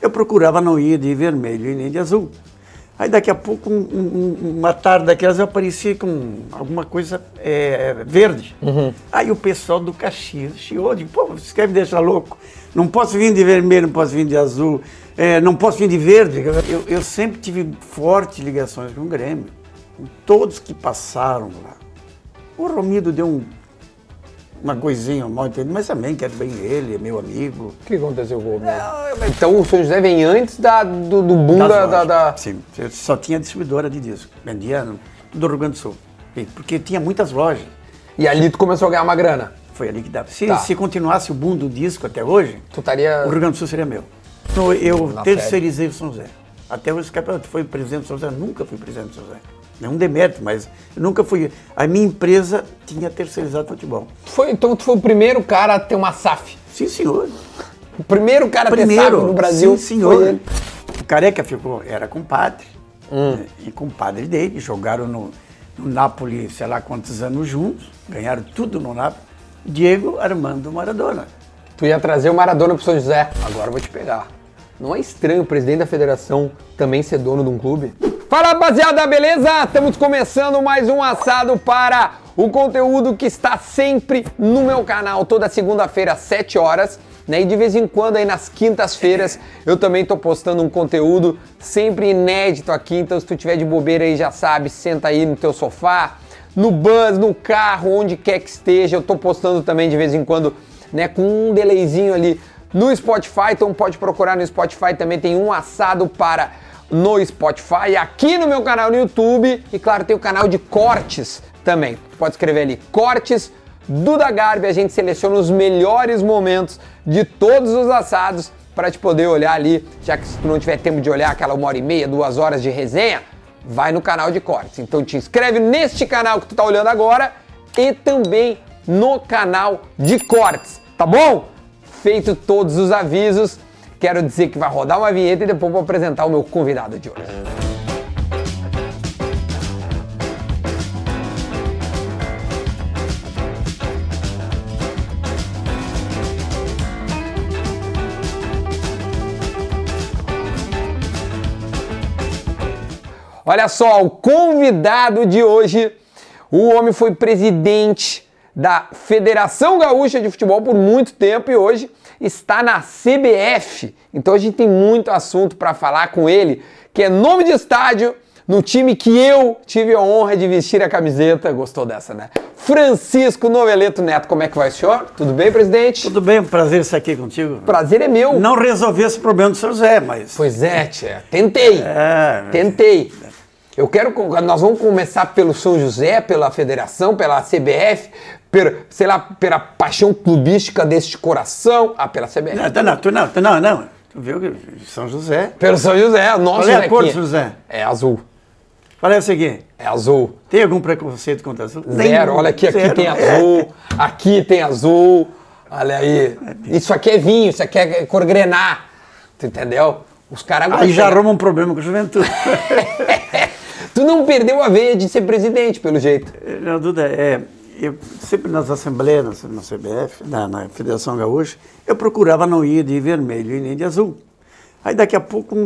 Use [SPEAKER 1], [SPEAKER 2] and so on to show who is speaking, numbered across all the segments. [SPEAKER 1] Eu procurava não ir de vermelho e nem de azul. Aí daqui a pouco, um- um- uma tarde daquelas, eu apareci com alguma coisa é, verde. Aí o pessoal do Caxias chiou, de, pô, vocês querem me deixar louco? Não posso vir de vermelho, não posso vir de azul, é, não posso vir de verde. Eu, eu sempre tive fortes ligações com o Grêmio, com todos que passaram lá. O Romildo deu um- uma coisinha, um mal entendido, mas também quero bem ele, é meu amigo.
[SPEAKER 2] O que aconteceu com o Romildo? Então o São José vem antes da, do, do boom
[SPEAKER 1] Das
[SPEAKER 2] da, da,
[SPEAKER 1] lojas.
[SPEAKER 2] da-
[SPEAKER 1] Sim, eu só tinha distribuidora de disco. Vendia no- do Rio Grande do Sul. E- Porque tinha muitas lojas.
[SPEAKER 2] E ali tu começou a ganhar uma grana.
[SPEAKER 1] Foi ali que dava. Se,
[SPEAKER 2] Tá.
[SPEAKER 1] se continuasse o boom do disco até hoje,
[SPEAKER 2] Tu estaria...
[SPEAKER 1] o Rio Grande do Sul seria meu. Então, eu
[SPEAKER 2] Na
[SPEAKER 1] terceirizei o São José. Até hoje, campeonato foi presidente do São José. Nunca fui presidente do São José. É um demérito, mas eu nunca fui. A minha empresa tinha terceirizado futebol.
[SPEAKER 2] Tu foi, então tu foi o primeiro cara a ter uma SAF.
[SPEAKER 1] Sim, senhor.
[SPEAKER 2] O primeiro cara a ter
[SPEAKER 1] Primeiro
[SPEAKER 2] SAF no Brasil
[SPEAKER 1] Sim, senhor.
[SPEAKER 2] foi ele.
[SPEAKER 1] O Careca ficou, era compadre.
[SPEAKER 2] Hum.
[SPEAKER 1] né, E compadre dele. Jogaram no, no Napoli, sei lá quantos anos juntos. Ganharam tudo no Napoli. Diego Armando Maradona.
[SPEAKER 2] Tu ia trazer o Maradona pro São José. Agora eu vou te pegar. Não é estranho o presidente da federação também ser dono de um clube? Fala rapaziada, beleza? Estamos começando mais um assado para o conteúdo que está sempre no meu canal, toda segunda-feira às 7 horas. Né? E de vez em quando, aí nas quintas-feiras, eu também tô postando um conteúdo sempre inédito aqui. Então, se tu tiver de bobeira aí, já sabe, senta aí no teu sofá, no bus, no carro, onde quer que esteja. Eu tô postando também de vez em quando, né, com um delayzinho ali no Spotify. Então pode procurar no Spotify também tem um assado para no Spotify, aqui no meu canal no YouTube e claro, tem o canal de cortes também. Pode escrever ali cortes Duda Garbi, a gente seleciona os melhores momentos de todos os assados para te poder olhar ali, já que se tu não tiver tempo de olhar aquela uma hora e meia, duas horas de resenha, vai no canal de cortes. Então te inscreve neste canal que tu tá olhando agora e também no canal de cortes, tá bom? Feito todos os avisos, quero dizer que vai rodar uma vinheta e depois vou apresentar o meu convidado de hoje. Olha só, o convidado de hoje, o homem foi presidente da Federação Gaúcha de Futebol por muito tempo e hoje está na CBF. Então a gente tem muito assunto para falar com ele, que é nome de estádio no time que eu tive a honra de vestir a camiseta. Gostou dessa, né? Francisco Noveleto Neto, como é que vai, senhor? Tudo bem, presidente?
[SPEAKER 1] Tudo bem, um prazer estar aqui contigo.
[SPEAKER 2] Prazer é meu.
[SPEAKER 1] Não resolvi esse problema do São José, mas.
[SPEAKER 2] Pois é, tia. Tentei.
[SPEAKER 1] É,
[SPEAKER 2] Tentei. Eu quero. co- Nós vamos começar pelo São José, pela federação, pela CBF, per, sei lá, pela paixão clubística deste coração. Ah, pela CBF.
[SPEAKER 1] Não, tá, não, tu não, tu não, não. Tu viu que São José.
[SPEAKER 2] Pelo São José, o
[SPEAKER 1] Qual
[SPEAKER 2] nosso
[SPEAKER 1] é a cor do
[SPEAKER 2] Zequinha.
[SPEAKER 1] São José?
[SPEAKER 2] É azul.
[SPEAKER 1] Fala o seguinte:
[SPEAKER 2] É azul.
[SPEAKER 1] tem algum preconceito contra azul?
[SPEAKER 2] Zero. Olha aqui, aqui
[SPEAKER 1] Zero.
[SPEAKER 2] tem
[SPEAKER 1] É.
[SPEAKER 2] azul. Aqui tem azul. Olha aí. Isso aqui é vinho, isso aqui é cor grená. Tu entendeu? Os caras
[SPEAKER 1] Aí já
[SPEAKER 2] gostam. né?
[SPEAKER 1] arruma um problema com a juventude.
[SPEAKER 2] Tu não perdeu a veia de ser presidente, pelo jeito.
[SPEAKER 1] Não, Duda, é, eu sempre nas assembleias, na- na CBF, na, na Federação Gaúcha, eu procurava não ir de vermelho e nem de azul. Aí daqui a pouco, um-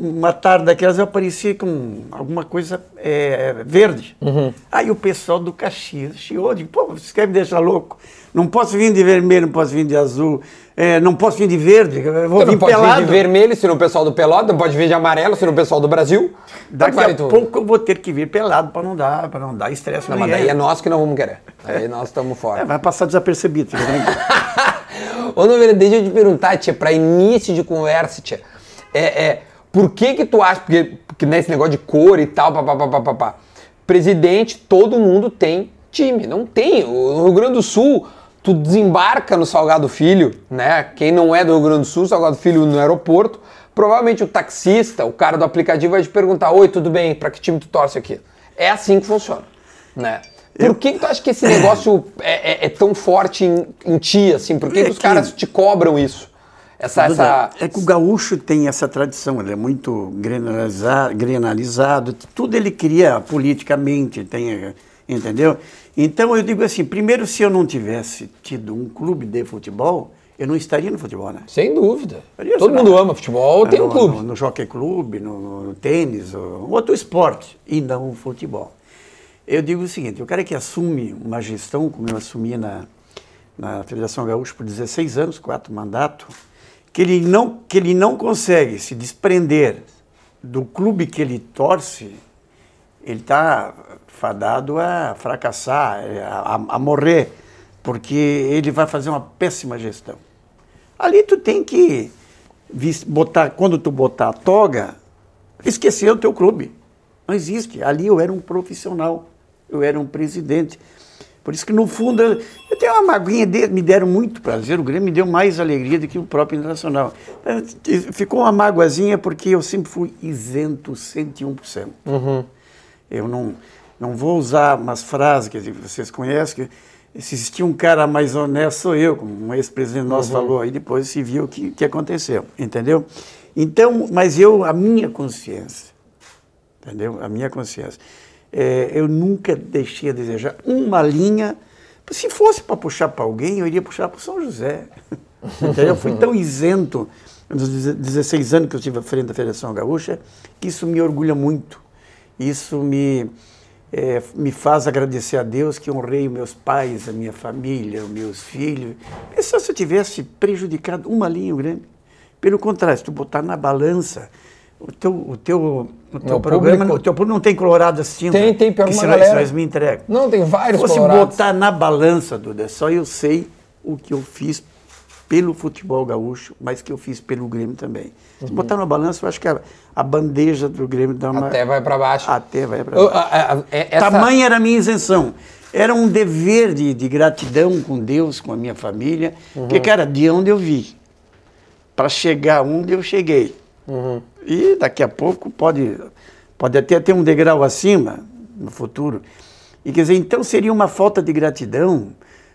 [SPEAKER 1] um- uma tarde daquelas, eu apareci com alguma coisa é, verde.
[SPEAKER 2] Uhum.
[SPEAKER 1] Aí o pessoal do Caxias chiou, de, pô, vocês querem me deixar louco? Não posso vir de vermelho, não posso vir de azul, é, não posso vir de verde, eu vou
[SPEAKER 2] Tu não
[SPEAKER 1] vir
[SPEAKER 2] pode
[SPEAKER 1] pelado.
[SPEAKER 2] vir de vermelho, se não o pessoal do Pelota, não pode vir de amarelo, se não o pessoal do Brasil. Tá
[SPEAKER 1] Daqui
[SPEAKER 2] Vai,
[SPEAKER 1] a
[SPEAKER 2] Então, é tu-
[SPEAKER 1] pouco eu vou ter que vir pelado para não dar, para não dar estresse. pra
[SPEAKER 2] Não, mas daí é
[SPEAKER 1] ninguém.
[SPEAKER 2] nós que não vamos querer. Aí nós estamos
[SPEAKER 1] É,
[SPEAKER 2] fora.
[SPEAKER 1] vai passar desapercebido, fica tranquilo.
[SPEAKER 2] Ô, Noveira, deixa eu te perguntar, tia, pra início de conversa, tia, é, é, por que que tu acha, porque, porque nesse negócio de cor e tal, papapá, papapá, presidente, todo mundo tem time, não tem, O- no Rio Grande do Sul, tu desembarca no Salgado Filho, né, quem não é do Rio Grande do Sul, Salgado Filho no aeroporto, provavelmente o taxista, o cara do aplicativo vai te perguntar, oi, tudo bem, pra que time tu torce aqui? É assim que funciona, né? Por que, que tu acha que esse negócio é, é- é tão forte em, em ti, assim? Por que,
[SPEAKER 1] É
[SPEAKER 2] que os
[SPEAKER 1] que-
[SPEAKER 2] caras te cobram isso? Essa, essa...
[SPEAKER 1] É que o gaúcho tem essa tradição, ele é muito grenaliza- grenalizado, tudo ele cria politicamente, tem, eh, entendeu? Então eu digo assim, primeiro se eu não tivesse tido um clube de futebol, eu não estaria no futebol, né?
[SPEAKER 2] Sem dúvida.
[SPEAKER 1] Isso,
[SPEAKER 2] Todo
[SPEAKER 1] né?
[SPEAKER 2] mundo ama futebol, tem um
[SPEAKER 1] no,
[SPEAKER 2] clube.
[SPEAKER 1] No, no jockey clube, no, no- no tênis, ou- um outro esporte, e não o futebol. Eu digo o seguinte, o cara que assume uma gestão, como eu assumi na, na Federação Gaúcha por 16 anos, quatro mandatos, que ele, não, que ele não consegue se desprender do clube que ele torce, ele está fadado a fracassar, a, a- a morrer, porque ele vai fazer uma péssima gestão. Ali tu tem que vis- botar, quando tu botar a toga, esquecer o teu clube. Não existe. Ali eu era um profissional, eu era um presidente. Por isso que no fundo eu, eu tenho uma maguinha, de- me deram muito prazer, o Grêmio me deu mais alegria do que o próprio Internacional. Eh, t- Ficou uma magoazinha porque eu sempre fui isento 101%. Eu não, não vou usar umas frases que vocês conhecem, que se existia um cara mais honesto sou eu, como um ex-presidente nosso falou, aí depois se viu o que, que aconteceu, entendeu? Então, mas eu, a minha consciência, entendeu? A minha consciência. É, eu nunca deixei a desejar uma linha. Se fosse para puxar para alguém, eu iria puxar para São José. entendeu? Eu fui tão isento nos 16 anos que eu estive à frente da Federação Gaúcha, que isso me orgulha muito. Isso me, é, me faz agradecer a Deus que honrei meus pais, a minha família, os meus filhos. Pensa se eu tivesse prejudicado uma linha grande. Pelo contrário, se tu botar na balança, o teu, o teu, o teu
[SPEAKER 2] o
[SPEAKER 1] programa,
[SPEAKER 2] público-
[SPEAKER 1] o teu público não tem colorado assistindo.
[SPEAKER 2] Tem,
[SPEAKER 1] né?
[SPEAKER 2] tem, pior
[SPEAKER 1] que
[SPEAKER 2] uma
[SPEAKER 1] senão,
[SPEAKER 2] galera.
[SPEAKER 1] senão eles me entregam.
[SPEAKER 2] Não, tem vários
[SPEAKER 1] Se
[SPEAKER 2] colorados.
[SPEAKER 1] botar na balança, Duda, só eu sei o que eu fiz pelo futebol gaúcho, mas que eu fiz pelo Grêmio também.
[SPEAKER 2] Uhum.
[SPEAKER 1] Se botar na balança, eu acho que a, a bandeja do Grêmio dá uma...
[SPEAKER 2] Até vai pra baixo.
[SPEAKER 1] Até vai pra
[SPEAKER 2] Eu-
[SPEAKER 1] baixo.
[SPEAKER 2] a- a- é- essa-
[SPEAKER 1] Tamanha era a minha isenção. Era um dever de, de gratidão com Deus, com a minha família. Porque,
[SPEAKER 2] Uhum.
[SPEAKER 1] cara, de onde eu vi, para chegar onde eu cheguei.
[SPEAKER 2] Uhum.
[SPEAKER 1] E daqui a pouco pode, pode até ter um degrau acima no futuro. E quer dizer, então seria uma falta de gratidão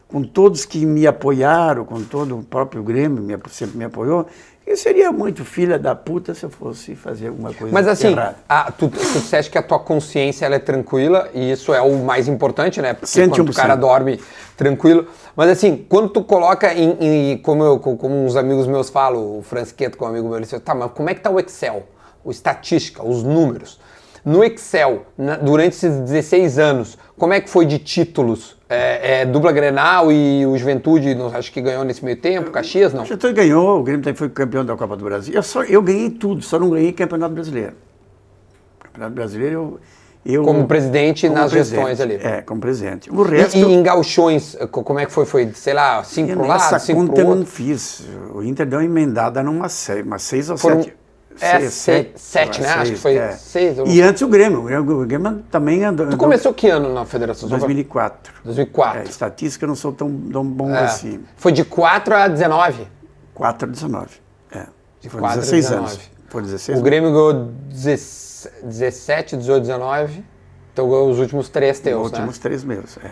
[SPEAKER 1] com todos que me apoiaram, com todo o próprio Grêmio me, apo- sempre me apoiou. Eu seria muito filha da puta se eu fosse fazer alguma coisa
[SPEAKER 2] Mas assim,
[SPEAKER 1] errada.
[SPEAKER 2] a, tu, tu disseste que a tua consciência ela é tranquila, e isso é o mais importante, né? Porque quando o
[SPEAKER 1] 101%.
[SPEAKER 2] cara dorme tranquilo. Mas assim, quando tu coloca em, em- como, eu, co- como uns amigos meus falam, o Francescheto, que é um amigo meu, ele disse, tá, mas como é que tá o Excel? O estatística, os números. No Excel, na- durante esses 16 anos, como é que foi de títulos? É, é, dupla Grenal e o Juventude, não, acho que ganhou nesse meio tempo, Caxias, não?
[SPEAKER 1] O Getúlio ganhou, o Grêmio também foi campeão da Copa do Brasil. Eu, só, eu ganhei tudo, só não ganhei Campeonato Brasileiro. Campeonato Brasileiro eu. eu
[SPEAKER 2] Como presidente
[SPEAKER 1] como
[SPEAKER 2] nas
[SPEAKER 1] presidente,
[SPEAKER 2] gestões ali.
[SPEAKER 1] É, como presidente. O
[SPEAKER 2] E-
[SPEAKER 1] resto.
[SPEAKER 2] E, em gauchões, co- como é que foi? Foi, sei lá, cinco
[SPEAKER 1] eu-
[SPEAKER 2] pro
[SPEAKER 1] essa
[SPEAKER 2] lado, cinco
[SPEAKER 1] conta
[SPEAKER 2] pro
[SPEAKER 1] eu não
[SPEAKER 2] outro?
[SPEAKER 1] fiz. O Inter deu uma emendada numa série, umas seis ou
[SPEAKER 2] Foram-
[SPEAKER 1] sete.
[SPEAKER 2] é, se- sete, né? Acho que foi seis ou-
[SPEAKER 1] é. E antes o Grêmio. O Grêmio, o Grêmio também andou.
[SPEAKER 2] Tu começou que ano na federação?
[SPEAKER 1] em
[SPEAKER 2] Só pra-
[SPEAKER 1] 2004. É,
[SPEAKER 2] 2004.
[SPEAKER 1] estatística eu não sou tão, tão bom
[SPEAKER 2] É.
[SPEAKER 1] assim.
[SPEAKER 2] Foi de 4 a 19.
[SPEAKER 1] 4 a 19. É. Foram
[SPEAKER 2] 4 a
[SPEAKER 1] 16
[SPEAKER 2] 19.
[SPEAKER 1] anos. Foram 16
[SPEAKER 2] O
[SPEAKER 1] anos.
[SPEAKER 2] Grêmio ganhou 17, 18, 19. Então ganhou os últimos três teus, né?
[SPEAKER 1] últimos três meses. é.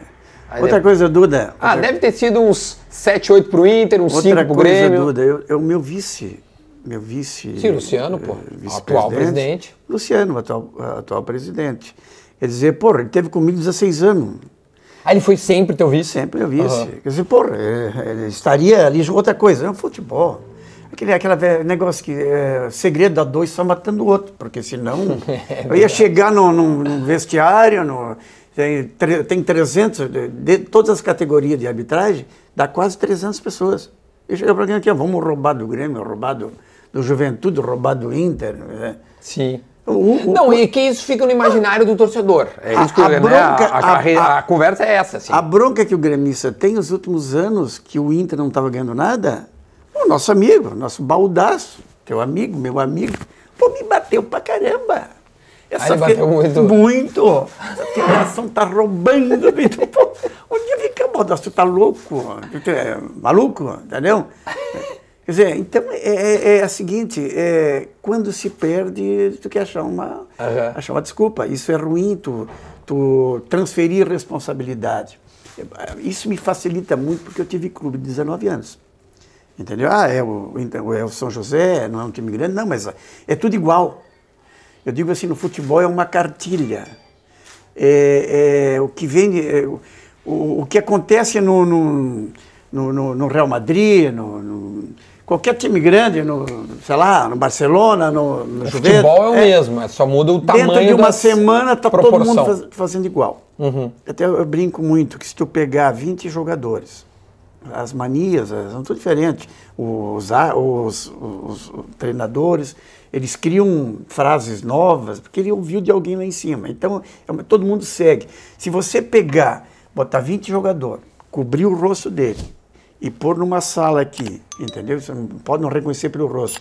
[SPEAKER 2] Aí
[SPEAKER 1] Outra
[SPEAKER 2] deve-
[SPEAKER 1] coisa, Duda.
[SPEAKER 2] Ah,
[SPEAKER 1] outra,
[SPEAKER 2] deve ter sido uns 7, 8 pro Inter, uns 5
[SPEAKER 1] outra
[SPEAKER 2] pro
[SPEAKER 1] coisa,
[SPEAKER 2] Grêmio.
[SPEAKER 1] Duda. Eu, eu- meu vice. Meu vice.
[SPEAKER 2] Sim, Luciano,
[SPEAKER 1] eh,
[SPEAKER 2] pô,
[SPEAKER 1] vice-presidente,
[SPEAKER 2] atual presidente.
[SPEAKER 1] Luciano, atual, atual presidente. Quer dizer, porra, ele teve comigo 16 anos.
[SPEAKER 2] Aí Ah, ele foi sempre teu vice.
[SPEAKER 1] Sempre meu vice.
[SPEAKER 2] Aham.
[SPEAKER 1] Quer dizer, porra, eh, ele estaria ali. Outra coisa, é um futebol. Aquele aquela velha negócio que é segredo dá dois só matando o outro, porque senão eu ia chegar no, no- no vestiário, no- tem, tre- tem 300, de, de todas as categorias de arbitragem, dá quase 300 pessoas. E chega para alguém aqui, ó, vamos roubar do Grêmio, roubar do, do Juventude, roubar do Inter. né?
[SPEAKER 2] Sim.
[SPEAKER 1] O- o-
[SPEAKER 2] Não, e é que isso fica no imaginário do torcedor. É
[SPEAKER 1] A-
[SPEAKER 2] isso que eu
[SPEAKER 1] a
[SPEAKER 2] né?
[SPEAKER 1] bronca-
[SPEAKER 2] a, a
[SPEAKER 1] a-
[SPEAKER 2] carre-
[SPEAKER 1] a-
[SPEAKER 2] a conversa é essa, assim.
[SPEAKER 1] A bronca que o gremista tem nos últimos anos, que o Inter não estava ganhando nada, o nosso amigo, nosso baldaço, teu amigo, meu amigo, pô, me bateu pra caramba.
[SPEAKER 2] ele bateu muito?
[SPEAKER 1] Muito. Essa federação tá roubando. muito. Pô, onde fica, baldaço? Tu tá louco? Tu é maluco? Entendeu? Quer dizer, então é, é- é a seguinte, é, quando se perde, tu quer achar uma,
[SPEAKER 2] Aham.
[SPEAKER 1] achar uma desculpa. Isso é ruim, tu, tu transferir responsabilidade. É, Isso me facilita muito porque eu tive clube de 19 anos. Entendeu? Ah, é o, então, é o São José, não é um time grande, não, mas é tudo igual. Eu digo assim, no futebol é uma cartilha. É, é, o que vem, é, o, o que acontece no, no, no, no- no Real Madrid, no, no- qualquer time grande, no, sei lá, no Barcelona, no, no
[SPEAKER 2] O
[SPEAKER 1] Juventus.
[SPEAKER 2] futebol é o mesmo, é só muda o tamanho
[SPEAKER 1] Dentro de uma
[SPEAKER 2] das
[SPEAKER 1] semana tá todo
[SPEAKER 2] proporção. Uhum.
[SPEAKER 1] mundo faz- fazendo igual. Até eu brinco muito que se tu pegar 20 jogadores, as manias elas são tudo diferentes. Os, a- os- os treinadores, eles criam frases novas, porque ele ouviu de alguém lá em cima. Então, é uma- todo mundo segue. Se você pegar, botar 20 jogadores, cobrir o rosto dele e pôr numa sala aqui, entendeu? Você não pode não reconhecer pelo rosto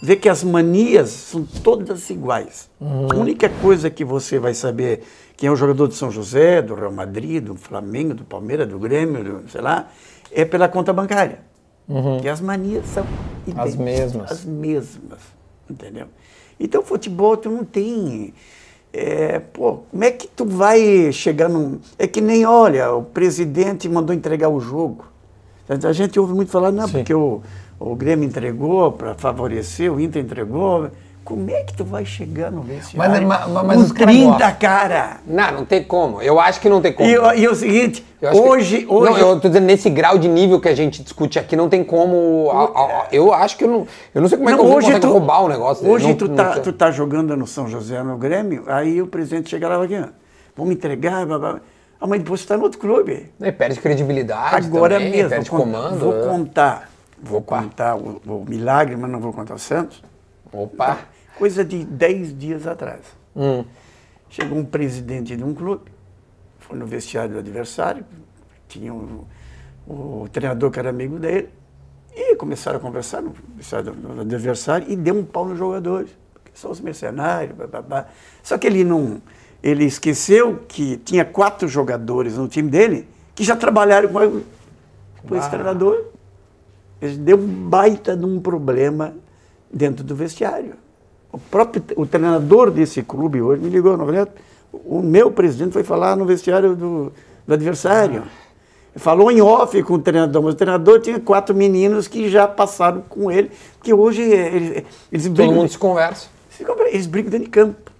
[SPEAKER 1] vê que as manias são todas iguais. A única coisa que você vai saber quem é o jogador do São José, do Real Madrid, do Flamengo, do Palmeiras, do Grêmio, do- sei lá, é pela conta bancária. E as manias são idênticas.
[SPEAKER 2] mesmas.
[SPEAKER 1] As mesmas, entendeu? Então, futebol, tu não tem... é, pô, como é que tu vai chegar num... É que nem, olha, o presidente mandou entregar o jogo. A gente ouve muito falar, não,
[SPEAKER 2] Sim.
[SPEAKER 1] porque o, o Grêmio entregou para favorecer, o Inter entregou. Como é que tu vai chegar no vestiário?
[SPEAKER 2] ma- ma- mas é
[SPEAKER 1] com
[SPEAKER 2] os caras
[SPEAKER 1] 30,
[SPEAKER 2] gostam.
[SPEAKER 1] cara!
[SPEAKER 2] Não, não tem como. Eu acho que não tem como.
[SPEAKER 1] E, é o- e o seguinte,
[SPEAKER 2] Eu acho que-
[SPEAKER 1] hoje... hoje
[SPEAKER 2] Não, eu tô dizendo, nesse grau de nível que a gente discute aqui, não tem como. a- a- a- eu acho que eu não. Eu não sei como é que
[SPEAKER 1] Não,
[SPEAKER 2] eu vou
[SPEAKER 1] hoje
[SPEAKER 2] conseguir
[SPEAKER 1] tu-
[SPEAKER 2] roubar o negócio dele.
[SPEAKER 1] Hoje
[SPEAKER 2] Não-
[SPEAKER 1] tu,
[SPEAKER 2] não
[SPEAKER 1] tá,
[SPEAKER 2] tem.
[SPEAKER 1] tu tá jogando no São José, no Grêmio, aí o presidente chega lá e fala assim, aqui, ó, vamos entregar, blá, blá. blá. Ah, mas depois tu tá no outro clube.
[SPEAKER 2] É, perde credibilidade.
[SPEAKER 1] Agora
[SPEAKER 2] Ah, também,
[SPEAKER 1] mesmo.
[SPEAKER 2] Perde
[SPEAKER 1] vou con-
[SPEAKER 2] comando.
[SPEAKER 1] Vou
[SPEAKER 2] né?
[SPEAKER 1] contar. Vou
[SPEAKER 2] Opa.
[SPEAKER 1] contar o, o milagre, mas não vou contar o Santos.
[SPEAKER 2] Opa. hum,
[SPEAKER 1] Coisa de 10 dias atrás. Chegou um presidente de um clube, foi no vestiário do adversário, tinha o, o treinador que era amigo dele, e começaram a conversar no vestiário do, do adversário e deu um pau nos jogadores. porque São os mercenários, blá, blá, blá. Só que ele não. Ele esqueceu que tinha quatro jogadores no time dele que já trabalharam com, a- com esse treinador. Ele deu um baita de um problema dentro do vestiário. O próprio o treinador desse clube hoje me ligou, não acredito. O meu presidente foi falar no vestiário do, do adversário.
[SPEAKER 2] Ah.
[SPEAKER 1] Falou em off com o treinador, mas o treinador tinha quatro meninos que já passaram com ele, porque hoje é, eles, eles
[SPEAKER 2] Todo
[SPEAKER 1] brigam.
[SPEAKER 2] mundo se conversa.
[SPEAKER 1] Você compra- Eles brigam dentro de campo.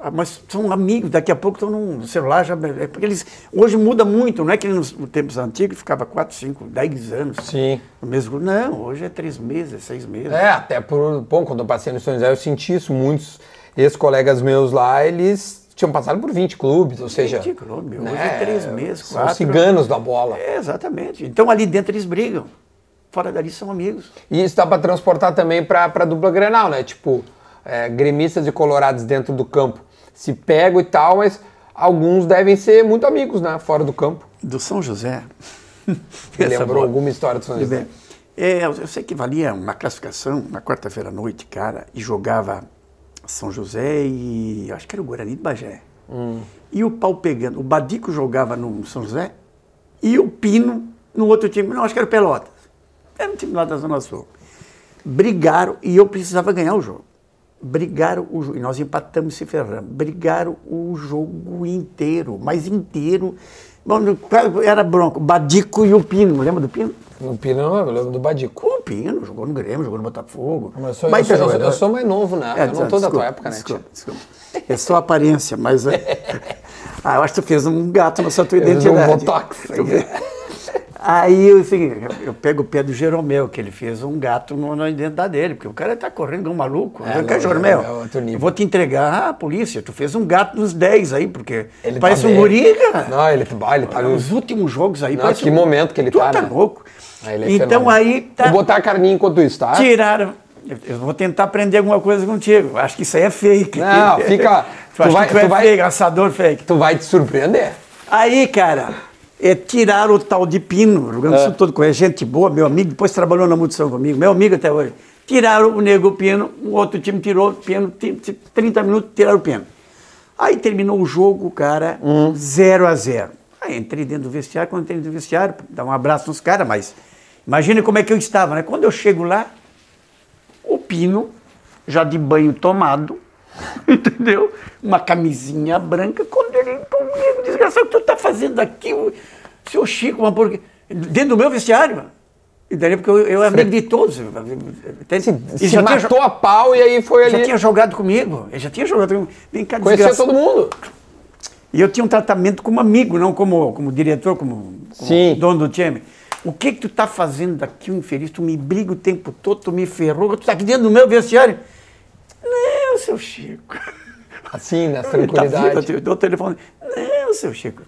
[SPEAKER 1] Ah, Mas são amigos, daqui a pouco estão no celular. Já, é porque eles, hoje muda muito, não é que nos tempos antigos ficava 4, 5, 10 anos
[SPEAKER 2] Sim.
[SPEAKER 1] no mesmo grupo. Não, hoje é 3 meses, 6 meses.
[SPEAKER 2] É, até por. Bom, quando eu passei no São José, eu senti isso. Muitos ex-colegas meus lá, eles tinham passado por 20 clubes, ou seja.
[SPEAKER 1] Ridículo, meu. Hoje é três meses,
[SPEAKER 2] Né? São
[SPEAKER 1] quatro.
[SPEAKER 2] ciganos da bola.
[SPEAKER 1] É, exatamente. Então ali dentro eles brigam. Fora dali são amigos.
[SPEAKER 2] E isso dá pra transportar também pra, pra dupla Grenal, né? Tipo, é, gremistas e colorados dentro do campo se pegam e tal, mas alguns devem ser muito amigos, né? Fora do campo.
[SPEAKER 1] Do São José.
[SPEAKER 2] Me
[SPEAKER 1] Essa
[SPEAKER 2] lembrou
[SPEAKER 1] bola.
[SPEAKER 2] alguma história do São
[SPEAKER 1] Tudo
[SPEAKER 2] José?
[SPEAKER 1] bem. É, eu eu sei que valia uma classificação na quarta-feira à noite, cara, e jogava São José e acho que era o Guarani de Bagé. E o pau pegando. O Badico jogava no São José e o Pino no outro time. Não, acho que era o Pelotas. Era um time lá da Zona Sul. Brigaram e eu precisava ganhar o jogo. Brigaram o jogo. E nós empatamos e se ferramos. Brigaram o jogo inteiro, mas inteiro. Bom, no- era bronco. Badico e o Pino. Lembra do Pino?
[SPEAKER 2] No Pino, eu lembro do Badico.
[SPEAKER 1] Com o Pino, jogou no Grêmio, jogou no Botafogo.
[SPEAKER 2] Mas eu sou,
[SPEAKER 1] Baita
[SPEAKER 2] eu sou-
[SPEAKER 1] jogador.
[SPEAKER 2] eu sou mais novo, né?
[SPEAKER 1] então, É,
[SPEAKER 2] eu não tô da
[SPEAKER 1] desculpa,
[SPEAKER 2] tua época, né?
[SPEAKER 1] Desculpa, desculpa. É só aparência, mas. é- ah, eu acho que tu fez um gato na sua tua
[SPEAKER 2] Eu usei um
[SPEAKER 1] identidade.
[SPEAKER 2] botox.
[SPEAKER 1] Tu- Aí eu, assim, eu pego o pé do Jeromel, que ele fez um gato no- na identidade dele, porque o cara tá correndo igual um maluco.
[SPEAKER 2] É,
[SPEAKER 1] É,
[SPEAKER 2] não,
[SPEAKER 1] cara,
[SPEAKER 2] é, é
[SPEAKER 1] Jeromel,
[SPEAKER 2] outro nível.
[SPEAKER 1] eu vou te entregar à polícia. Tu fez um gato dos 10 aí, porque
[SPEAKER 2] Ele
[SPEAKER 1] parece
[SPEAKER 2] tá
[SPEAKER 1] um
[SPEAKER 2] bem.
[SPEAKER 1] guri, cara. Então,
[SPEAKER 2] Não, ele, bah, ele tá.
[SPEAKER 1] Os últimos jogos aí.
[SPEAKER 2] Não,
[SPEAKER 1] parece
[SPEAKER 2] que momento que ele
[SPEAKER 1] tu
[SPEAKER 2] tá,
[SPEAKER 1] tá
[SPEAKER 2] né?
[SPEAKER 1] louco.
[SPEAKER 2] Ah, ele é
[SPEAKER 1] então
[SPEAKER 2] fenômeno.
[SPEAKER 1] aí tá.
[SPEAKER 2] Vou botar a carninha enquanto isso, tá?
[SPEAKER 1] Tiraram. Eu- Eu vou tentar aprender alguma coisa contigo. Acho que isso aí é fake.
[SPEAKER 2] Não, fica-
[SPEAKER 1] tu,
[SPEAKER 2] tu
[SPEAKER 1] acha
[SPEAKER 2] vai-
[SPEAKER 1] que tu, é
[SPEAKER 2] tu vai-
[SPEAKER 1] fake, assador fake.
[SPEAKER 2] Tu vai te surpreender.
[SPEAKER 1] Aí, cara, é, tiraram o tal de Pino, o Rio Grande do Sul todo conhece, gente boa, meu amigo, depois trabalhou na Multição comigo, meu amigo até hoje. Tiraram o Nego Pino, o outro time tirou o Pino, ti- ti- 30 minutos tiraram o Pino. Aí terminou o jogo, cara, 0 a 0 Aí entrei dentro do vestiário, quando entrei dentro do vestiário, dar um abraço nos caras, mas imagina como é que eu estava, né? Quando eu chego lá, o Pino, já de banho tomado, entendeu? Uma camisinha branca, quando ele comigo, desgraçado, o que tu tá fazendo aqui, o seu Chico, uma porca... dentro do meu vestiário, mano. Entendeu? Porque eu, eu era amigo de todos. Entende? Ele
[SPEAKER 2] Se
[SPEAKER 1] já tinha
[SPEAKER 2] matou a pau e aí foi
[SPEAKER 1] já
[SPEAKER 2] ali.
[SPEAKER 1] tinha jogado comigo. Ele já tinha jogado comigo. Vem cá,
[SPEAKER 2] Conhecia
[SPEAKER 1] é desgraça-
[SPEAKER 2] todo mundo.
[SPEAKER 1] E eu tinha um tratamento como amigo, não como, como diretor, como, como
[SPEAKER 2] Sim.
[SPEAKER 1] dono do time. O que que tu tá fazendo daqui, o infeliz? Tu me briga o tempo todo, tu me ferrou, tu tá aqui dentro do meu vestiário. Não, seu Chico.
[SPEAKER 2] Assim, na
[SPEAKER 1] Ele tá
[SPEAKER 2] tranquilidade.
[SPEAKER 1] vivo, eu dou o telefone. Não, seu Chico.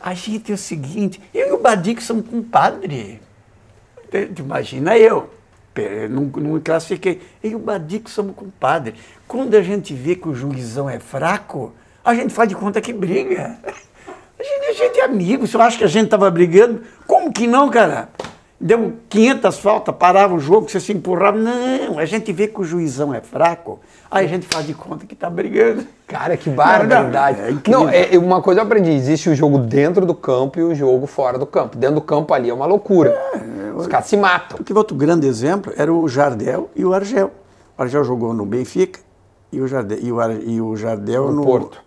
[SPEAKER 1] A gente é o seguinte, eu e o Badico somos compadre. Te- te Imagina eu. pe- Não, não me classifiquei. Eu e o Badico somos compadre. Quando a gente vê que o juizão é fraco, a gente faz de conta que briga. A gente, a gente é amigo. Você acha que a gente tava brigando? Como que não, cara? Deu 500 faltas, parava o jogo, você se empurrava. Não, a gente vê que o juizão é fraco, aí a gente faz de conta que tá brigando.
[SPEAKER 2] Cara, que barbaridade.
[SPEAKER 1] Não, não, é incrível.
[SPEAKER 2] Não, é, é uma coisa eu aprendi: existe o jogo dentro do campo e o jogo fora do campo. Dentro do campo ali é uma loucura.
[SPEAKER 1] É,
[SPEAKER 2] Os caras se matam.
[SPEAKER 1] Porque outro grande exemplo era o Jardel e o Argel. O Argel jogou no Benfica e o Jardel, e o Ar- e o Jardel
[SPEAKER 2] No
[SPEAKER 1] no,
[SPEAKER 2] Porto.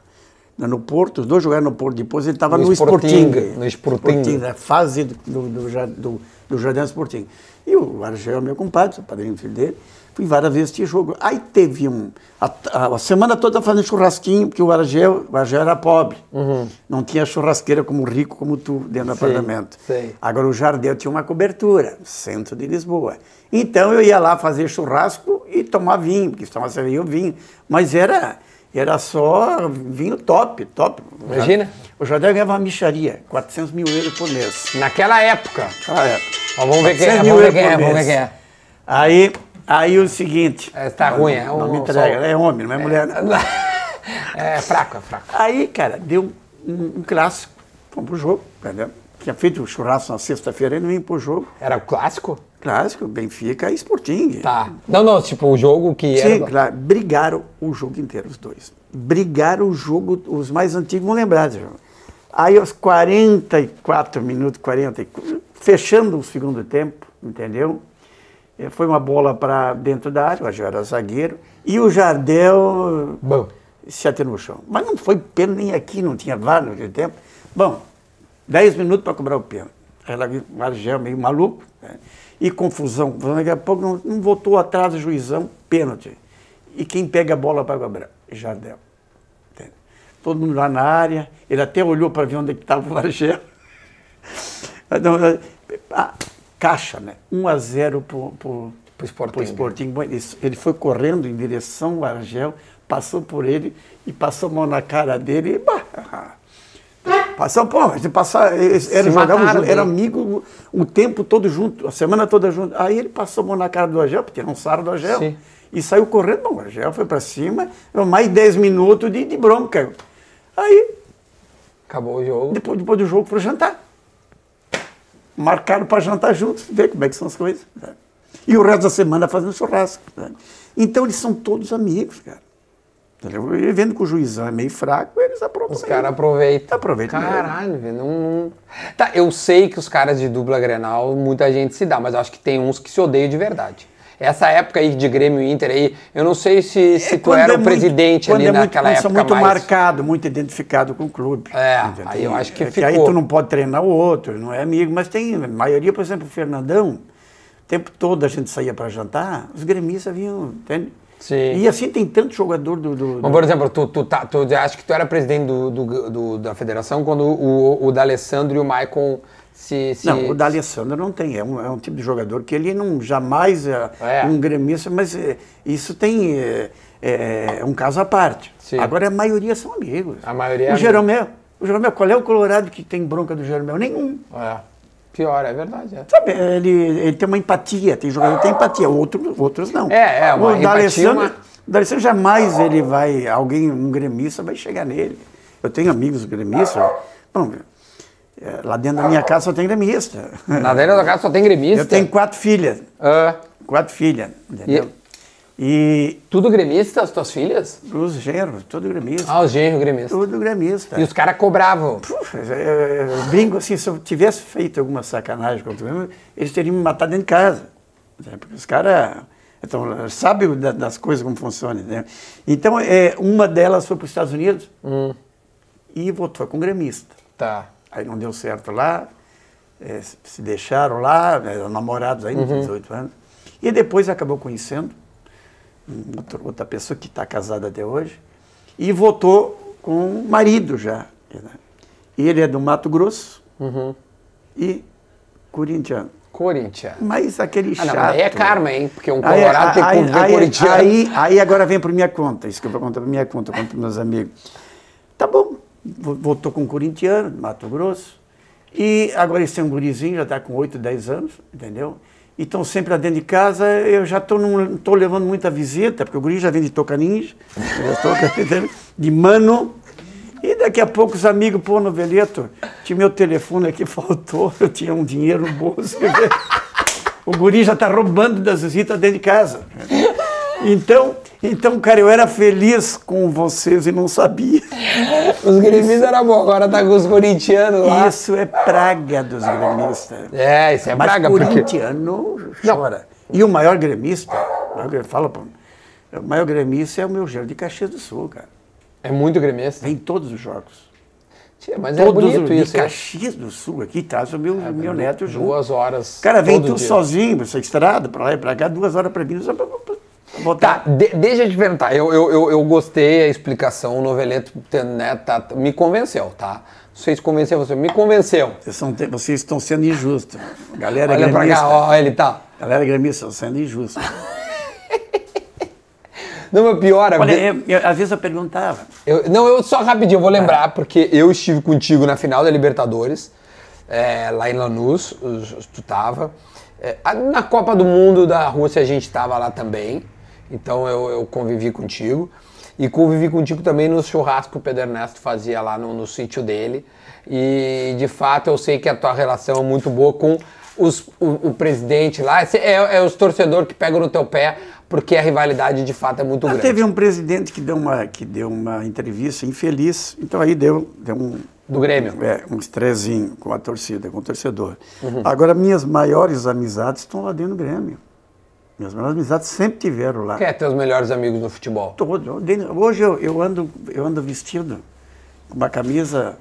[SPEAKER 1] na- No Porto, os dois jogaram no Porto, depois ele estava
[SPEAKER 2] No
[SPEAKER 1] no,
[SPEAKER 2] Sporting,
[SPEAKER 1] Sporting.
[SPEAKER 2] no Sporting.
[SPEAKER 1] na fase do, do, do, Jar- do, do Jardel Sporting. E o Argel é meu compadre, sou padrinho do filho dele. Fui várias vezes assistir jogo. Aí teve um. A, a- a semana toda fazendo churrasquinho, porque o Argel, o Argel era pobre.
[SPEAKER 2] Uhum.
[SPEAKER 1] Não tinha churrasqueira como rico, como tu, dentro do
[SPEAKER 2] Sei,
[SPEAKER 1] apartamento.
[SPEAKER 2] sei.
[SPEAKER 1] Agora, o Jardel tinha uma cobertura, centro de Lisboa. Então, eu ia lá fazer churrasco e tomar vinho, porque se tomasse vinho, vinho. Mas era, era só vinho top, top.
[SPEAKER 2] Imagina.
[SPEAKER 1] O Jardel ganhava uma micharia, 400 mil euros por mês.
[SPEAKER 2] Naquela época.
[SPEAKER 1] Ah, é.
[SPEAKER 2] Ó, vamos ver quem é,
[SPEAKER 1] 400
[SPEAKER 2] vamos
[SPEAKER 1] mil
[SPEAKER 2] ver quem é,
[SPEAKER 1] euros por
[SPEAKER 2] vamos ver
[SPEAKER 1] mês.
[SPEAKER 2] quem é.
[SPEAKER 1] Aí, aí o seguinte...
[SPEAKER 2] É, tá ruim, é
[SPEAKER 1] Não,
[SPEAKER 2] um-
[SPEAKER 1] me entrega,
[SPEAKER 2] só-
[SPEAKER 1] é homem, não é mulher. não.
[SPEAKER 2] É fraco, é fraco.
[SPEAKER 1] Aí, cara, deu um, um clássico, fomos pro jogo, entendeu? Tinha feito o churrasco na sexta-feira, ele vim pro jogo,
[SPEAKER 2] Era o clássico?
[SPEAKER 1] clássico, Benfica e Sporting.
[SPEAKER 2] Tá. Não, não, tipo, o jogo que era.
[SPEAKER 1] Sim, claro. Brigaram o jogo inteiro, os dois. Brigaram o jogo, os mais antigos vão lembrar desse jogo. Aí, aos 44 minutos, 44, fechando o segundo tempo, entendeu? Eh, Foi uma bola para dentro da área, o Agel era zagueiro, e o Jardel
[SPEAKER 2] Bom.
[SPEAKER 1] se ater no chão. Mas não foi pênalti nem aqui, não tinha VAR naquele tempo. Bom, 10 minutos para cobrar o pênalti. Ela viu o um Argel meio maluco, né? e confusão. confusão. Daqui a pouco não, não voltou atrás o juizão, pênalti. E quem pega a bola para cobrar? Jardel. Entende? Todo mundo lá na área, ele até olhou para ver onde é que estava o Argel. Então, ah, Caixa, né? 1 a 0 pro, pro,
[SPEAKER 2] Pro Sporting.
[SPEAKER 1] pro Sporting. Bom, Ele ele foi correndo em direção ao Argel, passou por ele e passou a mão na cara dele e bah, Passar, pô, a gente passar, eles eram, jogavam
[SPEAKER 2] mataram,
[SPEAKER 1] junto, era
[SPEAKER 2] né?
[SPEAKER 1] amigo o tempo todo junto, a semana toda junto. Aí ele passou a mão na cara do Agel, porque não sarro do Agel.
[SPEAKER 2] Sim.
[SPEAKER 1] E saiu correndo, bom, o Agel foi pra cima, mais 10 minutos de, de bronca. Aí
[SPEAKER 2] Acabou o jogo.
[SPEAKER 1] depois, depois do jogo, para jantar. Marcaram para jantar juntos, ver como é que são as coisas. né? E o resto da semana fazendo churrasco. né? Então eles são todos amigos, cara. Entendeu? E vendo que o juizão é meio fraco, eles aprontam.
[SPEAKER 2] Os
[SPEAKER 1] mesmo.
[SPEAKER 2] caras aproveitam.
[SPEAKER 1] Aproveita mesmo.
[SPEAKER 2] Caralho, velho. Não, não- Tá, eu sei que os caras de dupla Grenal, muita gente se dá, mas eu acho que tem uns que se odeiam de verdade. Essa época aí de Grêmio e Inter aí, eu não sei se, se tu
[SPEAKER 1] quando
[SPEAKER 2] era
[SPEAKER 1] é
[SPEAKER 2] o
[SPEAKER 1] muito-
[SPEAKER 2] presidente
[SPEAKER 1] quando
[SPEAKER 2] ali
[SPEAKER 1] é muito-
[SPEAKER 2] naquela
[SPEAKER 1] quando
[SPEAKER 2] época
[SPEAKER 1] são muito
[SPEAKER 2] mais.
[SPEAKER 1] marcado, muito identificado com o clube.
[SPEAKER 2] É, aí eu acho que
[SPEAKER 1] É aí
[SPEAKER 2] ficou.
[SPEAKER 1] tu não pode treinar o outro, não é amigo. Mas tem, a maioria, por exemplo, o Fernandão, o tempo todo a gente saía para jantar, os gremistas vinham, entende?
[SPEAKER 2] Sim.
[SPEAKER 1] E assim tem tanto jogador do... do- do-
[SPEAKER 2] Mas, por exemplo, tu, tu, tá, tu acha que tu era presidente do, do- do- da federação quando o, o D'Alessandro e o Maicon se... se-
[SPEAKER 1] Não, o D'Alessandro não tem. É um, é um tipo de jogador que ele não jamais é,
[SPEAKER 2] É.
[SPEAKER 1] um gremista, mas é, isso tem é, é, é um caso à parte.
[SPEAKER 2] Sim.
[SPEAKER 1] Agora a maioria são amigos.
[SPEAKER 2] A maioria é
[SPEAKER 1] O
[SPEAKER 2] amigo.
[SPEAKER 1] Jeromel, o Jeromel, qual é o Colorado que tem bronca do Jeromel? Nenhum.
[SPEAKER 2] É. Pior, é verdade, é.
[SPEAKER 1] Sabe, ele, ele tem uma empatia, tem jogador que tem empatia, outro, outros não.
[SPEAKER 2] É, é, uma
[SPEAKER 1] o
[SPEAKER 2] empatia,
[SPEAKER 1] D'Alessandro,
[SPEAKER 2] uma-
[SPEAKER 1] o D'Alessandro jamais ele vai, alguém, um gremista vai chegar nele. Eu tenho amigos gremistas, bom, é, lá dentro da minha casa só tem gremista.
[SPEAKER 2] Na dentro da casa só tem gremista.
[SPEAKER 1] Eu tenho quatro filhas,
[SPEAKER 2] Ah,
[SPEAKER 1] quatro filhas, entendeu? E,
[SPEAKER 2] tudo gremista, as tuas filhas?
[SPEAKER 1] os genros, todo gremista,
[SPEAKER 2] Ah, os genros gremistas.
[SPEAKER 1] todo gremista.
[SPEAKER 2] E os caras cobravam.
[SPEAKER 1] Puxa, é, é, eu brinco assim, se eu tivesse feito alguma sacanagem contra mim, eles teriam me matado dentro de casa. né? Porque os caras então, sabem da- das coisas como funcionam. Né? Então, é, uma delas foi para os Estados Unidos
[SPEAKER 2] Hum.
[SPEAKER 1] e votou com gremista.
[SPEAKER 2] Tá.
[SPEAKER 1] Aí não deu certo lá, eh, se- se deixaram lá, né, eram namorados ainda, 18 anos. E depois acabou conhecendo um outro- outra pessoa que está casada até hoje e votou com o marido já. né? E ele é do Mato Grosso e corintiano.
[SPEAKER 2] Corinthians.
[SPEAKER 1] Mas aquele
[SPEAKER 2] Ah,
[SPEAKER 1] chato.
[SPEAKER 2] não, aí é karma, hein? Porque um
[SPEAKER 1] Aí, é,
[SPEAKER 2] colorado tem
[SPEAKER 1] aí,
[SPEAKER 2] que ver
[SPEAKER 1] aí,
[SPEAKER 2] corintiano.
[SPEAKER 1] aí, aí agora vem para minha conta, isso que eu vou contar para minha conta, eu conto para meus amigos. Tá bom, vo- voltou com um corintiano, Mato Grosso, e agora esse é um gurizinho, já está com 8, 10 anos, entendeu? E estão sempre lá dentro de casa, eu já estou não tô levando muita visita, porque o guri já vem de Tocanins, já toca, entendeu? de Mano, e daqui a pouco os amigos, pô, noveleto, tinha meu telefone aqui, faltou, eu tinha um dinheiro no bolso. O guri já tá roubando das visitas dentro de casa. Então, então, cara, eu era feliz com vocês e não sabia.
[SPEAKER 2] Os gremistas eram bom, agora tá com os corintianos lá.
[SPEAKER 1] Isso é praga dos gremistas.
[SPEAKER 2] É, isso é
[SPEAKER 1] Mas
[SPEAKER 2] praga, porque...
[SPEAKER 1] corintiano chora. E o maior gremista, o maior gre- fala, pô, o maior gremista é o meu gelo de Caxias do Sul, cara.
[SPEAKER 2] É muito gremista.
[SPEAKER 1] Vem todos os jogos.
[SPEAKER 2] Tia, Mas é
[SPEAKER 1] Todos os
[SPEAKER 2] bonito
[SPEAKER 1] de
[SPEAKER 2] isso, hein?
[SPEAKER 1] Caxias do Sul aqui traz o meu, meu neto junto.
[SPEAKER 2] Duas horas
[SPEAKER 1] Cara, vem
[SPEAKER 2] todo
[SPEAKER 1] tu
[SPEAKER 2] dia.
[SPEAKER 1] sozinho, essa estrada, pra lá e pra cá, duas horas pra mim, só pra, pra, pra
[SPEAKER 2] Tá,
[SPEAKER 1] botar.
[SPEAKER 2] de- deixa eu te perguntar. Eu, eu, eu, eu gostei a explicação, o noveleto tem- né, tá- me convenceu, tá? Não sei se convenceu você, me convenceu.
[SPEAKER 1] Vocês, são- vocês estão sendo injustos. Galera
[SPEAKER 2] Olha pra cá,
[SPEAKER 1] gremista.
[SPEAKER 2] ó, ele tá.
[SPEAKER 1] Galera gremista, estão sendo injustos.
[SPEAKER 2] Não, mas pior,
[SPEAKER 1] Olha,
[SPEAKER 2] de-
[SPEAKER 1] eu- eu- às vezes eu perguntava.
[SPEAKER 2] Eu- não, eu só rapidinho, eu vou lembrar, porque eu estive contigo na final da Libertadores, é, lá em Lanús, os- os- tu tava. É, a- na Copa do Mundo da Rússia a gente tava lá também, então eu, eu convivi contigo. E convivi contigo também no churrasco que o Pedro Ernesto fazia lá no, no sítio dele. E de fato eu sei que a tua relação é muito boa com os- o, o presidente lá. Esse É, é os torcedores que pegam no teu pé, porque a rivalidade de fato é muito grande.
[SPEAKER 1] Teve um presidente que deu uma, que deu uma entrevista infeliz, então aí deu, deu um,
[SPEAKER 2] Do Grêmio.
[SPEAKER 1] é, um estrezinho com a torcida, com o torcedor.
[SPEAKER 2] Uhum.
[SPEAKER 1] Agora, minhas maiores amizades estão lá dentro do Grêmio. Minhas maiores amizades sempre tiveram lá.
[SPEAKER 2] Quem é teus melhores amigos no futebol?
[SPEAKER 1] Todo. Dentro- Hoje eu, eu ando, eu ando vestido com uma camisa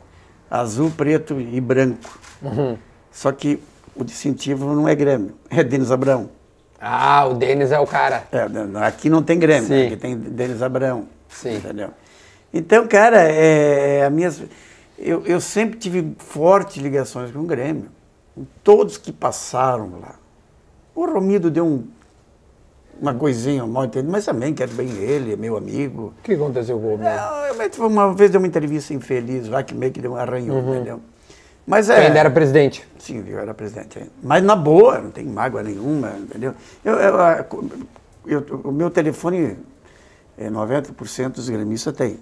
[SPEAKER 1] azul, preto e branco.
[SPEAKER 2] Uhum.
[SPEAKER 1] Só que o distintivo não é Grêmio, é Denis Abrão.
[SPEAKER 2] Ah, o Denis é o cara.
[SPEAKER 1] É, n- n- aqui não tem Grêmio,
[SPEAKER 2] Sim.
[SPEAKER 1] aqui tem Denis Abrão.
[SPEAKER 2] Sim.
[SPEAKER 1] Entendeu? Então, cara, é, a minhas, eu, eu sempre tive fortes ligações com o Grêmio. Com todos que passaram lá. O Romildo deu um- uma coisinha mal entendida, mas também quero bem ele, é meu amigo.
[SPEAKER 2] O que aconteceu com o meu?
[SPEAKER 1] Não, mas foi É, uma vez deu uma entrevista infeliz lá que meio que deu um arranhão, entendeu? Mas
[SPEAKER 2] Quem
[SPEAKER 1] é.
[SPEAKER 2] Ainda Uhum. era presidente.
[SPEAKER 1] Sim, eu era presidente. ainda. Mas na boa, não tem mágoa nenhuma, entendeu? Eu, eu, a- co- eu- o meu telefone, é, 90% dos gremistas tem.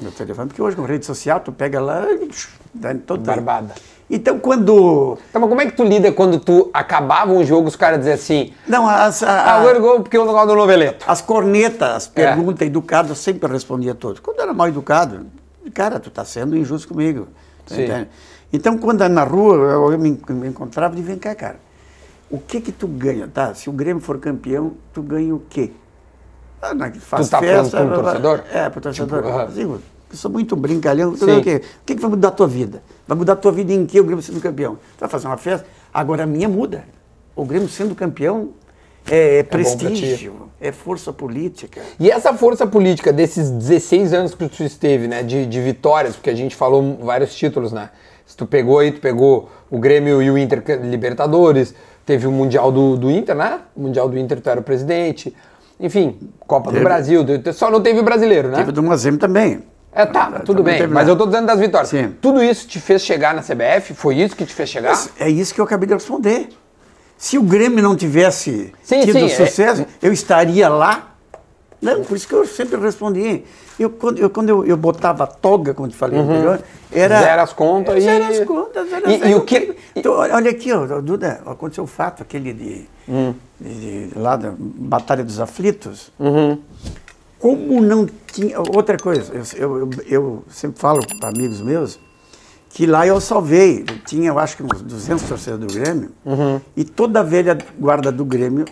[SPEAKER 1] Meu telefone, porque hoje com rede social, tu pega lá e dá em todo
[SPEAKER 2] Barbada.
[SPEAKER 1] Então quando.
[SPEAKER 2] Tá, mas como é que tu lida quando tu acabava um jogo os caras diziam assim,
[SPEAKER 1] Não, as, a-
[SPEAKER 2] ah,
[SPEAKER 1] a-
[SPEAKER 2] o gol porque eu não gosto do noveleto.
[SPEAKER 1] As cornetas, as
[SPEAKER 2] É.
[SPEAKER 1] perguntas educadas, eu sempre respondia a todos. Quando eu era mal educado, cara, tu tá sendo injusto comigo. tu
[SPEAKER 2] Sim.
[SPEAKER 1] entende? Então, quando era na rua, eu, eu me, me encontrava e vem cá, cara. O que que tu ganha, tá? Se o Grêmio for campeão, tu ganha o quê? Ah, na, faz
[SPEAKER 2] Tu tá falando
[SPEAKER 1] festa,
[SPEAKER 2] pra um
[SPEAKER 1] blá, blá.
[SPEAKER 2] torcedor?
[SPEAKER 1] É, pro torcedor.
[SPEAKER 2] Tipo, aham.
[SPEAKER 1] Assim, eu sou muito brincalhão. Tu
[SPEAKER 2] Sim.
[SPEAKER 1] ganha o quê? O que, que vai mudar a tua vida? Vai mudar a tua vida em que o Grêmio sendo campeão? Tu vai fazer uma festa? Agora a minha muda. O Grêmio sendo campeão é, é
[SPEAKER 2] pra ti.
[SPEAKER 1] prestígio. É força política.
[SPEAKER 2] E essa força política desses 16 anos que tu esteve, né, de, de vitórias, porque a gente falou vários títulos, né? Se tu pegou aí, tu pegou o Grêmio e o Inter que- é Libertadores, teve o Mundial do, do Inter, né? O Mundial do Inter tu era o presidente. Enfim, Copa do
[SPEAKER 1] Teve.
[SPEAKER 2] Brasil, tu- só não teve o brasileiro, né?
[SPEAKER 1] Teve do Mazembe também.
[SPEAKER 2] É, tá, tudo
[SPEAKER 1] Também
[SPEAKER 2] bem.
[SPEAKER 1] teve
[SPEAKER 2] Mas
[SPEAKER 1] nada.
[SPEAKER 2] eu tô dizendo das vitórias.
[SPEAKER 1] Sim.
[SPEAKER 2] Tudo isso te fez chegar na CBF? Foi isso que te fez chegar?
[SPEAKER 1] É isso que eu acabei de responder. Se o Grêmio não tivesse
[SPEAKER 2] Sim,
[SPEAKER 1] tido
[SPEAKER 2] sim, é-
[SPEAKER 1] sucesso, eu estaria lá. Não, por isso que eu sempre respondi. Eu, quando eu, quando eu, eu botava a toga, como te falei anterior, era.
[SPEAKER 2] Zera Uhum. as contas e-
[SPEAKER 1] Zera as contas, zera
[SPEAKER 2] E-
[SPEAKER 1] as-
[SPEAKER 2] e o que-
[SPEAKER 1] Então, olha olha aqui, ó, Duda, aconteceu o fato aquele de.
[SPEAKER 2] Hum.
[SPEAKER 1] de- de- lá da Batalha dos Aflitos. Como não tinha. Outra coisa, eu, eu- eu- eu sempre falo para amigos meus que lá eu salvei. Eu tinha, eu acho que uns 200 torcedores do Grêmio.
[SPEAKER 2] Uhum.
[SPEAKER 1] E toda a velha guarda do Grêmio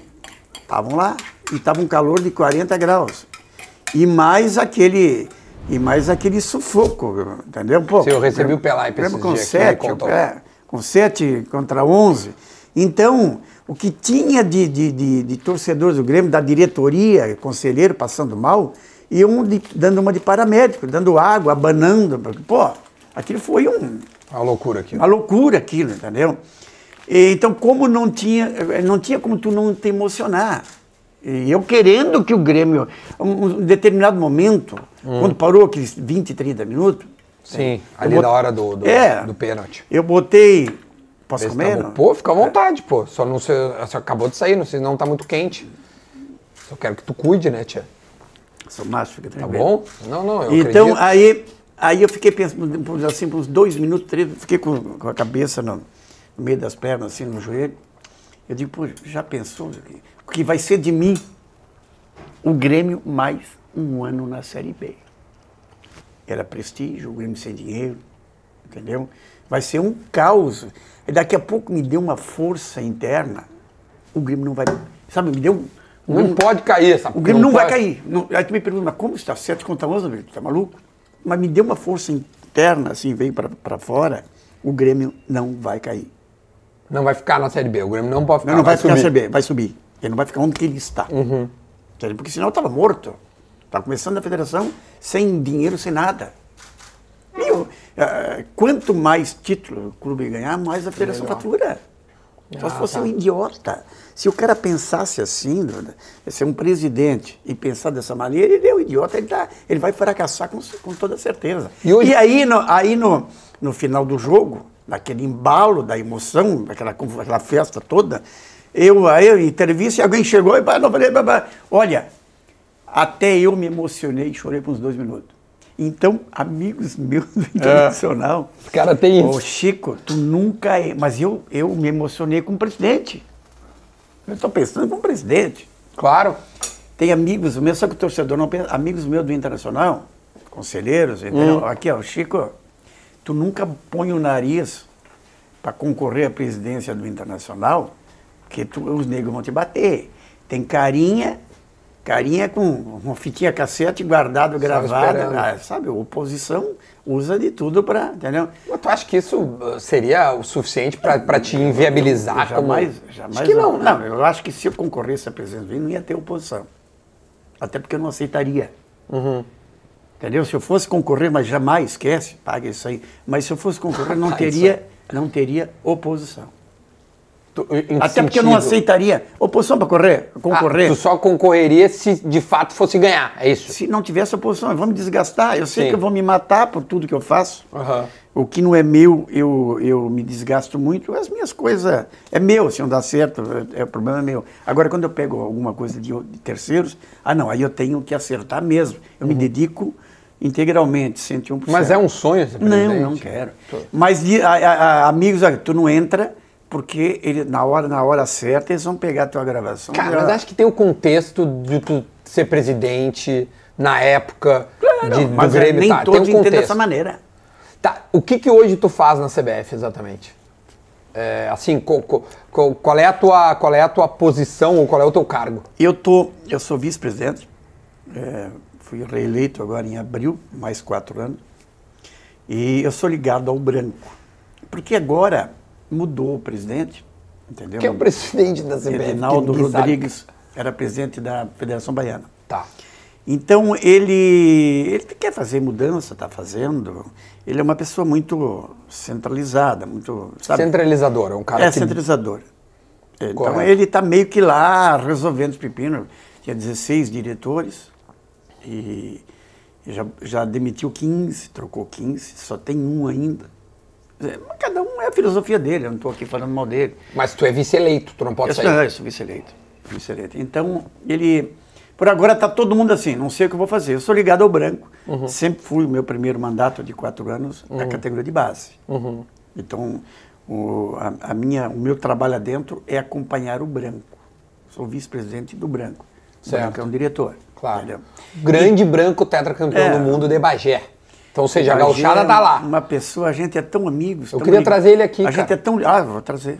[SPEAKER 1] estavam lá. E estava um calor de 40 graus. E mais aquele. E mais aquele sufoco, entendeu? Pô,
[SPEAKER 2] Sim, eu recebi o Pelaipe
[SPEAKER 1] Grêmio
[SPEAKER 2] esses
[SPEAKER 1] com
[SPEAKER 2] dias que ele
[SPEAKER 1] sete,
[SPEAKER 2] contou.
[SPEAKER 1] é, com 7 contra 11. Então, o que tinha de, de, de- de torcedores do Grêmio, da diretoria, conselheiro passando mal, iam de, dando uma de paramédico, dando água, abanando. Pô, aquilo foi um,
[SPEAKER 2] É uma loucura aqui.
[SPEAKER 1] uma loucura aquilo, entendeu? E, então, como não tinha, eh, não tinha como tu não te emocionar. E eu querendo que o Grêmio, um, um determinado momento, quando parou aqueles 20, 30 minutos,
[SPEAKER 2] Sim,
[SPEAKER 1] Eu
[SPEAKER 2] ali
[SPEAKER 1] bot-
[SPEAKER 2] da hora do, do,
[SPEAKER 1] É.
[SPEAKER 2] do pênalti.
[SPEAKER 1] eu botei. Posso
[SPEAKER 2] Esse
[SPEAKER 1] comer?
[SPEAKER 2] tá bom.
[SPEAKER 1] não?
[SPEAKER 2] Pô, fica à vontade, pô. Só não sei, só acabou de sair, não sei, não tá muito quente. Só quero que tu cuide, né, tia?
[SPEAKER 1] Sou macho, fica
[SPEAKER 2] Tá
[SPEAKER 1] tranquilo.
[SPEAKER 2] bom? Não, não, eu
[SPEAKER 1] Então,
[SPEAKER 2] acredito.
[SPEAKER 1] aí, aí eu fiquei pensando, por- assim, por uns dois minutos, três, fiquei com, com a cabeça no, no meio das pernas, assim, no joelho. Eu digo, pô, já pensou o que vai ser de mim? O Grêmio mais um ano na Série B. Era prestígio, o Grêmio sem dinheiro, entendeu? Vai ser um caos. E daqui a pouco me deu uma força interna, o Grêmio não vai... Sabe, me deu... um- o
[SPEAKER 2] Não
[SPEAKER 1] Grêmio-
[SPEAKER 2] pode cair essa
[SPEAKER 1] o Grêmio não, vai
[SPEAKER 2] pode.
[SPEAKER 1] cair. Não- aí tu me pergunta, mas como está sete contra 11, meu? Tu tá maluco? Mas me deu uma força interna, assim, veio pra- pra fora, o Grêmio não vai cair.
[SPEAKER 2] Não vai ficar na Série B. O Grêmio não pode ficar.
[SPEAKER 1] Não, não vai, ficar
[SPEAKER 2] Ah, subir.
[SPEAKER 1] subir. vai subir. Ele não vai ficar onde que ele está. Entende? Porque senão eu estava morto. Estava começando a federação sem dinheiro, sem nada. E eu, eh, quanto mais título o clube ganhar, mais a federação
[SPEAKER 2] Melhor.
[SPEAKER 1] fatura. Só
[SPEAKER 2] Ah,
[SPEAKER 1] se fosse
[SPEAKER 2] tá.
[SPEAKER 1] um idiota. Se o cara pensasse assim, Duda, ser um presidente e pensar dessa maneira, ele é um idiota, ele, tá, ele vai fracassar com, com toda certeza.
[SPEAKER 2] E
[SPEAKER 1] E,
[SPEAKER 2] hoje-
[SPEAKER 1] aí, no, aí no, no final do jogo, naquele embalo da emoção, aquela, confu- aquela festa toda, eu, aí eu entrevista e alguém chegou e falou, eu falei, "Bah, bah, olha, até eu me emocionei e chorei por uns dois minutos. Então, amigos meus do Internacional,
[SPEAKER 2] Os caras têm
[SPEAKER 1] Ô,
[SPEAKER 2] isso.
[SPEAKER 1] Chico, tu nunca. é- Mas eu, eu me emocionei com o presidente. Eu estou pensando com o presidente.
[SPEAKER 2] Claro.
[SPEAKER 1] Tem amigos meus, só que o torcedor não pensa. Amigos meus do Internacional, conselheiros, entendeu? Aqui, ó, Chico, tu nunca põe o nariz para concorrer à presidência do Internacional, porque tu- os negros vão te bater. Tem carinha, carinha com uma fitinha cassete guardado,
[SPEAKER 2] esperando.
[SPEAKER 1] gravada. ah, Sabe, a oposição usa de tudo para, entendeu?
[SPEAKER 2] Mas tu acha que isso uh, seria o suficiente pra, pra te inviabilizar? Ah, como-
[SPEAKER 1] jamais, jamais.
[SPEAKER 2] Acho que não, né?
[SPEAKER 1] Não, eu acho que se eu concorresse à presidência do Grêmio, não ia ter oposição. Até porque eu não aceitaria.
[SPEAKER 2] Uhum.
[SPEAKER 1] Entendeu? Se eu fosse concorrer, mas jamais, esquece, paga isso aí. Mas se eu fosse concorrer, não
[SPEAKER 2] Ah, isso aí.
[SPEAKER 1] teria, não teria oposição.
[SPEAKER 2] Tu- em que
[SPEAKER 1] Até porque eu não
[SPEAKER 2] sentido?
[SPEAKER 1] aceitaria oposição para correr,
[SPEAKER 2] Ah,
[SPEAKER 1] concorrer.
[SPEAKER 2] tu só concorreria se de fato fosse ganhar, é isso?
[SPEAKER 1] Se não tivesse oposição, eu vou me desgastar. Eu sei
[SPEAKER 2] Sim.
[SPEAKER 1] que eu vou me matar por tudo que eu faço.
[SPEAKER 2] Aham.
[SPEAKER 1] O que não é meu, eu, eu me desgasto muito. As minhas coisas. É meu, se não dá certo, é, é- o problema é meu. Agora, quando eu pego alguma coisa de, o- de terceiros, ah, não, aí eu tenho que acertar mesmo. Eu me dedico integralmente, 101%.
[SPEAKER 2] Uhum. Mas é um sonho ser
[SPEAKER 1] Não,
[SPEAKER 2] presidente?
[SPEAKER 1] não quero. Mas de- a- a- a- amigos, olha, tu não entra, porque ele, na, hora, na hora certa eles vão pegar a tua gravação.
[SPEAKER 2] Cara,
[SPEAKER 1] Já-
[SPEAKER 2] mas acho que tem o contexto de tu ser presidente na época de, do
[SPEAKER 1] mas é,
[SPEAKER 2] Grêmio.
[SPEAKER 1] nem
[SPEAKER 2] tá, tem
[SPEAKER 1] todos
[SPEAKER 2] um
[SPEAKER 1] entendem
[SPEAKER 2] contexto.
[SPEAKER 1] dessa maneira.
[SPEAKER 2] Tá, o que que hoje tu faz na CBF exatamente? É, assim, co- co- co- qual, é a tua, qual é a tua posição ou qual é o teu cargo?
[SPEAKER 1] Eu tô, eu sou vice-presidente, é, fui reeleito agora em abril, mais quatro anos, e eu sou ligado ao branco, porque agora mudou o presidente, entendeu?
[SPEAKER 2] Quem é o presidente da CBF?
[SPEAKER 1] Reinaldo
[SPEAKER 2] Que ninguém sabe.
[SPEAKER 1] Rodrigues era presidente da Federação Baiana.
[SPEAKER 2] Tá.
[SPEAKER 1] Então ele, ele quer fazer mudança, está fazendo. Ele é uma pessoa muito centralizada, muito sabe?
[SPEAKER 2] Centralizador, é um cara
[SPEAKER 1] É
[SPEAKER 2] que...
[SPEAKER 1] centralizador. Então
[SPEAKER 2] Correto.
[SPEAKER 1] ele está meio que lá resolvendo os pepinos. Tinha 16 diretores e já, já demitiu 15, trocou 15, só tem um ainda. É, mas Cada um é a filosofia dele, eu não estou aqui falando mal dele.
[SPEAKER 2] Mas tu é vice-eleito, tu não pode
[SPEAKER 1] Eu sou,
[SPEAKER 2] sair.
[SPEAKER 1] eu sou vice-eleito. vice-eleito. Então, ele. Por agora está todo mundo assim, não sei o que eu vou fazer. Eu sou ligado ao branco.
[SPEAKER 2] Uhum.
[SPEAKER 1] Sempre fui o meu primeiro mandato de quatro anos na categoria de base.
[SPEAKER 2] Uhum.
[SPEAKER 1] Então, o, a, a minha, o meu trabalho lá dentro é acompanhar o branco. Sou vice-presidente do branco. O
[SPEAKER 2] Certo.
[SPEAKER 1] branco é um diretor.
[SPEAKER 2] Claro.
[SPEAKER 1] entendeu?
[SPEAKER 2] Grande branco tetracampeão
[SPEAKER 1] É.
[SPEAKER 2] do mundo de Bagé. Então, ou seja, a
[SPEAKER 1] Bagé
[SPEAKER 2] gauchada
[SPEAKER 1] é
[SPEAKER 2] tá lá.
[SPEAKER 1] Uma pessoa, a gente é tão amigos.
[SPEAKER 2] Eu
[SPEAKER 1] tão
[SPEAKER 2] queria
[SPEAKER 1] amigo.
[SPEAKER 2] trazer ele aqui,
[SPEAKER 1] A
[SPEAKER 2] cara.
[SPEAKER 1] gente é tão. Ah, vou trazer.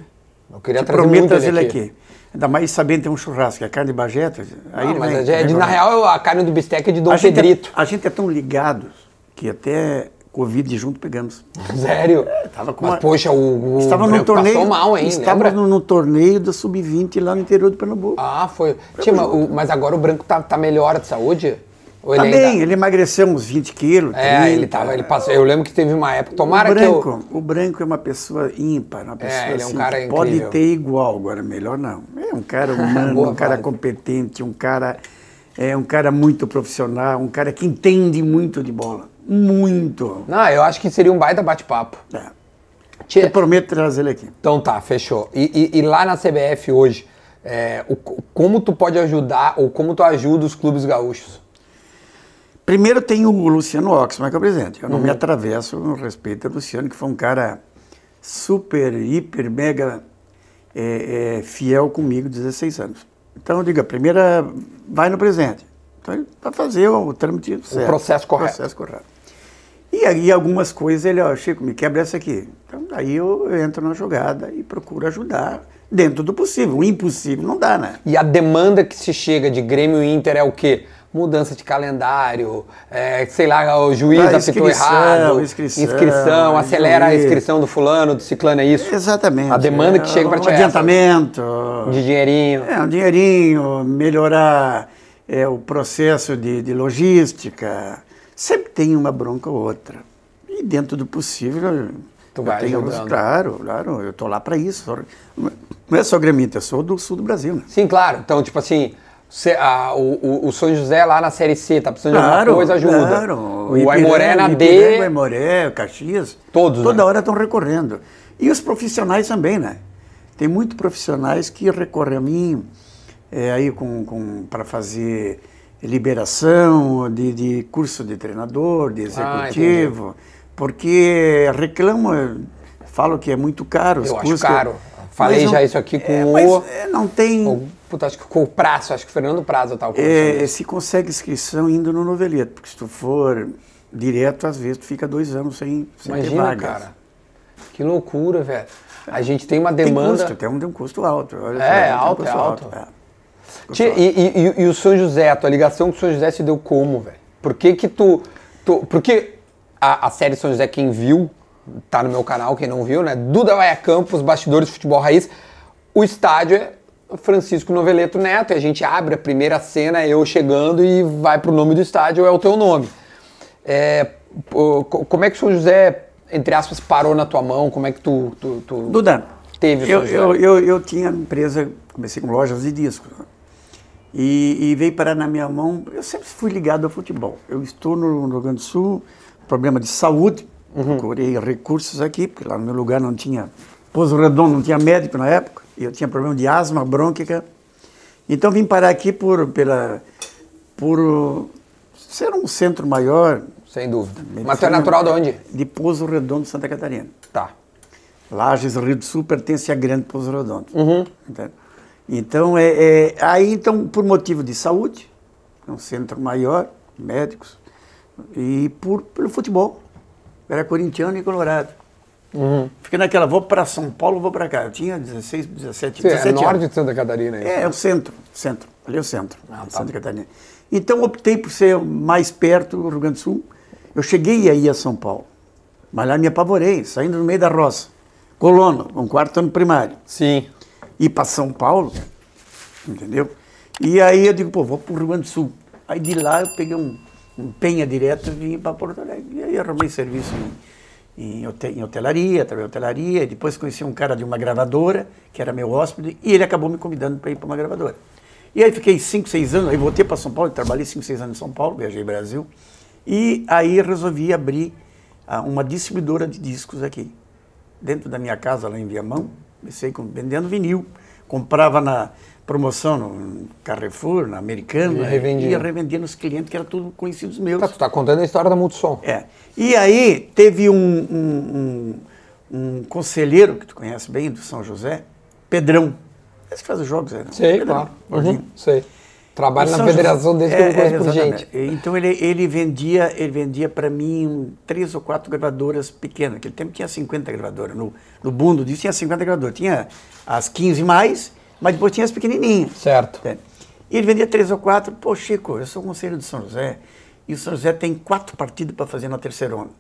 [SPEAKER 2] Eu queria
[SPEAKER 1] Te
[SPEAKER 2] trazer
[SPEAKER 1] prometo
[SPEAKER 2] muito
[SPEAKER 1] trazer
[SPEAKER 2] ele
[SPEAKER 1] ele
[SPEAKER 2] um aqui.
[SPEAKER 1] aqui. Ainda mais sabendo ter um churrasco, é carne de bageta. Aí
[SPEAKER 2] Não,
[SPEAKER 1] ele
[SPEAKER 2] mas
[SPEAKER 1] vem,
[SPEAKER 2] é de- é de-
[SPEAKER 1] vem
[SPEAKER 2] na
[SPEAKER 1] pra-
[SPEAKER 2] real, a carne do bisteca é de Dom
[SPEAKER 1] a gente, é,
[SPEAKER 2] Pedrito.
[SPEAKER 1] a gente é tão ligado que até Covid junto pegamos.
[SPEAKER 2] Sério?
[SPEAKER 1] É, tava com
[SPEAKER 2] mas,
[SPEAKER 1] uma-
[SPEAKER 2] poxa, o, o
[SPEAKER 1] Estava
[SPEAKER 2] branco
[SPEAKER 1] no torneio.
[SPEAKER 2] passou mal, hein?
[SPEAKER 1] Estava
[SPEAKER 2] Lembra?
[SPEAKER 1] no, no torneio do Sub-20 lá no interior do Pernambuco.
[SPEAKER 2] Ah, foi. Tia, mas, o- mas agora o branco tá, tá melhor de saúde? Ou
[SPEAKER 1] Tá
[SPEAKER 2] ele
[SPEAKER 1] bem,
[SPEAKER 2] ainda-
[SPEAKER 1] ele emagreceu uns 20 quilos.
[SPEAKER 2] É,
[SPEAKER 1] 30.
[SPEAKER 2] ele tava, ele passou. Eu lembro que teve uma época. Tomara
[SPEAKER 1] o
[SPEAKER 2] que eu.
[SPEAKER 1] branco, o branco é uma pessoa ímpar, uma pessoa
[SPEAKER 2] ele é um
[SPEAKER 1] assim,
[SPEAKER 2] cara
[SPEAKER 1] que pode
[SPEAKER 2] incrível.
[SPEAKER 1] ter igual, agora melhor não. É um cara humano,
[SPEAKER 2] Boa
[SPEAKER 1] um cara
[SPEAKER 2] frase.
[SPEAKER 1] competente, um cara é um cara muito profissional, um cara que entende muito de bola, muito.
[SPEAKER 2] Não, eu acho que seria um baita bate-papo.
[SPEAKER 1] É.
[SPEAKER 2] Tchê,
[SPEAKER 1] Eu prometo trazer ele aqui.
[SPEAKER 2] Então tá, fechou. E, e- e lá na CBF hoje, é, o co- como tu pode ajudar ou como tu ajuda os clubes gaúchos?
[SPEAKER 1] Primeiro tem o Luciano Oxman, que é o presidente. Eu não
[SPEAKER 2] Uhum.
[SPEAKER 1] me atravesso no respeito ao Luciano, que foi um cara super, hiper, mega é, é, fiel comigo, 16 anos. Então eu digo, a primeira vai no presente. Então ele vai fazer o trâmite certo.
[SPEAKER 2] processo correto.
[SPEAKER 1] processo correto. E aí algumas coisas ele, ó, Chico, me quebra essa aqui. Então aí eu entro na jogada e procuro ajudar dentro do possível. O impossível não dá, né?
[SPEAKER 2] E a demanda que se chega de Grêmio e Inter é o quê? Mudança de calendário, é, sei lá, o juiz
[SPEAKER 1] Ah,
[SPEAKER 2] apitou
[SPEAKER 1] inscrição,
[SPEAKER 2] errado,
[SPEAKER 1] inscrição, é
[SPEAKER 2] inscrição, acelera a
[SPEAKER 1] juiz.
[SPEAKER 2] inscrição do fulano, do ciclano, é isso?
[SPEAKER 1] Exatamente.
[SPEAKER 2] A demanda que chega pra
[SPEAKER 1] um
[SPEAKER 2] ti é essa.
[SPEAKER 1] Adiantamento.
[SPEAKER 2] De dinheirinho.
[SPEAKER 1] É, um dinheirinho, melhorar é, o processo de, de logística. Sempre tem uma bronca ou outra. E dentro do possível, eu-
[SPEAKER 2] Tu
[SPEAKER 1] eu
[SPEAKER 2] vai
[SPEAKER 1] tenho-
[SPEAKER 2] ajudando.
[SPEAKER 1] Claro, claro, eu tô lá para isso. Só- Não é só gremista, eu sou do sul do Brasil, né?
[SPEAKER 2] Sim, claro. Então, tipo assim, se- a- o, o- o São José lá na Série C tá precisando de alguma coisa, ajuda.
[SPEAKER 1] Claro.
[SPEAKER 2] O Aimoré na
[SPEAKER 1] Ipiranga, é
[SPEAKER 2] D.
[SPEAKER 1] Aimoré, o Caxias.
[SPEAKER 2] Todos,
[SPEAKER 1] Toda
[SPEAKER 2] né?
[SPEAKER 1] hora estão recorrendo. E os profissionais também, né? Tem muitos profissionais que recorrem a mim é, aí com, para fazer liberação de, de curso de treinador, de
[SPEAKER 2] Ah,
[SPEAKER 1] executivo, porque reclamam, falam que é muito caro. os
[SPEAKER 2] Eu acho
[SPEAKER 1] custos.
[SPEAKER 2] caro. Falei
[SPEAKER 1] Mas
[SPEAKER 2] já isso aqui com
[SPEAKER 1] é,
[SPEAKER 2] o-
[SPEAKER 1] mas, é, não tem...
[SPEAKER 2] O- Puta, acho que com o Prazo, acho que o Fernando Prazo tá o
[SPEAKER 1] É,
[SPEAKER 2] coach, né?
[SPEAKER 1] se consegue inscrição indo no noveleto, porque se tu for direto, às vezes tu fica dois anos sem, sem ter
[SPEAKER 2] Imagina,
[SPEAKER 1] vaga.
[SPEAKER 2] cara. Que loucura, velho. A gente tem uma
[SPEAKER 1] Tem
[SPEAKER 2] demanda.
[SPEAKER 1] custo, tem um, tem um custo alto. olha só,
[SPEAKER 2] É,
[SPEAKER 1] tem um
[SPEAKER 2] alto, é
[SPEAKER 1] custo
[SPEAKER 2] alto.
[SPEAKER 1] é.
[SPEAKER 2] Tchê, e, e- e- e o São José, a tua ligação com o São José se deu como, velho? Por que que tu... tu- porque a, a série São José, quem viu, tá no meu canal, quem não viu, né? Duda vai a Campos, Bastidores de Futebol Raiz. O estádio é Francisco Noveleto Neto, e a gente abre a primeira cena, eu chegando e vai pro nome do estádio, é o teu nome. É, pô, co- como é que o São José, entre aspas, parou na tua mão? Como é que tu... tu, tu-
[SPEAKER 1] Duda,
[SPEAKER 2] Teve é.
[SPEAKER 1] eu,
[SPEAKER 2] o São José.
[SPEAKER 1] eu, eu, eu tinha empresa, comecei com lojas de discos. né? E, e veio parar na minha mão, eu sempre fui ligado ao futebol. Eu estou no, no Rio Grande do Sul, problema de saúde,
[SPEAKER 2] Uhum.
[SPEAKER 1] procurei recursos aqui, porque lá no meu lugar não tinha, Pouso Redondo não tinha médico na época, e eu tinha problema de asma brônquica. Então vim parar aqui por, pela, por uh, ser um centro maior.
[SPEAKER 2] Sem dúvida. Mas tu é
[SPEAKER 1] Medicina-
[SPEAKER 2] natural de onde?
[SPEAKER 1] De Pouso Redondo, Santa Catarina.
[SPEAKER 2] Tá.
[SPEAKER 1] Lages, Rio do Sul, pertence à Grande Pouso Redondo.
[SPEAKER 2] Uhum.
[SPEAKER 1] Entende? Então, é, é- aí, então, por motivo de saúde, é um centro maior, médicos, e por, pelo futebol. Era corintiano e colorado.
[SPEAKER 2] Uhum.
[SPEAKER 1] Fiquei naquela, vou para São Paulo, vou para cá. Eu tinha 16, 17,
[SPEAKER 2] Sim, é
[SPEAKER 1] 17 anos.
[SPEAKER 2] norte de Santa Catarina. isso.
[SPEAKER 1] É, é o centro, centro. Ali é o centro,
[SPEAKER 2] Ah, tá.
[SPEAKER 1] Santa Catarina. Então optei por ser mais perto do Rio Grande do Sul. Eu cheguei aí a São Paulo, mas lá me apavorei, saindo no meio da roça. Colono, um quarto ano primário.
[SPEAKER 2] Sim.
[SPEAKER 1] Ir para São Paulo, entendeu? E aí eu digo, pô, vou para o Rio Grande do Sul. Aí de lá eu peguei um, um penha direto e vim para Porto Alegre. E aí arrumei serviço em, em, hotel, em hotelaria, trabalhei em hotelaria. E depois conheci um cara de uma gravadora, que era meu hóspede, e ele acabou me convidando para ir para uma gravadora. E aí fiquei 5, 6 anos, aí voltei para São Paulo, trabalhei 5, 6 anos em São Paulo, viajei Brasil. E aí resolvi abrir ah, uma distribuidora de discos aqui. Dentro da minha casa, lá em Viamão, comecei com- vendendo vinil. Comprava na promoção no Carrefour, na Americana,
[SPEAKER 2] E revendia.
[SPEAKER 1] ia revendendo os clientes que eram todos conhecidos meus.
[SPEAKER 2] Tá, tu tá contando a história da Multissom.
[SPEAKER 1] É. E aí teve um, um- um- um conselheiro que tu conhece bem, do São José, Pedrão. Esse que faz os jogos, né?
[SPEAKER 2] Sei,
[SPEAKER 1] Pedrão,
[SPEAKER 2] claro.
[SPEAKER 1] gordinho.
[SPEAKER 2] Uhum, sei. um Trabalho
[SPEAKER 1] O
[SPEAKER 2] na
[SPEAKER 1] São
[SPEAKER 2] federação
[SPEAKER 1] José-
[SPEAKER 2] desde que eu
[SPEAKER 1] é,
[SPEAKER 2] me
[SPEAKER 1] é,
[SPEAKER 2] conheço por
[SPEAKER 1] exatamente.
[SPEAKER 2] gente.
[SPEAKER 1] Então ele, ele vendia, ele vendia para mim um, três ou quatro gravadoras pequenas. Naquele tempo tinha 50 gravadoras. No, no bundo disso tinha 50 gravadoras. Tinha as 15 mais, mas depois tinha as pequenininhas.
[SPEAKER 2] Certo.
[SPEAKER 1] Entende? E ele vendia três ou quatro. Pô, Chico, eu sou conselheiro de São José. E o São José tem quatro partidos para fazer na terceirona.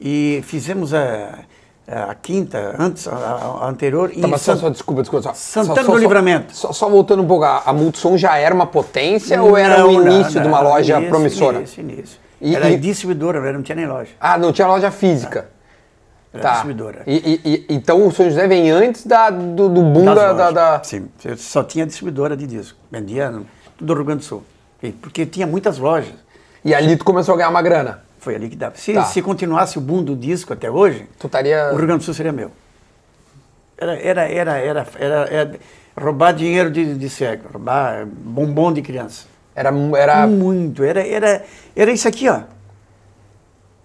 [SPEAKER 1] E fizemos a, eh, a quinta, antes, a, a- a anterior.
[SPEAKER 2] Tá,
[SPEAKER 1] e
[SPEAKER 2] mas só, só, desculpa, desculpa. Só,
[SPEAKER 1] Santana
[SPEAKER 2] só- só-
[SPEAKER 1] do Livramento.
[SPEAKER 2] Só, só voltando um pouco, a, a Multissom já era uma potência ou era é o
[SPEAKER 1] Não, não,
[SPEAKER 2] início de uma
[SPEAKER 1] não,
[SPEAKER 2] loja
[SPEAKER 1] início,
[SPEAKER 2] promissora?
[SPEAKER 1] Início, início.
[SPEAKER 2] E-
[SPEAKER 1] era
[SPEAKER 2] e-
[SPEAKER 1] distribuidora, não tinha nem loja.
[SPEAKER 2] Ah, não tinha loja física.
[SPEAKER 1] Era
[SPEAKER 2] Tá.
[SPEAKER 1] distribuidora.
[SPEAKER 2] E, e- e- então o São José vem antes da, do, do boom
[SPEAKER 1] Das
[SPEAKER 2] da, da,
[SPEAKER 1] lojas.
[SPEAKER 2] da-
[SPEAKER 1] Sim, eu só tinha distribuidora de disco. Vendia no- tudo do Rio Grande do Sul. E- Porque tinha muitas lojas.
[SPEAKER 2] E ali tu começou a ganhar uma grana.
[SPEAKER 1] Foi ali que dava. Se,
[SPEAKER 2] Tá. É.
[SPEAKER 1] se continuasse o boom do disco até hoje,
[SPEAKER 2] Tu estaria.
[SPEAKER 1] o Rio Grande do Sul seria meu. Era, era, era, era, era- era roubar dinheiro de, de cego, roubar bombom de criança.
[SPEAKER 2] Era. era
[SPEAKER 1] Muito. Era, era, era isso aqui, ó.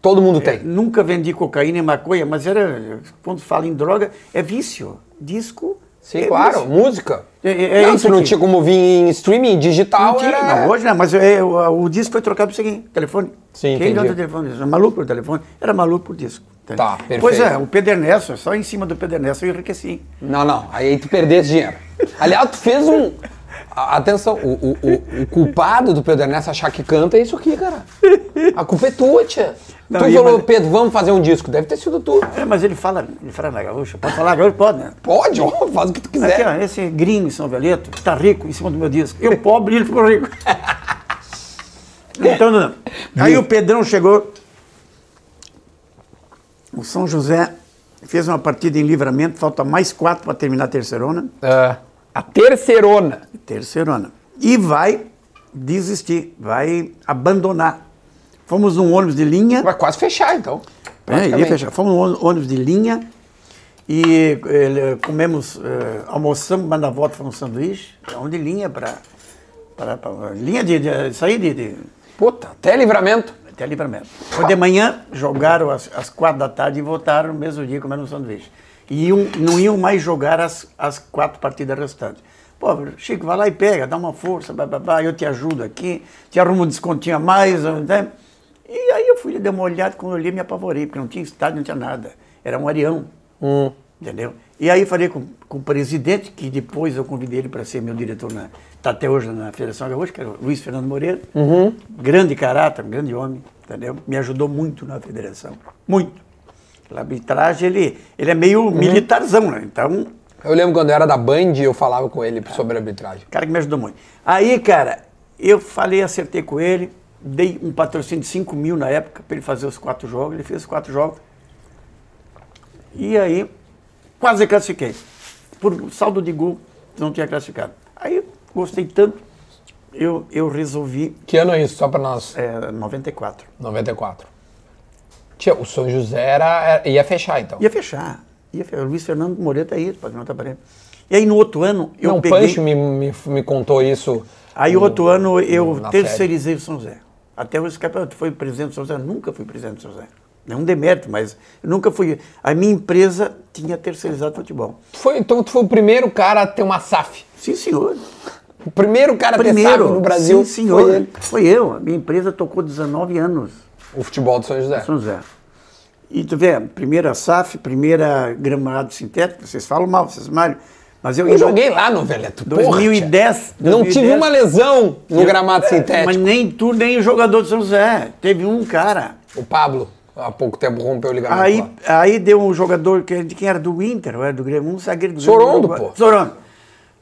[SPEAKER 2] todo mundo tem.
[SPEAKER 1] Nunca vendi cocaína e maconha, mas era. Quando fala em droga, é vício. Disco.
[SPEAKER 2] Sim,
[SPEAKER 1] é
[SPEAKER 2] claro.
[SPEAKER 1] vício.
[SPEAKER 2] Música.
[SPEAKER 1] É- é- é
[SPEAKER 2] não,
[SPEAKER 1] isso
[SPEAKER 2] tu não
[SPEAKER 1] aqui.
[SPEAKER 2] tinha como vir em streaming digital.
[SPEAKER 1] Não tinha,
[SPEAKER 2] era...
[SPEAKER 1] não, hoje não, mas é, o, o disco foi trocado pro seguinte, telefone.
[SPEAKER 2] Sim,
[SPEAKER 1] Quem
[SPEAKER 2] entendi.
[SPEAKER 1] deu o telefone? Era maluco por telefone? Era maluco por disco. entende?
[SPEAKER 2] Tá, perfeito.
[SPEAKER 1] Pois é, o Pedernesto, só em cima do Pedernesto eu enriqueci.
[SPEAKER 2] Não, não. Aí tu perdesse dinheiro. Aliás, tu fez um. a- Atenção, o, o- o- o culpado do Pedro Ernesto achar que canta é isso aqui, cara. A culpa é tua, tia.
[SPEAKER 1] Não,
[SPEAKER 2] tu
[SPEAKER 1] e-
[SPEAKER 2] falou, Pedro, vamos fazer um disco. Deve ter sido tu.
[SPEAKER 1] É, mas ele fala, ele fala na gaúcha, pode falar gaúcha? Pode, né?
[SPEAKER 2] Pode, ó, faz o que tu quiser.
[SPEAKER 1] Aqui, ó, esse gringo em São Violeto tá rico em cima do meu disco. Eu pobre, ele ficou rico. então, não. Aí o Pedrão chegou. O São José fez uma partida em livramento, falta mais quatro para terminar a terceirona.
[SPEAKER 2] É, a terceirona.
[SPEAKER 1] Terceirona. E vai desistir, vai abandonar. Fomos num ônibus de linha.
[SPEAKER 2] Vai quase fechar, então.
[SPEAKER 1] É,
[SPEAKER 2] Praticamente.
[SPEAKER 1] ia fechar. Fomos num ônibus de linha e eh, comemos, eh, almoçamos, mas na volta foi um sanduíche. Então, de linha para. Linha de, de sair de, de,
[SPEAKER 2] Puta, até livramento.
[SPEAKER 1] até ali para mesmo. Foi de manhã, jogaram às, às quatro da tarde e voltaram no mesmo dia comendo um sanduíche. E iam- não iam mais jogar as, as quatro partidas restantes. Pô, Chico, vai lá e pega, dá uma força, blá, blá, blá, eu te ajudo aqui, te arrumo um descontinho a mais. Né? E aí eu fui, dei uma olhada, quando eu olhei, me apavorei, porque não tinha estádio, não tinha nada. Era um arião. Entendeu? E aí falei com, com o presidente, que depois eu convidei ele para ser meu diretor, está até hoje na Federação Gaúcha, que era o Luiz Fernando Moreira. Grande caráter, um grande homem, entendeu? Me ajudou muito na federação. Muito. A arbitragem, ele, ele é meio militarzão, né? Então,
[SPEAKER 2] Eu lembro quando eu era da Band, eu falava com ele sobre arbitragem.
[SPEAKER 1] cara que me ajudou muito. Aí, cara, eu falei, acertei com ele, dei um patrocínio de 5 mil na época para ele fazer os quatro jogos, ele fez os quatro jogos. E aí, quase classifiquei. Por saldo de gol, não tinha classificado. Aí, gostei tanto, eu, eu resolvi,
[SPEAKER 2] Que ano é isso, só pra nós?
[SPEAKER 1] é, 94.
[SPEAKER 2] 94. Tia, o São José era, era- ia fechar, então.
[SPEAKER 1] Ia fechar. Ia fechar. O Luiz Fernando Moreira tá aí, o patrão tá parando. E aí, no outro ano, eu
[SPEAKER 2] não, o
[SPEAKER 1] peguei...
[SPEAKER 2] Pancho me, me, me contou isso.
[SPEAKER 1] Aí outro ano eu
[SPEAKER 2] na
[SPEAKER 1] terceirizei o São José. Até hoje, cara, tu foi presidente do São José? Nunca fui presidente do São José. É um demérito, mas eu nunca fui. A minha empresa tinha terceirizado futebol.
[SPEAKER 2] Tu foi, então tu foi o primeiro cara a ter uma SAF.
[SPEAKER 1] Sim, senhor.
[SPEAKER 2] O primeiro cara a ter
[SPEAKER 1] Primeiro.
[SPEAKER 2] SAF no Brasil
[SPEAKER 1] Sim, senhor.
[SPEAKER 2] foi ele.
[SPEAKER 1] Foi eu. A minha empresa tocou 19 anos,
[SPEAKER 2] O futebol do São José.
[SPEAKER 1] São José. E tu vê, primeira SAF, primeira gramado sintético, vocês falam mal, vocês malham. Mas eu,
[SPEAKER 2] Eu joguei lá no Veleto. porra, tia.
[SPEAKER 1] 2010,
[SPEAKER 2] Não tive
[SPEAKER 1] 2010.
[SPEAKER 2] uma lesão no
[SPEAKER 1] Eu-
[SPEAKER 2] gramado
[SPEAKER 1] é,
[SPEAKER 2] sintético.
[SPEAKER 1] Mas nem tu, nem o jogador do São José. Teve um cara.
[SPEAKER 2] O Pablo, há pouco tempo, rompeu o ligamento
[SPEAKER 1] Aí,
[SPEAKER 2] lá.
[SPEAKER 1] aí deu um jogador que de quem era do Inter, ou era do Grêmio, um zagueiro do Grêmio.
[SPEAKER 2] Sorondo,
[SPEAKER 1] Uruguai-
[SPEAKER 2] pô.
[SPEAKER 1] Sorondo.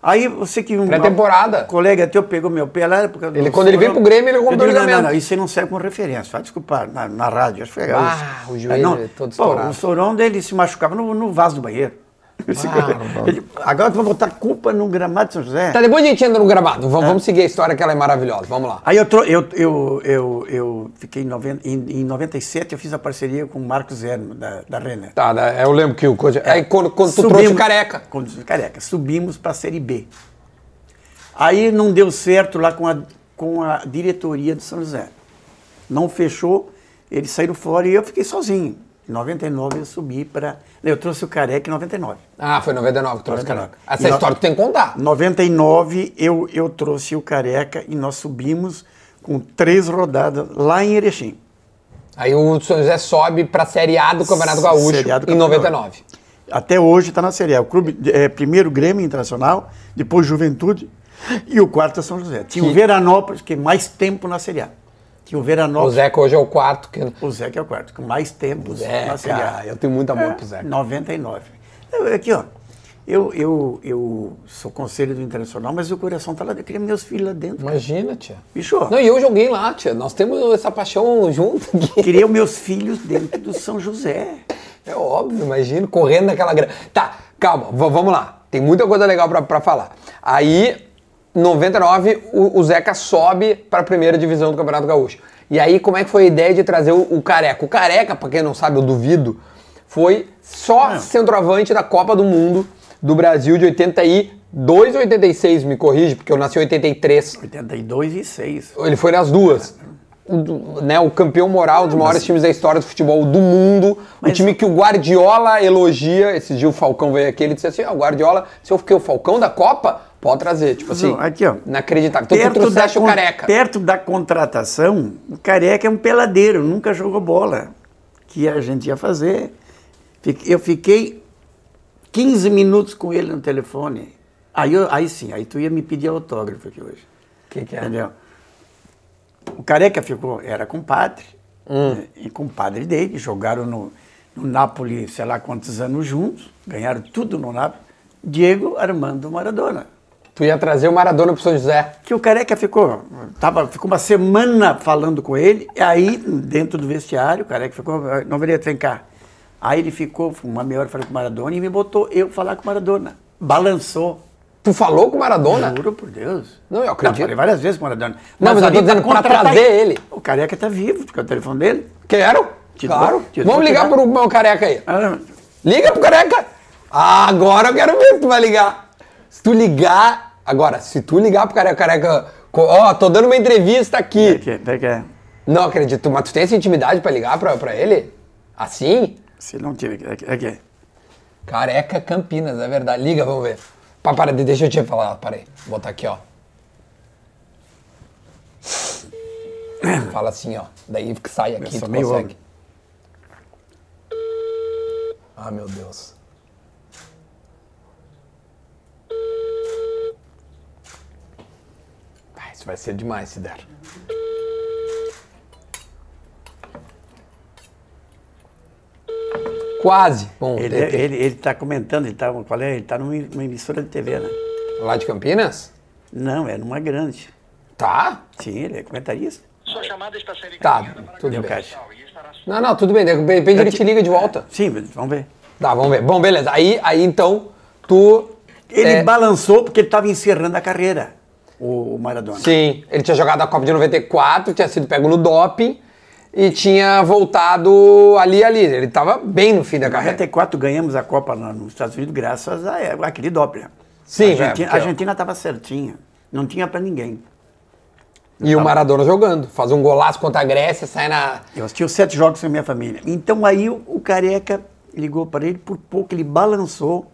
[SPEAKER 1] Aí você que um
[SPEAKER 2] Pré-temporada.
[SPEAKER 1] um colega teu pegou meu pé lá, porque
[SPEAKER 2] Ele- quando ele veio pro Grêmio, ele rompeu o
[SPEAKER 1] não, não,
[SPEAKER 2] ligamento.
[SPEAKER 1] não, isso aí não serve como referência, vai desculpar, na, na rádio, acho que é
[SPEAKER 2] Ah,
[SPEAKER 1] isso.
[SPEAKER 2] o joelho
[SPEAKER 1] É, não,
[SPEAKER 2] é todo
[SPEAKER 1] pô,
[SPEAKER 2] estourado. Ah,
[SPEAKER 1] o Sorondo ele se machucava no, no vaso do banheiro. Esse cara- ele- agora tu vai botar culpa no gramado de São José.
[SPEAKER 2] Tá, depois a gente entra no gramado. Vamos, vamos seguir a história que ela é maravilhosa. Vamos lá.
[SPEAKER 1] Aí eu, tro- eu, eu, eu, eu fiquei em, noven- em, em 97, eu fiz a parceria com o Marcos Herman, da, da Renner.
[SPEAKER 2] Tá, né, eu lembro que o coisa.
[SPEAKER 1] É.
[SPEAKER 2] Aí quando, quando tu trouxe o careca.
[SPEAKER 1] Quando trouxe o careca. Subimos para a Série B. Aí não deu certo lá com a, com a diretoria de São José. Não fechou, eles saíram fora e eu fiquei sozinho. Em 99 eu subi para. Eu trouxe o careca em 99.
[SPEAKER 2] Ah, foi 99 que trouxe o careca.
[SPEAKER 1] 99.
[SPEAKER 2] Essa
[SPEAKER 1] E no-
[SPEAKER 2] história tu tem que contar.
[SPEAKER 1] 99 eu, eu trouxe o careca e nós subimos com três rodadas lá em Erechim.
[SPEAKER 2] Aí o São José sobe pra Série A do Campeonato Gaúcho
[SPEAKER 1] Série A do
[SPEAKER 2] em
[SPEAKER 1] Campeonato.
[SPEAKER 2] 99.
[SPEAKER 1] Até hoje está na Série A. O clube é primeiro Grêmio Internacional, depois Juventude e o quarto é São José. Tinha o Veranópolis, que mais tempo é na Série A. que o
[SPEAKER 2] O
[SPEAKER 1] Veranópolis.
[SPEAKER 2] Zeca hoje é o quarto. Que...
[SPEAKER 1] O Zeca é o quarto, com mais tempos na Série
[SPEAKER 2] Zeca,
[SPEAKER 1] A.
[SPEAKER 2] eu tenho muito
[SPEAKER 1] É,
[SPEAKER 2] amor pro Zeca.
[SPEAKER 1] 99. Eu- é Aqui, ó. Eu, eu, eu sou conselho do Internacional, mas o coração tá lá dentro. Eu queria meus filhos lá dentro.
[SPEAKER 2] Imagina, tia.
[SPEAKER 1] Bicho, ó,
[SPEAKER 2] Não, e eu joguei lá, tia. Nós temos essa paixão junto aqui.
[SPEAKER 1] queria os meus filhos dentro do São José.
[SPEAKER 2] É óbvio, imagino, correndo naquela grana. Tá, calma, v- vamos lá. Tem muita coisa legal pra, pra falar. Aí, 99, o, o Zeca sobe pra primeira divisão do Campeonato Gaúcho. E aí, como é que foi a ideia de trazer o, o Careca? O Careca, pra quem não sabe, eu duvido, foi só centroavante da Copa do Mundo do Brasil de 82 ou 86, me corrige, porque eu nasci em 83.
[SPEAKER 1] 82 e 6.
[SPEAKER 2] Ele foi nas duas. O, do- né, o campeão moral, um dos maiores times da história do futebol do mundo. o
[SPEAKER 1] Mas-
[SPEAKER 2] time que o Guardiola elogia. Esse dia o Falcão veio aqui, ele disse assim: ah, o Guardiola, se eu fiquei o Falcão da Copa, pode trazer. Tipo assim,
[SPEAKER 1] Não, aqui, ó.
[SPEAKER 2] inacreditável. Então tu trouxeste o
[SPEAKER 1] con-
[SPEAKER 2] careca.
[SPEAKER 1] perto da contratação, o careca é um peladeiro, nunca jogou bola. Que a gente ia fazer. Fique- Eu fiquei 15 minutos com ele no telefone. Aí, eu- aí sim, aí tu ia me pedir autógrafo aqui hoje.
[SPEAKER 2] Que que é?
[SPEAKER 1] Entendeu? O careca ficou, era compadre.
[SPEAKER 2] Hum.
[SPEAKER 1] né? E compadre dele, jogaram no, no Napoli, sei lá quantos anos juntos, ganharam tudo no Napoli. Diego Armando Maradona
[SPEAKER 2] Tu ia trazer o Maradona pro São José.
[SPEAKER 1] que o careca ficou, tava, ficou uma semana falando com ele, e aí, dentro do vestiário, o careca ficou, não vereador, vem cá. Aí ele ficou uma meia hora falando com o Maradona e me botou eu falar com o Maradona. Balançou.
[SPEAKER 2] Tu falou com o Maradona?
[SPEAKER 1] Juro por Deus.
[SPEAKER 2] Não, eu acredito.
[SPEAKER 1] Não, falei várias vezes com o Maradona.
[SPEAKER 2] Não, mas eu tô
[SPEAKER 1] ali pra
[SPEAKER 2] dizendo pra
[SPEAKER 1] contratar
[SPEAKER 2] trazer ele.
[SPEAKER 1] O careca tá vivo, porque é o telefone dele.
[SPEAKER 2] Quero?
[SPEAKER 1] Te dou-
[SPEAKER 2] claro.
[SPEAKER 1] te dou-
[SPEAKER 2] Vamos ligar
[SPEAKER 1] te dou.
[SPEAKER 2] pro meu careca aí.
[SPEAKER 1] Ah,
[SPEAKER 2] Liga pro careca! Ah, agora eu quero ver se tu vai ligar. Se tu ligar. Agora, se tu ligar pro careca, careca. co- Ó, tô dando uma entrevista aqui.
[SPEAKER 1] é que- que- que-
[SPEAKER 2] Não acredito, mas tu tem essa intimidade pra ligar pra, pra ele? Assim?
[SPEAKER 1] Se não tiver. é que- que- que-
[SPEAKER 2] Careca Campinas, é verdade. Liga, vamos ver. Pá, para, de- deixa eu te falar, para aí. Vou botar aqui, ó. Fala assim, ó. Daí que sai aqui,
[SPEAKER 1] Eu sou
[SPEAKER 2] tu
[SPEAKER 1] meio
[SPEAKER 2] consegue.
[SPEAKER 1] homem.
[SPEAKER 2] Ah, meu Deus. Ah, isso vai ser demais se der. Quase. Bom,
[SPEAKER 1] Ele,
[SPEAKER 2] tem- tem-
[SPEAKER 1] ele, ele tá comentando, ele tá, qual é? Ele tá numa numa emissora de TV, né?
[SPEAKER 2] Lá de Campinas?
[SPEAKER 1] Não, é numa grande.
[SPEAKER 2] Tá.
[SPEAKER 1] Sim, ele é comentarista.
[SPEAKER 3] Sua chamada está sendo
[SPEAKER 2] Tá,
[SPEAKER 3] encaminhada para
[SPEAKER 2] tudo
[SPEAKER 1] Deu
[SPEAKER 2] bem.
[SPEAKER 1] caixa.
[SPEAKER 3] e estará
[SPEAKER 2] Não, não, tudo bem. De repente ele te liga de volta.
[SPEAKER 1] É, Sim, mas vamos ver.
[SPEAKER 2] Tá, vamos ver. Bom, beleza. Aí, aí então, tu.
[SPEAKER 1] Ele
[SPEAKER 2] é,
[SPEAKER 1] balançou porque ele estava encerrando a carreira, o o Maradona.
[SPEAKER 2] Sim, ele tinha jogado a Copa de 94, tinha sido pego no doping e tinha voltado ali ali. Ele tava bem no fim da
[SPEAKER 1] Em
[SPEAKER 2] carreira.
[SPEAKER 1] 94 ganhamos a Copa lá nos Estados Unidos graças a é, aquele dobre.
[SPEAKER 2] Sim,
[SPEAKER 1] a Argentina-
[SPEAKER 2] é,
[SPEAKER 1] a
[SPEAKER 2] porque-
[SPEAKER 1] Argentina estava certinha, não tinha pra ninguém. É,
[SPEAKER 2] E o Maradona jogando. Faz um golaço contra a Grécia, sai na.
[SPEAKER 1] Eu assisti os sete jogos com a minha família. Então aí o, o careca ligou para ele, por pouco ele balançou.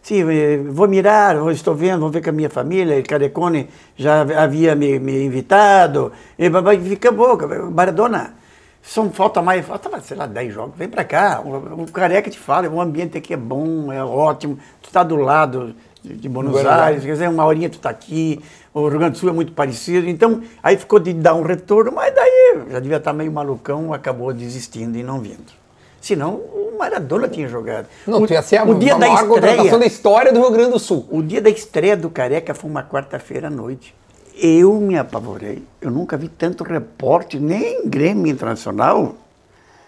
[SPEAKER 1] Sim, eh, vou mirar, eu estou vendo, vou ver com a minha família. E Carecone já havia me, me invitado. E babai, fica boca, Maradona. São falta mais, faltava, sei lá, 10 jogos. Vem pra cá, o, o careca te fala, o ambiente aqui é bom, é ótimo. Tu tá do lado de, de Buenos,
[SPEAKER 2] Buenos
[SPEAKER 1] Aires,
[SPEAKER 2] Aires.
[SPEAKER 1] quer dizer, uma horinha tu tá aqui, o Rio Grande do Sul é muito parecido, então aí ficou de dar um retorno, mas daí já devia estar meio malucão, acabou desistindo e não vindo. Senão o Maradona tinha jogado.
[SPEAKER 2] Não,
[SPEAKER 1] o,
[SPEAKER 2] tu ia ser a,
[SPEAKER 1] o dia
[SPEAKER 2] a
[SPEAKER 1] da
[SPEAKER 2] maior contratação da
[SPEAKER 1] estreia,
[SPEAKER 2] história do Rio Grande do Sul.
[SPEAKER 1] o dia da estreia do Careca foi uma quarta-feira à noite. Eu me apavorei, eu nunca vi tanto repórter, nem em Grêmio Internacional,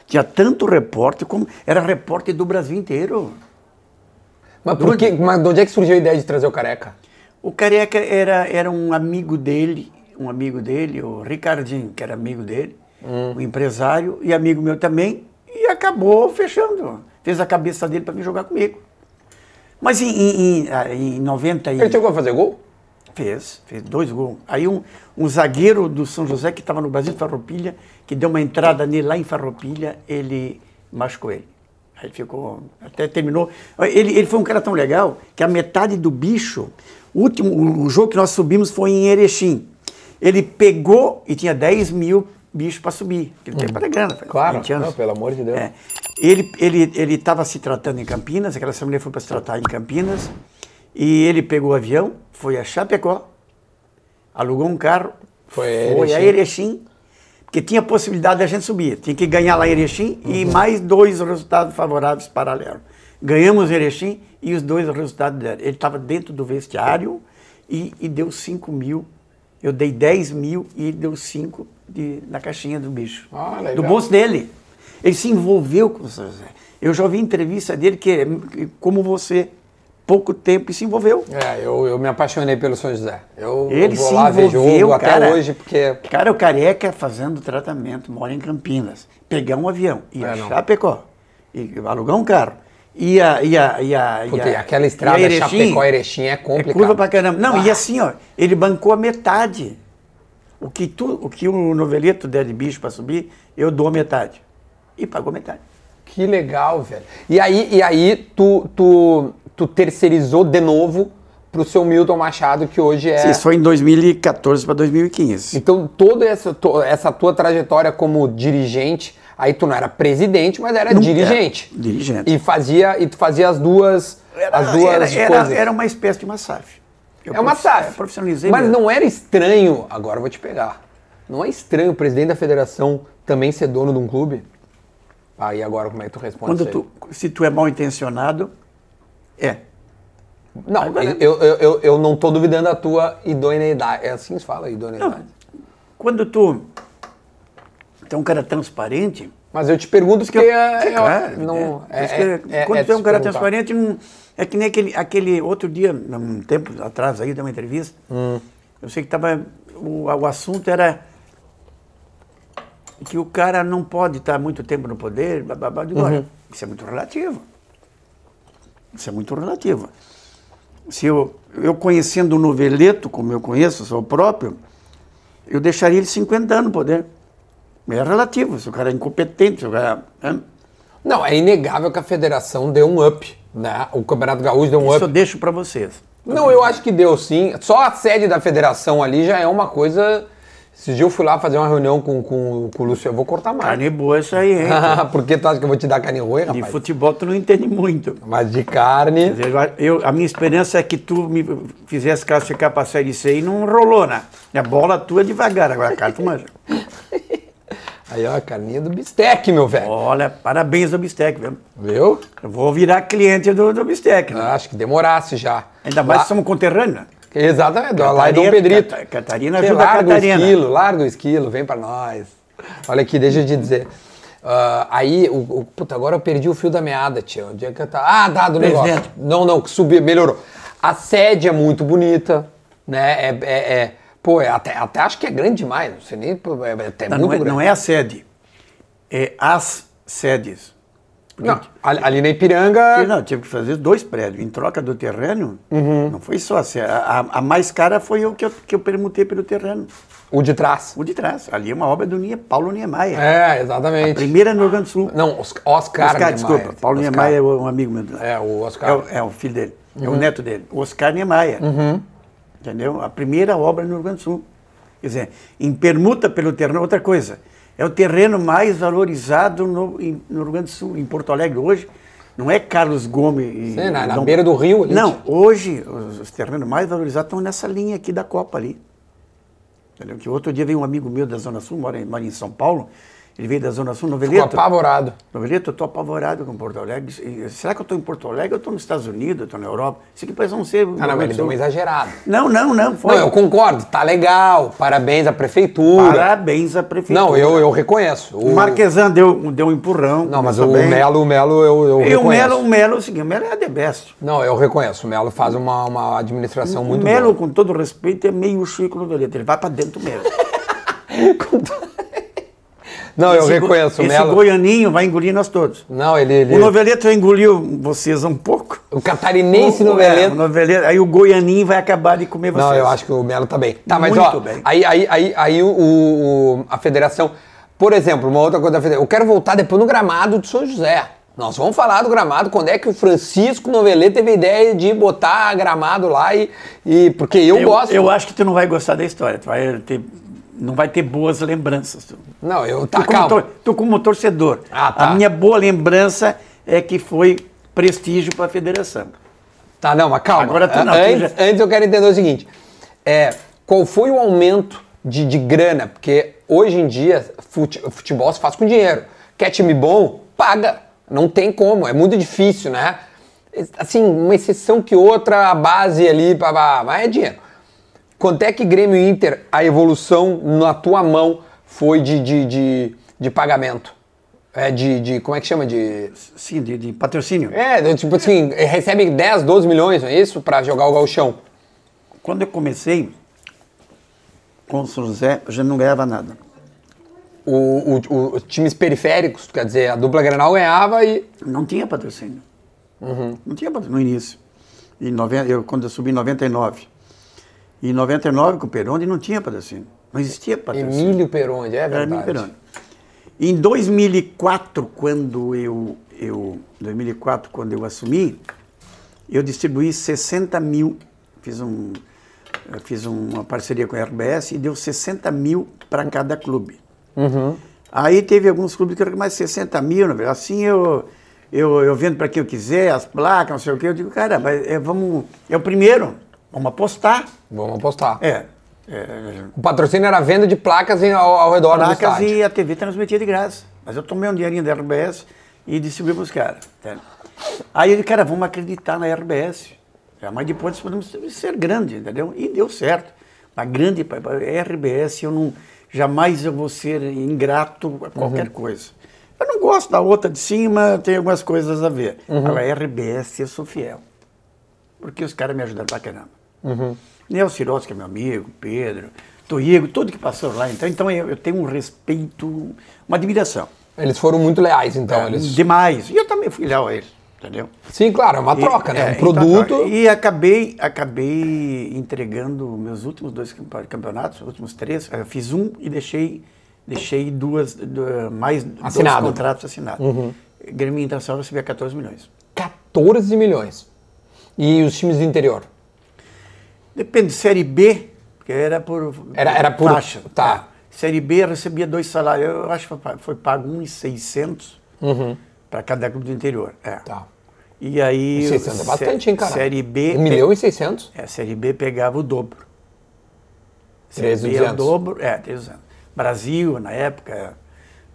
[SPEAKER 1] tinha tanto repórter como era repórter do Brasil inteiro.
[SPEAKER 2] Mas por que? Mas de onde é que surgiu a ideia de trazer o careca?
[SPEAKER 1] O Careca era, era um amigo dele, um amigo dele, o Ricardinho, que era amigo dele, um empresário e amigo meu também, e acabou fechando. Fez a cabeça dele para vir jogar comigo. Mas em, em, em, ah, em 90
[SPEAKER 2] Ele
[SPEAKER 1] e...
[SPEAKER 2] chegou a fazer gol?
[SPEAKER 1] Fez, fez dois gols. Aí um, um zagueiro do São José, que estava no Brasil, Farroupilha, que deu uma entrada nele lá em Farroupilha, ele machucou ele. Aí ficou, até terminou. Ele, ele foi um cara tão legal que a metade do bicho, o último, o- o jogo que nós subimos foi em Erechim. Ele pegou e tinha 10 mil bichos para subir. Ele tempo era grana, foi
[SPEAKER 2] Uhum. Claro.
[SPEAKER 1] 20 anos.
[SPEAKER 2] Não, pelo amor de Deus.
[SPEAKER 1] É. Ele ele ele estava se tratando em Campinas, aquela família foi para se tratar em Campinas e ele pegou o avião, foi a Chapecó, alugou um carro,
[SPEAKER 2] Foi a
[SPEAKER 1] a Erechim, Porque tinha possibilidade da gente subir. Tinha que ganhar lá em Erechim e mais dois resultados favoráveis paralelos. Ganhamos Erechim e os dois resultados deram. Ele estava dentro do vestiário e, e deu 5 mil. Eu dei 10 mil e ele deu 5 de- na caixinha do bicho.
[SPEAKER 2] Ah, legal.
[SPEAKER 1] Do bolso dele. Ele se envolveu com o São José. Eu já ouvi entrevista dele que, é como você, pouco tempo e se envolveu.
[SPEAKER 2] É, eu, eu me apaixonei pelo São José. Eu, eu
[SPEAKER 1] Ele
[SPEAKER 2] vou
[SPEAKER 1] se
[SPEAKER 2] lá ver
[SPEAKER 1] envolveu,
[SPEAKER 2] jogo
[SPEAKER 1] cara.
[SPEAKER 2] até hoje, porque.
[SPEAKER 1] Cara, o Careca fazendo tratamento, mora em Campinas. Pegar um avião, ir
[SPEAKER 2] É,
[SPEAKER 1] a
[SPEAKER 2] não.
[SPEAKER 1] Chapecó, e alugar um carro. Ia, ia, ia, ia,
[SPEAKER 2] Puta, e aquela estrada
[SPEAKER 1] ia Erechim,
[SPEAKER 2] Chapecó-Erechim é complicado.
[SPEAKER 1] É curva pra caramba. Não, e
[SPEAKER 2] Ah.
[SPEAKER 1] assim, ó, ele bancou a metade. O que, tu, o que o noveleto der de bicho pra subir, eu dou a metade. E pagou metade.
[SPEAKER 2] Que legal, velho. E aí, e aí tu, tu, tu terceirizou de novo pro seu Milton Machado, que hoje é.
[SPEAKER 1] Isso foi em 2014 para 2015.
[SPEAKER 2] Então, toda essa, to- essa tua trajetória como dirigente, aí tu não era presidente, mas era
[SPEAKER 1] Nunca.
[SPEAKER 2] dirigente.
[SPEAKER 1] Dirigente.
[SPEAKER 2] E fazia, e tu fazia as duas,
[SPEAKER 1] Era-
[SPEAKER 2] as duas
[SPEAKER 1] era,
[SPEAKER 2] coisas.
[SPEAKER 1] era, era uma espécie de uma SAF. Eu
[SPEAKER 2] é uma
[SPEAKER 1] profiss-
[SPEAKER 2] SAF.
[SPEAKER 1] eu Profissionalizei.
[SPEAKER 2] Mas
[SPEAKER 1] mesmo.
[SPEAKER 2] não era estranho, agora eu vou te pegar. Não é estranho o presidente da federação também ser dono de um clube? Ah, e agora como é que tu responde
[SPEAKER 1] Quando
[SPEAKER 2] isso aí?
[SPEAKER 1] tu, se tu é mal intencionado, é.
[SPEAKER 2] Não, eu, eu, eu, eu não tô duvidando da tua idoneidade. É assim que se fala, idoneidade.
[SPEAKER 1] Então, Quando tu tu é um cara transparente,
[SPEAKER 2] Mas eu te pergunto porque... é,
[SPEAKER 1] Sim,
[SPEAKER 2] é-
[SPEAKER 1] claro,
[SPEAKER 2] não,
[SPEAKER 1] é. Por
[SPEAKER 2] é,
[SPEAKER 1] isso que, quando tu é um
[SPEAKER 2] se
[SPEAKER 1] cara
[SPEAKER 2] perguntar.
[SPEAKER 1] transparente, não- é que nem aquele, aquele outro dia, um tempo atrás aí, de uma entrevista, eu sei que tava, o, o assunto era que o cara não pode estar muito tempo no poder, blá, blá, blá, Eu digo, olha, isso é muito relativo. Isso é muito relativo. Se eu, eu conhecendo o noveleto, como eu conheço, sou o próprio, eu deixaria ele 50 anos no poder. É relativo, se o cara é incompetente, se o cara... né?
[SPEAKER 2] Não, é inegável que a federação deu um up, né? O Campeonato Gaúcho deu um
[SPEAKER 1] Isso eu
[SPEAKER 2] up.
[SPEAKER 1] deixo pra vocês.
[SPEAKER 2] Não, eu acho que deu sim. Só a sede da federação ali já é uma coisa... Esse dia eu fui lá fazer uma reunião com, com, com o Lúcio. Eu vou cortar mais.
[SPEAKER 1] Carne boa essa aí, hein?
[SPEAKER 2] porque tu acha que eu vou te dar carne ruim,
[SPEAKER 1] De
[SPEAKER 2] rapaz?
[SPEAKER 1] futebol tu não entende muito.
[SPEAKER 2] Mas de carne...
[SPEAKER 1] Quer dizer, Eu, a minha esperança é que tu me fizesse classificar pra Série C e não rolou, né? A bola tua é devagar, agora a cara tu manja.
[SPEAKER 2] Aí, ó, a carninha do bistec, meu velho.
[SPEAKER 1] Olha, parabéns do Bistec, viu?
[SPEAKER 2] Viu?
[SPEAKER 1] Eu vou virar cliente do, do Bistec, né?
[SPEAKER 2] Ah, Acho que demorasse já.
[SPEAKER 1] Ainda mais
[SPEAKER 2] Lá-
[SPEAKER 1] que somos conterrâneos. né?
[SPEAKER 2] Exatamente, lá é Dom Pedrito.
[SPEAKER 1] Cata- Catarina
[SPEAKER 2] Você
[SPEAKER 1] ajuda a
[SPEAKER 2] larga
[SPEAKER 1] Catarina.
[SPEAKER 2] o esquilo, larga o esquilo, vem pra nós. Olha aqui, deixa eu te dizer. Ah, aí, o, o- puta, agora eu perdi o fio da meada, tio. Onde é que eu tava? Ah, tá, do negócio.
[SPEAKER 1] Presidente.
[SPEAKER 2] Não, não, subiu, melhorou. A sede é muito bonita, né? É, é- é- pô, é até, até acho que é grande demais, não sei nem, pô, é, é até
[SPEAKER 1] Não,
[SPEAKER 2] muito
[SPEAKER 1] não é,
[SPEAKER 2] grande.
[SPEAKER 1] não é a sede, é as sedes. é
[SPEAKER 2] Não, ali, ali na Ipiranga,
[SPEAKER 1] Eu não, tive que fazer dois prédios. Em troca do terreno,
[SPEAKER 2] Uhum.
[SPEAKER 1] não foi só assim. A, a- a mais cara foi o que eu, que eu permutei pelo terreno.
[SPEAKER 2] o de trás.
[SPEAKER 1] O de trás. Ali é uma obra do Nie, Paulo Niemeyer.
[SPEAKER 2] É, exatamente.
[SPEAKER 1] Primeira no Rio Grande do Sul.
[SPEAKER 2] Não, Os- Oscar,
[SPEAKER 1] Oscar,
[SPEAKER 2] Niemeyer.
[SPEAKER 1] desculpa. Paulo
[SPEAKER 2] Oscar.
[SPEAKER 1] Niemeyer é um amigo meu.
[SPEAKER 2] É, o Oscar. Uhum.
[SPEAKER 1] É, o- é o filho dele. É o neto dele. Oscar Niemeyer. Entendeu? A primeira obra no Rio Grande do Sul. Quer dizer, em permuta pelo terreno, outra coisa. É o terreno mais valorizado no, em- no Rio Grande do Sul, em Porto Alegre hoje. Não é Carlos Gomes. E,
[SPEAKER 2] Sim, na- na
[SPEAKER 1] Dom-
[SPEAKER 2] beira do rio ali.
[SPEAKER 1] Não, hoje os, os terrenos mais valorizados estão nessa linha aqui da Copa ali. Entendeu? Que outro dia veio um amigo meu da Zona Sul, mora em, mora em São Paulo. Ele veio da Zona Sul,
[SPEAKER 2] Ficou
[SPEAKER 1] noveleto.
[SPEAKER 2] apavorado.
[SPEAKER 1] Novelito, eu estou apavorado com Porto Alegre. E- Será que eu estou em Porto Alegre? Eu estou nos Estados Unidos, eu estou na Europa. Isso aqui parece um ser.
[SPEAKER 2] Ah, não, mas ele deu uma exagerada.
[SPEAKER 1] não, não, não. Foi.
[SPEAKER 2] Não, eu concordo, tá legal, parabéns à prefeitura.
[SPEAKER 1] Parabéns à prefeitura.
[SPEAKER 2] Não, eu, eu reconheço. O...
[SPEAKER 1] O Marquesan deu, deu um empurrão.
[SPEAKER 2] Não, mas o
[SPEAKER 1] começou bem.
[SPEAKER 2] Melo, o Melo eu, eu
[SPEAKER 1] E o
[SPEAKER 2] reconheço.
[SPEAKER 1] Melo, o Melo, é o seguinte, o Melo é a The Best.
[SPEAKER 2] Não, eu reconheço. O Melo faz uma, uma administração muito
[SPEAKER 1] o Melo,
[SPEAKER 2] boa.
[SPEAKER 1] com todo respeito, é meio Chico Novelito. Ele vai para dentro mesmo.
[SPEAKER 2] Não, eu
[SPEAKER 1] Esse go-
[SPEAKER 2] reconheço o
[SPEAKER 1] Esse
[SPEAKER 2] Melo.
[SPEAKER 1] goianinho vai engolir nós todos.
[SPEAKER 2] Não, ele. ele-
[SPEAKER 1] O Novelito engoliu vocês um pouco.
[SPEAKER 2] O catarinense no
[SPEAKER 1] É, o
[SPEAKER 2] Belém.
[SPEAKER 1] noveleto. Aí o goianinho vai acabar de comer vocês.
[SPEAKER 2] Não, eu acho que o Melo tá bem. Tá, mas
[SPEAKER 1] Muito
[SPEAKER 2] ó,
[SPEAKER 1] bem.
[SPEAKER 2] aí, aí, aí, aí o, o- a federação. Por exemplo, uma outra coisa da federação. Eu quero voltar depois no gramado de São José. Nós vamos falar do gramado, quando é que o Francisco Novelê teve a ideia de botar gramado lá e. e porque eu, gosto.
[SPEAKER 1] Eu acho que tu não vai gostar da história. Tu vai ter, não vai ter boas lembranças. Tu,
[SPEAKER 2] Não, eu. Tá,
[SPEAKER 1] tu, como,
[SPEAKER 2] calma.
[SPEAKER 1] tor- tu como torcedor.
[SPEAKER 2] Ah, tá.
[SPEAKER 1] A minha boa lembrança é que foi prestígio para a federação.
[SPEAKER 2] Tá, não, mas calma.
[SPEAKER 1] Agora tu não, tu
[SPEAKER 2] antes,
[SPEAKER 1] já-
[SPEAKER 2] antes eu quero entender o seguinte. É, qual foi o aumento de, de grana, porque hoje em dia fute- futebol se faz com dinheiro. Quer time bom? Paga. Não tem como, é muito difícil, né? Assim, uma exceção que outra, a base ali, pá, pá, mas é dinheiro. Quanto é que Grêmio e Inter, a evolução na tua mão foi de, de, de, de pagamento? É de, de. Como é que chama? De.
[SPEAKER 1] Sim, de, de patrocínio.
[SPEAKER 2] É, do tipo assim, recebe 10, 12 milhões, não é isso? Pra jogar o galchão.
[SPEAKER 1] Quando eu comecei com o São José, eu já não ganhava nada.
[SPEAKER 2] O, o- o- os times periféricos, quer dizer, a dupla Granal ganhava e.
[SPEAKER 1] Não tinha patrocínio.
[SPEAKER 2] Uhum.
[SPEAKER 1] Não tinha patrocínio no início. Em 90, eu, quando eu subi em 99. Em 99, com o Peroni, não tinha patrocínio. Não existia patrocínio.
[SPEAKER 2] Emílio Peronde, é
[SPEAKER 1] Era
[SPEAKER 2] verdade.
[SPEAKER 1] Hermínio Peroni. Em 2004, quando eu, eu 2004, quando eu assumi, eu distribuí 60 mil, fiz um eu fiz uma parceria com a RBS e deu 60 mil para cada clube. Aí teve alguns clubes que eram mais 60 mil, na verdade. Assim eu, eu, eu vendo para quem eu quiser, as placas, não sei o quê. Eu digo, cara, mas é, vamos, é o primeiro, vamos apostar.
[SPEAKER 2] Vamos apostar.
[SPEAKER 1] É, é
[SPEAKER 2] O patrocínio era a venda de placas em- ao, ao redor do
[SPEAKER 1] placas
[SPEAKER 2] estádio.
[SPEAKER 1] e a TV transmitia de graça. Mas eu tomei um dinheirinho da RBS e distribuí para os caras. entende? Aí ele, cara, vamos acreditar na RBS. É, Mas depois nós podemos ser grande, entendeu? E deu certo. Uma grande pa- pa- RBS, eu não. Jamais eu vou ser ingrato a qualquer
[SPEAKER 2] Uhum.
[SPEAKER 1] coisa. Eu não gosto da outra de cima, tem algumas coisas a ver.
[SPEAKER 2] Uhum.
[SPEAKER 1] Agora, a RBS eu sou fiel. Porque os caras me ajudaram pra caramba.
[SPEAKER 2] Uhum.
[SPEAKER 1] Nel Ciroz, que é meu amigo, Pedro, Toigo, todo que passou lá. Então, então eu, eu tenho um respeito, uma admiração. Hum,
[SPEAKER 2] Eles foram muito leais,
[SPEAKER 1] É.
[SPEAKER 2] então. eles...
[SPEAKER 1] Demais. E eu também fui leal a ele, entendeu?
[SPEAKER 2] Sim, claro, é uma
[SPEAKER 1] E-
[SPEAKER 2] troca, né?
[SPEAKER 1] é,
[SPEAKER 2] um
[SPEAKER 1] então,
[SPEAKER 2] produto.
[SPEAKER 1] troca. e acabei, acabei entregando meus últimos dois campe- campeonatos, últimos três. Eu fiz um e deixei, deixei duas, du- mais
[SPEAKER 2] Assinado. Uhum.
[SPEAKER 1] dois contratos assinados. Grêmio Internacional recebia 14 milhões.
[SPEAKER 2] 14 milhões. E os times do interior?
[SPEAKER 1] Depende, Série B, porque era por,
[SPEAKER 2] Era- era por-
[SPEAKER 1] faixa.
[SPEAKER 2] tá.
[SPEAKER 1] É. Série B eu recebia dois salários, eu acho que foi pa- foi pago 1,600 para cada clube do interior. É.
[SPEAKER 2] Uhum. Tá.
[SPEAKER 1] E aí...
[SPEAKER 2] 600 é
[SPEAKER 1] sé-
[SPEAKER 2] bastante, hein, cara?
[SPEAKER 1] Série B...
[SPEAKER 2] 1 milhão e 600?
[SPEAKER 1] É, Série B pegava o dobro. Série B era o
[SPEAKER 2] 3.200.
[SPEAKER 1] dobro, é, 300. Brasil, na época,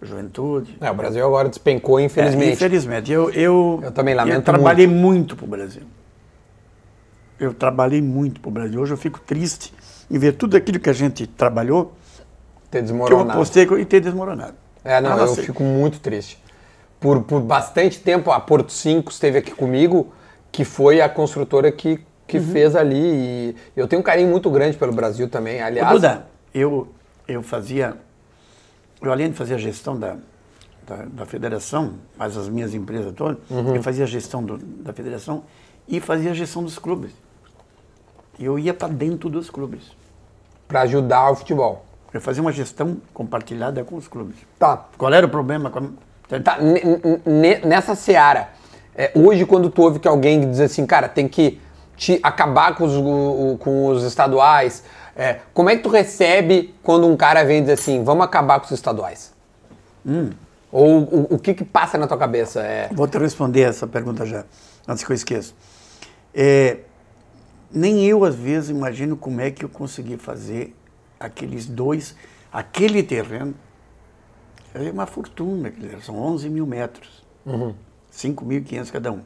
[SPEAKER 1] Juventude.
[SPEAKER 2] É, o Brasil agora despencou, infelizmente.
[SPEAKER 1] É, infelizmente. Eu, eu,
[SPEAKER 2] Eu também lamento
[SPEAKER 1] Eu trabalhei muito pro Brasil. Eu trabalhei muito pro Brasil. Hoje eu fico triste em ver tudo aquilo que a gente trabalhou, que
[SPEAKER 2] Ter
[SPEAKER 1] eu
[SPEAKER 2] desmoronado.
[SPEAKER 1] apostei e ter desmoronado.
[SPEAKER 2] É, não,
[SPEAKER 1] Mas
[SPEAKER 2] eu
[SPEAKER 1] assim,
[SPEAKER 2] fico muito triste. Por, por bastante tempo, a Porto 5 esteve aqui comigo, que foi a construtora que, que
[SPEAKER 1] Uhum.
[SPEAKER 2] fez ali. E eu tenho um carinho muito grande pelo Brasil também.
[SPEAKER 1] Ô,
[SPEAKER 2] Aliás,
[SPEAKER 1] Duda, eu, eu fazia. Eu, além de fazer a gestão da, da, da federação, mas as minhas empresas todas,
[SPEAKER 2] Uhum.
[SPEAKER 1] eu fazia a gestão do- da federação e fazia a gestão dos clubes. E eu ia para dentro dos clubes.
[SPEAKER 2] para ajudar o futebol.
[SPEAKER 1] Eu fazia uma gestão compartilhada com os clubes.
[SPEAKER 2] Tá.
[SPEAKER 1] Qual era o problema? com-
[SPEAKER 2] tá ne- ne- ne- nessa seara, é, hoje quando tu ouve que alguém diz assim, cara, tem que te acabar com os, o- o- com os estaduais, é, como é que tu recebe quando um cara vem e diz assim, vamos acabar com os estaduais?
[SPEAKER 1] Hum.
[SPEAKER 2] Ou o, o que que passa na tua cabeça? É,
[SPEAKER 1] Vou te responder essa pergunta já, antes que eu esqueça. É, nem eu, às vezes, imagino como é que eu consegui fazer aqueles dois, aquele terreno. É uma fortuna, aquele terreno, são 11 mil metros,
[SPEAKER 2] Uhum.
[SPEAKER 1] 5.500 cada um.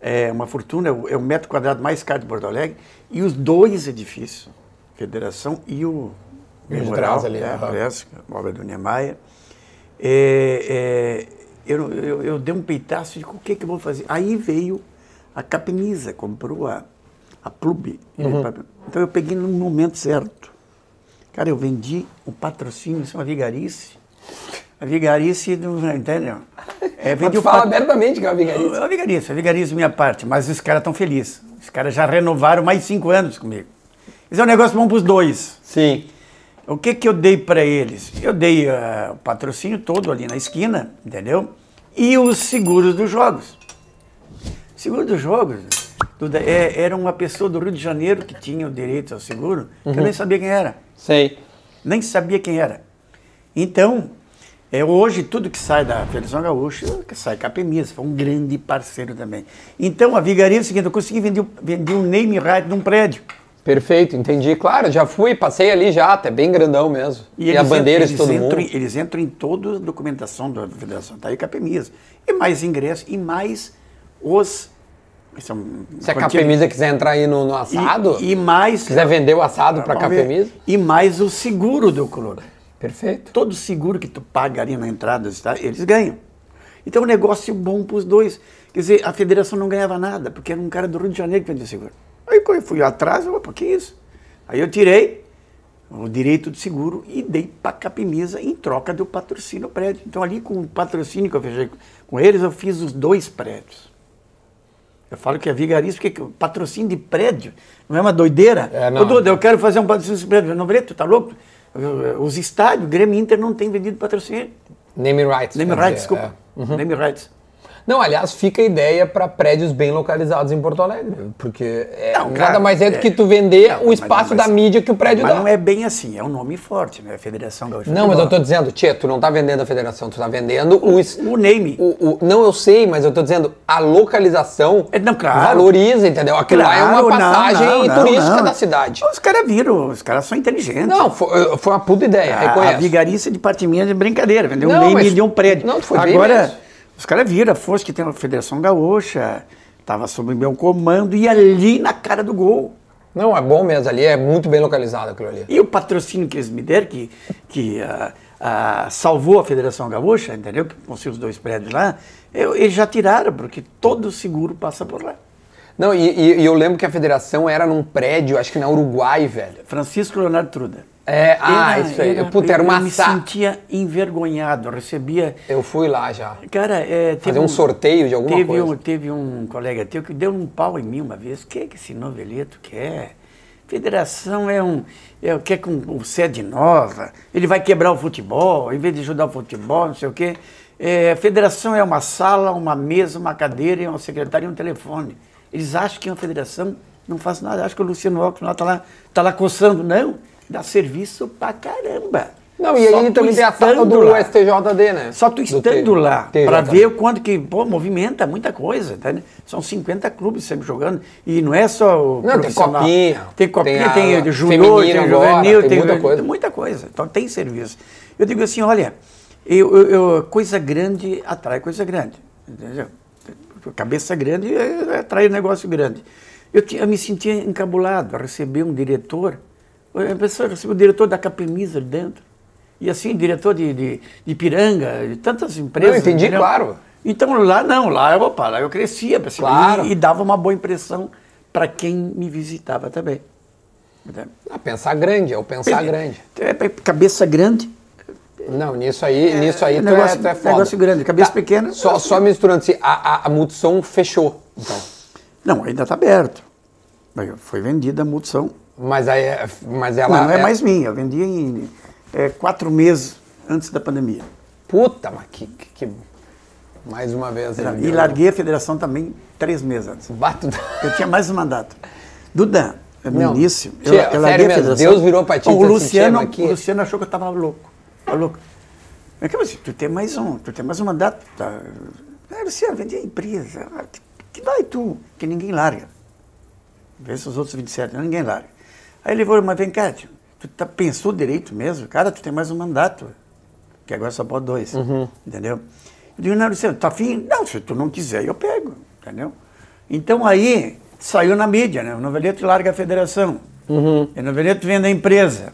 [SPEAKER 1] É uma fortuna, é o, é o metro quadrado mais caro de Porto Alegre, e os dois edifícios, Federação e o
[SPEAKER 2] de
[SPEAKER 1] Memorial,
[SPEAKER 2] trás ali,
[SPEAKER 1] né,
[SPEAKER 2] aham.
[SPEAKER 1] parece, obra do Niemeyer. É, é, eu, eu, eu dei um peitaço de o que, que eu vou fazer. Aí veio a Capinisa, comprou a, a Plube.
[SPEAKER 2] Uhum.
[SPEAKER 1] Então eu peguei no momento certo. Cara, eu vendi o patrocínio, isso é uma vigarice. A vigarice, do, entendeu? É,
[SPEAKER 2] mas
[SPEAKER 1] vendi
[SPEAKER 2] tu
[SPEAKER 1] o
[SPEAKER 2] fala
[SPEAKER 1] pat-
[SPEAKER 2] abertamente que é uma vigarice.
[SPEAKER 1] eu vigarizo, eu vigarizo minha parte, mas os caras estão felizes. Os caras já renovaram mais cinco anos comigo. Isso é um negócio bom para os dois.
[SPEAKER 2] Sim.
[SPEAKER 1] O que, que eu dei para eles? Eu dei ah, o patrocínio todo ali na esquina, entendeu? E os seguros dos jogos. Seguro dos jogos Duda, é- era uma pessoa do Rio de Janeiro que tinha o direito ao seguro, que eu nem sabia quem era.
[SPEAKER 2] Sei.
[SPEAKER 1] Nem sabia quem era. Então, é, hoje tudo que sai da Federação Gaúcha, que sai Capemias, foi um grande parceiro também. Então, a vigaria é o seguinte, eu consegui vender, o- vender um name right num prédio.
[SPEAKER 2] Perfeito, entendi. Claro, já fui, passei ali já, até bem grandão mesmo. E, a
[SPEAKER 1] eles
[SPEAKER 2] bandeira
[SPEAKER 1] entram-
[SPEAKER 2] de todo
[SPEAKER 1] eles
[SPEAKER 2] mundo.
[SPEAKER 1] entram, em- Eles entram em toda a documentação da federação, tá aí com a PMIS. E mais ingresso, e mais os... Isso é um-
[SPEAKER 2] Se a
[SPEAKER 1] quantia-
[SPEAKER 2] Capemisa quiser entrar aí no, no
[SPEAKER 1] e-
[SPEAKER 2] assado,
[SPEAKER 1] E, mais...
[SPEAKER 2] quiser vender o assado pra
[SPEAKER 1] Vamos ver.
[SPEAKER 2] Capemisa,
[SPEAKER 1] E mais o seguro do clube.
[SPEAKER 2] perfeito.
[SPEAKER 1] Todo seguro que tu paga ali na entrada, tá? eles ganham. Então é um negócio bom para os dois. Quer dizer, a federação não ganhava nada, porque era um cara do Rio de Janeiro que vendia seguro. Aí quando eu fui atrás, eu, opa, que isso? Aí eu tirei o direito de seguro e dei para Capimisa em troca do patrocínio ao prédio. Então ali com o patrocínio que eu fechei com eles, eu fiz os dois prédios. Eu falo que é vigarista porque o patrocínio de prédio não é uma doideira.
[SPEAKER 2] É, não.
[SPEAKER 1] Ô, Duda, eu quero fazer um patrocínio de prédio. Não, Breto, tá louco? Os estádios, Grêmio e Inter não tem vendido patrocínio.
[SPEAKER 2] Name rights.
[SPEAKER 1] Name
[SPEAKER 2] quer
[SPEAKER 1] rights,
[SPEAKER 2] dizer,
[SPEAKER 1] desculpa.
[SPEAKER 2] Uhum.
[SPEAKER 1] Name rights.
[SPEAKER 2] é. Não, aliás, fica a ideia pra prédios bem localizados em Porto Alegre, porque é
[SPEAKER 1] Não,
[SPEAKER 2] nada
[SPEAKER 1] cara,
[SPEAKER 2] mais é do
[SPEAKER 1] é.
[SPEAKER 2] que tu vender
[SPEAKER 1] Não,
[SPEAKER 2] o
[SPEAKER 1] mas-
[SPEAKER 2] espaço
[SPEAKER 1] mas-
[SPEAKER 2] da mídia que o prédio
[SPEAKER 1] Mas
[SPEAKER 2] dá.
[SPEAKER 1] não é bem assim, é um nome forte, né? Federação Gaúcha. de
[SPEAKER 2] Não, mas eu tô
[SPEAKER 1] Futebol.
[SPEAKER 2] dizendo, Tchê, tu não tá vendendo a federação, tu tá vendendo o... es-
[SPEAKER 1] O name.
[SPEAKER 2] o- o- não, eu sei, mas eu tô dizendo, a localização
[SPEAKER 1] É, não, claro.
[SPEAKER 2] valoriza, entendeu? Aquilo lá é
[SPEAKER 1] Claro, não,
[SPEAKER 2] uma passagem
[SPEAKER 1] não, não,
[SPEAKER 2] turística
[SPEAKER 1] não.
[SPEAKER 2] da cidade.
[SPEAKER 1] Os caras viram, os caras são inteligentes.
[SPEAKER 2] Não, foi, foi uma puta ideia,
[SPEAKER 1] A, Ah, a
[SPEAKER 2] reconheço.
[SPEAKER 1] vigarice de parte minha é de brincadeira, vendeu
[SPEAKER 2] É Não,
[SPEAKER 1] um name
[SPEAKER 2] mas-
[SPEAKER 1] de um prédio.
[SPEAKER 2] não, tu foi bem
[SPEAKER 1] Agora,
[SPEAKER 2] mesmo.
[SPEAKER 1] os caras viram, a força que tem a Federação Gaúcha, estava sob meu comando e ali na cara do gol.
[SPEAKER 2] Não, é bom mesmo ali, é muito bem localizado aquilo ali.
[SPEAKER 1] E o patrocínio que eles me deram, que, que ah, ah, salvou a Federação Gaúcha, entendeu? Que conseguiu os dois prédios lá, eu- eles já tiraram, porque todo seguro passa por lá.
[SPEAKER 2] Não, e, e- e eu lembro que a federação era num prédio, acho que na Uruguai, velho.
[SPEAKER 1] Francisco Leonardo Truda.
[SPEAKER 2] É, ah,
[SPEAKER 1] Era-
[SPEAKER 2] isso aí.
[SPEAKER 1] era-
[SPEAKER 2] Puta, era
[SPEAKER 1] eu-
[SPEAKER 2] uma
[SPEAKER 1] Eu me
[SPEAKER 2] sa-
[SPEAKER 1] sentia envergonhado, eu recebia...
[SPEAKER 2] Eu fui lá já.
[SPEAKER 1] Cara, é, teve
[SPEAKER 2] Fazer um sorteio de alguma
[SPEAKER 1] teve
[SPEAKER 2] coisa.
[SPEAKER 1] Um, teve um colega teu que deu um pau em mim uma vez. O que é que esse noveleto quer? Federação é um. É, quer com o sede nova, ele vai quebrar o futebol, em vez de ajudar o futebol, não sei o quê. É, federação é uma sala, uma mesa, uma cadeira, e um secretário e um telefone. Eles acham que uma federação não faz nada. Acham que o Luciano Alckmin lá tá lá, tá lá coçando. Não, dá serviço pra caramba.
[SPEAKER 2] Não, e
[SPEAKER 1] Só
[SPEAKER 2] aí
[SPEAKER 1] tu
[SPEAKER 2] também tem a sala
[SPEAKER 1] estando
[SPEAKER 2] do
[SPEAKER 1] lá.
[SPEAKER 2] STJD, né?
[SPEAKER 1] Só tu
[SPEAKER 2] Do
[SPEAKER 1] estando
[SPEAKER 2] T-
[SPEAKER 1] lá,
[SPEAKER 2] TJ.
[SPEAKER 1] para ver o quanto que, pô, movimenta muita coisa, tá? né? São 50 clubes sempre jogando, e não é só o
[SPEAKER 2] Não, tem
[SPEAKER 1] profissional.
[SPEAKER 2] copinha,
[SPEAKER 1] tem copinha,
[SPEAKER 2] tem
[SPEAKER 1] tem,
[SPEAKER 2] a
[SPEAKER 1] judô, tem
[SPEAKER 2] feminina agora,
[SPEAKER 1] juvenil,
[SPEAKER 2] tem muita coisa.
[SPEAKER 1] muita coisa, então tem serviço. Eu digo assim, olha, eu, eu- eu- coisa grande atrai coisa grande, entendeu? Cabeça grande é, atrai negócio grande. Eu, ti- eu me sentia encabulado a receber um diretor, a pessoa recebeu o diretor da Capemisa ali dentro, e assim, diretor de, de, de Piranga, de tantas empresas.
[SPEAKER 2] Não, entendi, claro.
[SPEAKER 1] Então lá não, lá, opa, lá eu crescia pra cima,
[SPEAKER 2] Claro.
[SPEAKER 1] e, e dava uma boa impressão para quem me visitava também. Entendeu?
[SPEAKER 2] Ah, pensar grande, é o pensar grande.
[SPEAKER 1] É, é, cabeça grande.
[SPEAKER 2] Não, nisso aí, nisso aí tu,
[SPEAKER 1] um negócio-
[SPEAKER 2] é, tu é foda.
[SPEAKER 1] negócio grande, cabeça pequena-
[SPEAKER 2] Só, só misturando se a, a, a Multissom fechou. Então.
[SPEAKER 1] Não, ainda está aberto. Aí Foi vendida a multição.
[SPEAKER 2] Mas, aí, é- mas
[SPEAKER 1] Não,
[SPEAKER 2] ela.
[SPEAKER 1] não é mais minha, eu vendi em é, quatro meses antes da pandemia.
[SPEAKER 2] Puta, mas que. que- que- Mais uma vez. ele
[SPEAKER 1] E
[SPEAKER 2] deu-
[SPEAKER 1] larguei a federação também três meses antes.
[SPEAKER 2] Bato.
[SPEAKER 1] Eu tinha mais um mandato. Duda, no
[SPEAKER 2] Não.
[SPEAKER 1] início,
[SPEAKER 2] Tia,
[SPEAKER 1] larguei
[SPEAKER 2] sério
[SPEAKER 1] a
[SPEAKER 2] mesmo,
[SPEAKER 1] federação.
[SPEAKER 2] Deus virou pra ti e
[SPEAKER 1] o
[SPEAKER 2] disse assim,
[SPEAKER 1] Luciano,
[SPEAKER 2] Tia, mas que-
[SPEAKER 1] o Luciano achou que eu tava louco. Tava louco. Mas que assim, tu tem mais um, tu tem mais um mandato. Tá? Ah, Luciano, vendi a empresa. Ah, Que, que dói tu? Que ninguém larga. Vê se os outros 27, ninguém larga. Aí ele falou, mas vem cá, tio, tu tá, pensou direito mesmo? Cara, tu tem mais um mandato. Que agora só pode dois.
[SPEAKER 2] Uhum.
[SPEAKER 1] Entendeu? Eu digo, não, Luciano, tá afim? Não, se tu não quiser, eu pego. Entendeu? Então aí saiu na mídia, né? O noveleto larga a federação.
[SPEAKER 2] Uhum.
[SPEAKER 1] E O noveleto vende a empresa.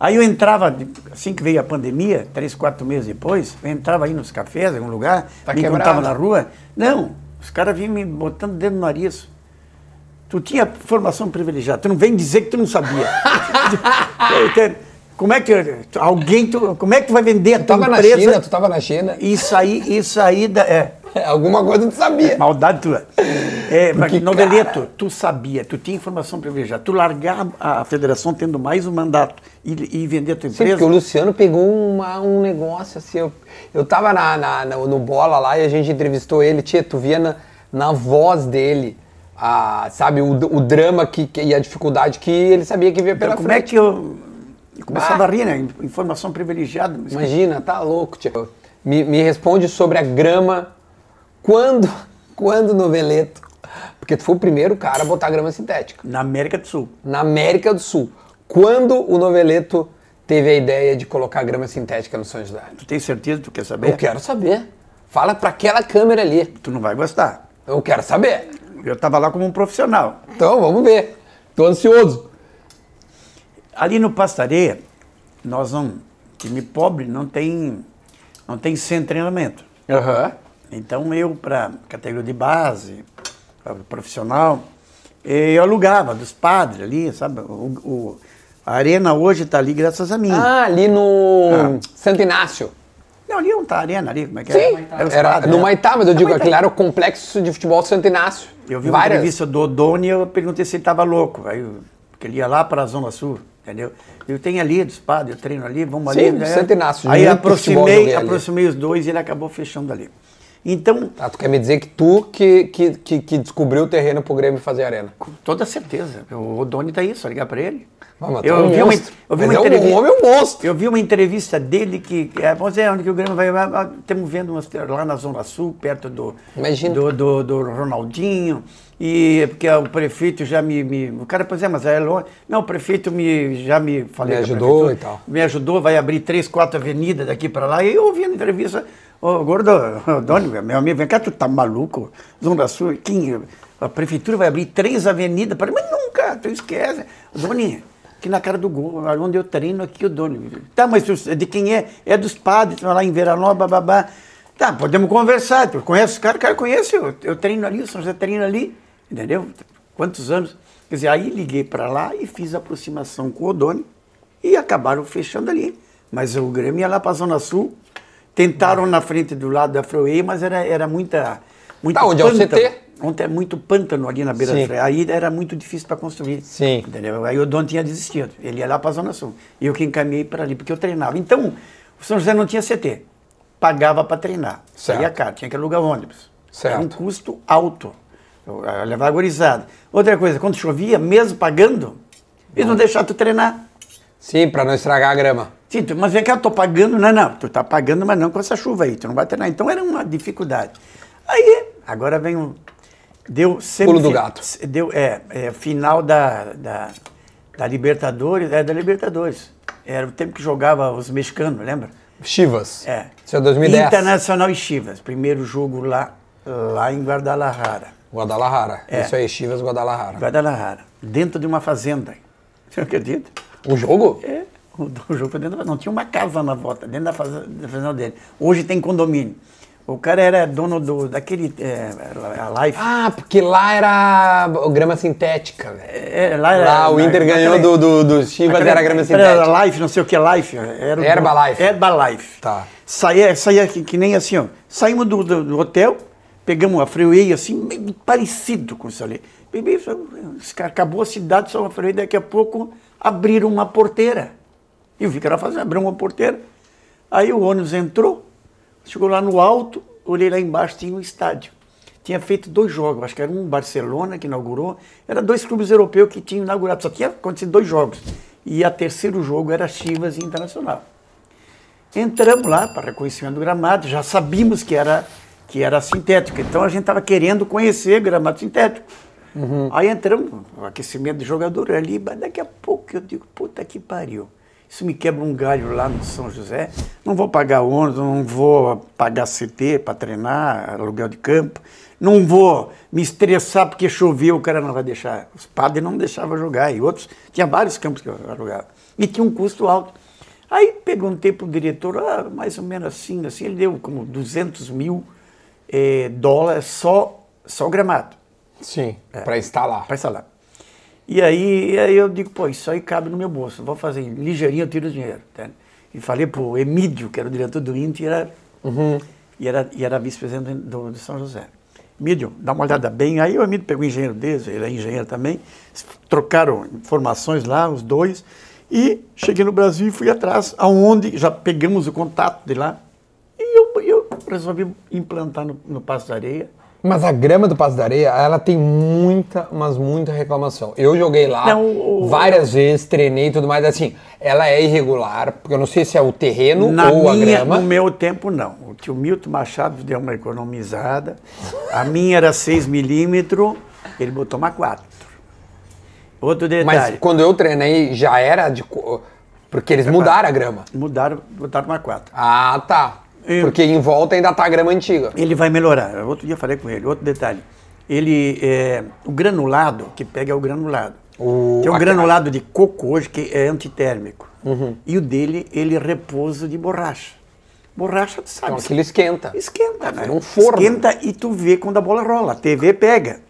[SPEAKER 1] Aí eu entrava, de- assim que veio a pandemia, três, quatro meses depois, eu entrava aí nos cafés, em algum lugar,
[SPEAKER 2] Tá
[SPEAKER 1] me
[SPEAKER 2] quebrado.
[SPEAKER 1] encontrava na rua. Não, os caras vinham me botando dentro do nariz. Tu tinha formação privilegiada, tu não vem dizer que tu não sabia. Tu- tu- tu- como é que tu- alguém tu, como é que tu vai vender a
[SPEAKER 2] Tu
[SPEAKER 1] tua
[SPEAKER 2] tava na
[SPEAKER 1] empresa?
[SPEAKER 2] China, tu tava na China.
[SPEAKER 1] Isso aí, isso aí da, é
[SPEAKER 2] Alguma coisa tu sabia.
[SPEAKER 1] maldade tua. É, mas
[SPEAKER 2] Porque,
[SPEAKER 1] noveleto, tu sabia, tu tinha informação privilegiada, tu largar a a federação tendo mais um mandato e, e vender a tua
[SPEAKER 2] Sim, porque o
[SPEAKER 1] empresa.
[SPEAKER 2] Luciano pegou uma- um negócio assim. Eu, eu tava na, na- na- no Bola lá e a gente entrevistou ele. Tia, tu via na, na voz dele, a, sabe, o, o drama que, que- e a dificuldade que ele sabia que via pela
[SPEAKER 1] Como é
[SPEAKER 2] frente.
[SPEAKER 1] que eu, eu começava a rir, né? Informação privilegiada. mas-
[SPEAKER 2] Imagina, tá louco, tia. Me, me responde sobre a grama. Quando, quando no Veleto Porque tu foi o primeiro cara a botar grama sintética.
[SPEAKER 1] na América do Sul.
[SPEAKER 2] Na América do Sul. Quando o Noveleto teve a ideia de colocar grama sintética no São José?
[SPEAKER 1] Tu tem certeza que tu quer saber?
[SPEAKER 2] Eu quero saber. Fala pra aquela câmera ali.
[SPEAKER 1] Tu não vai gostar.
[SPEAKER 2] Eu quero saber.
[SPEAKER 1] Eu estava lá como um profissional.
[SPEAKER 2] Então, vamos ver. Tô ansioso.
[SPEAKER 1] Ali no Pastareia, nós não, time pobre não tem, não tem sem treinamento.
[SPEAKER 2] Aham.
[SPEAKER 1] Então eu, para categoria de base, pra profissional, eh, eu alugava dos padres ali, sabe? O, o- a arena hoje está ali graças a mim.
[SPEAKER 2] Ah, ali no Santo Inácio.
[SPEAKER 1] Não, ali não tá a arena ali, como Ah. é que
[SPEAKER 2] Sim,
[SPEAKER 1] era? os
[SPEAKER 2] era
[SPEAKER 1] padres,
[SPEAKER 2] no
[SPEAKER 1] né?
[SPEAKER 2] Maitá, mas eu
[SPEAKER 1] É
[SPEAKER 2] digo,
[SPEAKER 1] Maitá.
[SPEAKER 2] aquele era o complexo de futebol Santo Inácio.
[SPEAKER 1] Eu vi uma entrevista do Odoni e eu perguntei se ele estava louco. Aí, eu- porque ele ia lá para a Zona Sul, entendeu? Eu tenho ali dos padres, eu treino ali, vamos
[SPEAKER 2] Sim,
[SPEAKER 1] ali. né?
[SPEAKER 2] Santo Inácio,
[SPEAKER 1] Aí
[SPEAKER 2] muito futebol joguei
[SPEAKER 1] aproximei,
[SPEAKER 2] ali.
[SPEAKER 1] aproximei os dois e ele acabou fechando ali. Então,
[SPEAKER 2] Ah, tu quer me dizer que tu que, que, que, que descobriu o terreno pro Grêmio fazer arena.
[SPEAKER 1] com toda certeza, o Odoni tá aí, só ligar para ele.
[SPEAKER 2] Ah, mas tu é
[SPEAKER 1] eu,
[SPEAKER 2] um
[SPEAKER 1] vi uma,
[SPEAKER 2] monstro.
[SPEAKER 1] eu vi uma
[SPEAKER 2] Mas é um
[SPEAKER 1] entrevista.
[SPEAKER 2] homem é um monstro.
[SPEAKER 1] Eu vi uma entrevista dele que. É, pois é, onde que o Grêmio vai. vai- vai- Estamos vendo umas- lá na Zona Sul, perto do,
[SPEAKER 2] Imagina.
[SPEAKER 1] do, do, do Ronaldinho. E é porque o prefeito já me, me- O cara, pois é, mas é longe. Não, o prefeito me, já me falei.
[SPEAKER 2] Me
[SPEAKER 1] com a
[SPEAKER 2] ajudou
[SPEAKER 1] prefeitura,
[SPEAKER 2] e tal.
[SPEAKER 1] Me ajudou, vai abrir três, quatro avenidas daqui pra lá. E eu ouvi a entrevista. Ô, gordo, ô, Doni, meu amigo, vem cá, tu tá maluco? Zona Sul, quem, é? a prefeitura vai abrir três avenidas para mas nunca, tu esquece. Doni, que na cara do gol, onde eu treino aqui, o Doni. Tá, mas os- de quem é? É dos padres, tá lá em Veranova, babá. Tá, podemos conversar, tu conhece os caras, cara, conhece, eu, eu treino ali, o São José treina ali, entendeu? Quantos anos? Quer dizer, aí liguei para lá e fiz aproximação com o Doni e acabaram fechando ali. Mas o Grêmio ia lá para a Zona Sul, tentaram na frente do lado da Freeway, mas era, era muita. Muito
[SPEAKER 2] Tá, onde é o
[SPEAKER 1] pântano.
[SPEAKER 2] CT?
[SPEAKER 1] Ontem é muito pântano ali na beira
[SPEAKER 2] Sim.
[SPEAKER 1] da Freeway. Aí era muito difícil para construir.
[SPEAKER 2] Sim.
[SPEAKER 1] Entendeu? Aí o dono tinha desistido. Ele ia lá para a Zona Sul. E eu que encaminhei para ali, porque eu treinava. Então, o São José não tinha CT. Pagava para treinar.
[SPEAKER 2] Certo.
[SPEAKER 1] Seria caro, tinha que alugar ônibus.
[SPEAKER 2] Certo.
[SPEAKER 1] Era um custo alto. Eu- eu Levar agorizado. Outra coisa, quando chovia, mesmo pagando, eles não deixavam tu treinar.
[SPEAKER 2] Sim, pra não estragar a grama.
[SPEAKER 1] Sim, tu- mas vem cá, eu tô pagando. Não, não, tu tá pagando, mas não com essa chuva aí, tu não vai treinar. Então era uma dificuldade. Aí, agora vem um. Deu sempre.
[SPEAKER 2] Pulo do gato.
[SPEAKER 1] Deu, é, é, final da, da, da Libertadores. É, da Libertadores. Era o tempo que jogava os mexicanos, lembra?
[SPEAKER 2] Chivas.
[SPEAKER 1] É.
[SPEAKER 2] Isso é 2010.
[SPEAKER 1] Internacional e Chivas. Primeiro jogo lá, lá em Guadalajara.
[SPEAKER 2] Guadalajara.
[SPEAKER 1] É.
[SPEAKER 2] Isso aí, Chivas Guadalajara.
[SPEAKER 1] Guadalajara. Dentro de uma fazenda. Você não acredita?
[SPEAKER 2] O jogo?
[SPEAKER 1] É, o, o jogo foi dentro da, Não tinha uma casa na volta, dentro da fazenda, da fazenda dele. Hoje tem condomínio. O cara era dono do, daquele. É, a Life.
[SPEAKER 2] Ah, porque lá era grama sintética, velho.
[SPEAKER 1] É, é, lá, era-
[SPEAKER 2] Lá o
[SPEAKER 1] na-
[SPEAKER 2] Inter ganhou
[SPEAKER 1] naquela-
[SPEAKER 2] do, do, do Chivas,
[SPEAKER 1] naquela-
[SPEAKER 2] era grama sintética.
[SPEAKER 1] Era Life, não sei o que, Life. Era o-
[SPEAKER 2] Herbalife.
[SPEAKER 1] Herbalife.
[SPEAKER 2] Tá.
[SPEAKER 1] Saía, saía que, que nem assim, ó. Saímos do, do- do hotel, pegamos a freeway assim, meio parecido com isso ali. Bebê, só- os caras- acabou a cidade, só uma freeway, daqui a pouco abriram uma porteira. E eu vi que era fazendo, abriu uma porteira. Aí o ônibus entrou, chegou lá no alto, olhei lá embaixo, tinha um estádio. Tinha feito dois jogos, acho que era um Barcelona que inaugurou, era dois clubes europeus que tinham inaugurado, só tinha acontecido dois jogos. E a terceiro jogo era Chivas e Internacional. Entramos lá para reconhecimento do gramado, já sabíamos que era, que era sintético, então a gente estava querendo conhecer gramado sintético. Aí entramos, o aquecimento do jogador é ali, mas daqui a pouco eu digo, puta que pariu. Isso me quebra um galho lá no São José. Não vou pagar ônibus, não vou pagar CT para treinar, aluguel de campo. Não vou me estressar porque choveu, o cara não vai deixar. Os padres não deixavam jogar, e outros. Tinha vários campos que eu alugava. E tinha um custo alto. Aí perguntei para o diretor, ah, mais ou menos assim, assim, ele deu como 200 mil eh, dólares só, só gramado
[SPEAKER 2] Sim, É. pra instalar.
[SPEAKER 1] para instalar. E aí, aí eu digo, pô, isso aí cabe no meu bolso, vou fazer ligeirinho, eu tiro o dinheiro. entende? E falei pro Emílio, que era o diretor do INTE, e era, e era, e era vice-presidente do, do São José. Emílio, dá uma olhada bem. Aí o Emílio pegou o engenheiro deles, ele é engenheiro também, s- trocaram informações lá, os dois, e cheguei no Brasil e fui atrás, aonde já pegamos o contato de lá, e eu, eu resolvi implantar no, no Passo da Areia.
[SPEAKER 2] Mas a grama do Passo da Areia, ela tem muita, mas muita reclamação. Eu joguei lá
[SPEAKER 1] Não, o-
[SPEAKER 2] várias vezes, treinei e tudo mais. Assim, ela é irregular, porque eu não sei se é o terreno
[SPEAKER 1] Na
[SPEAKER 2] ou a
[SPEAKER 1] minha,
[SPEAKER 2] grama.
[SPEAKER 1] no meu tempo, não. O tio Milton Machado deu uma economizada. A minha era 6 milímetros, Ele botou uma quatro. Outro detalhe.
[SPEAKER 2] Mas quando eu treinei já era de. co- Porque eles mudaram a grama.
[SPEAKER 1] Mudaram, botaram uma quatro.
[SPEAKER 2] Ah, tá.
[SPEAKER 1] Eu-
[SPEAKER 2] Porque em volta ainda tá a grama antiga.
[SPEAKER 1] Ele vai melhorar. Outro dia eu falei com ele. Outro detalhe. Ele, é, o granulado, que pega é o granulado.
[SPEAKER 2] O-
[SPEAKER 1] Tem um
[SPEAKER 2] a-
[SPEAKER 1] granulado de coco hoje que é antitérmico.
[SPEAKER 2] Uhum.
[SPEAKER 1] E o dele, ele é repouso de borracha. Borracha, tu sabe.
[SPEAKER 2] Então aquilo esquenta.
[SPEAKER 1] Esquenta, né?
[SPEAKER 2] vira um forno.
[SPEAKER 1] Esquenta e tu vê quando a bola rola. A TV pega.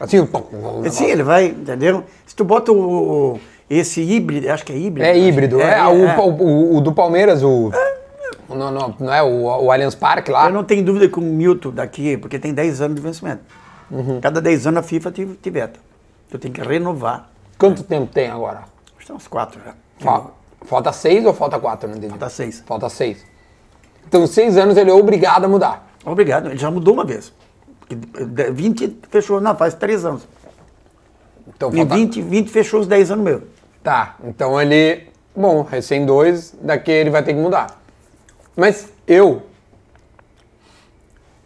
[SPEAKER 2] Assim, pum, pum, pum.
[SPEAKER 1] Assim, ele vai, entendeu? Se tu bota o, o- esse híbrido, acho que é híbrido.
[SPEAKER 2] É híbrido. É,
[SPEAKER 1] é,
[SPEAKER 2] o,
[SPEAKER 1] é.
[SPEAKER 2] pa- o- o do Palmeiras, o. Não, não, não é o, o Allianz Parque lá.
[SPEAKER 1] Eu não tenho dúvida que o Milton daqui, porque tem 10 anos de vencimento.
[SPEAKER 2] Uhum.
[SPEAKER 1] Cada 10 anos a FIFA te, te veta. Tu tem que renovar.
[SPEAKER 2] Quanto tempo tem agora?
[SPEAKER 1] Estão uns 4 já.
[SPEAKER 2] Fa- Falta seis ou falta quatro? Não entendi.
[SPEAKER 1] Tá 6.
[SPEAKER 2] Falta seis. Então, seis anos ele é obrigado a mudar.
[SPEAKER 1] Obrigado. Ele já mudou uma vez. Porque de- 20 fechou, não, faz 3 anos.
[SPEAKER 2] Tá Então,
[SPEAKER 1] Em
[SPEAKER 2] falta...
[SPEAKER 1] 20, 20 fechou os 10 anos meu.
[SPEAKER 2] Tá, então ele. Bom, recém dois, daqui ele vai ter que mudar. Mas eu.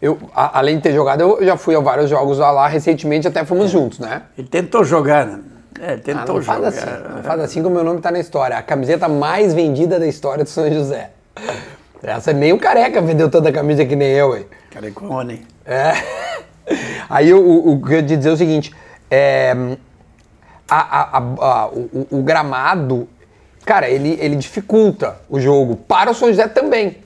[SPEAKER 2] Eu, a- além de ter jogado, eu já fui a vários jogos lá, lá recentemente, até fomos juntos, né?
[SPEAKER 1] Ele tentou jogar, né? É, ele tentou
[SPEAKER 2] Ah, não faz
[SPEAKER 1] jogar.
[SPEAKER 2] assim, não faz assim que o meu nome tá na história. A camiseta mais vendida da história do São José. Essa nem o careca vendeu tanta camisa que nem eu, hein?
[SPEAKER 1] Carecone.
[SPEAKER 2] É. Aí o- o, o que eu ia te dizer é o seguinte: é, a- a- a- a- o, o- o gramado, cara, ele, ele dificulta o jogo para o São José também.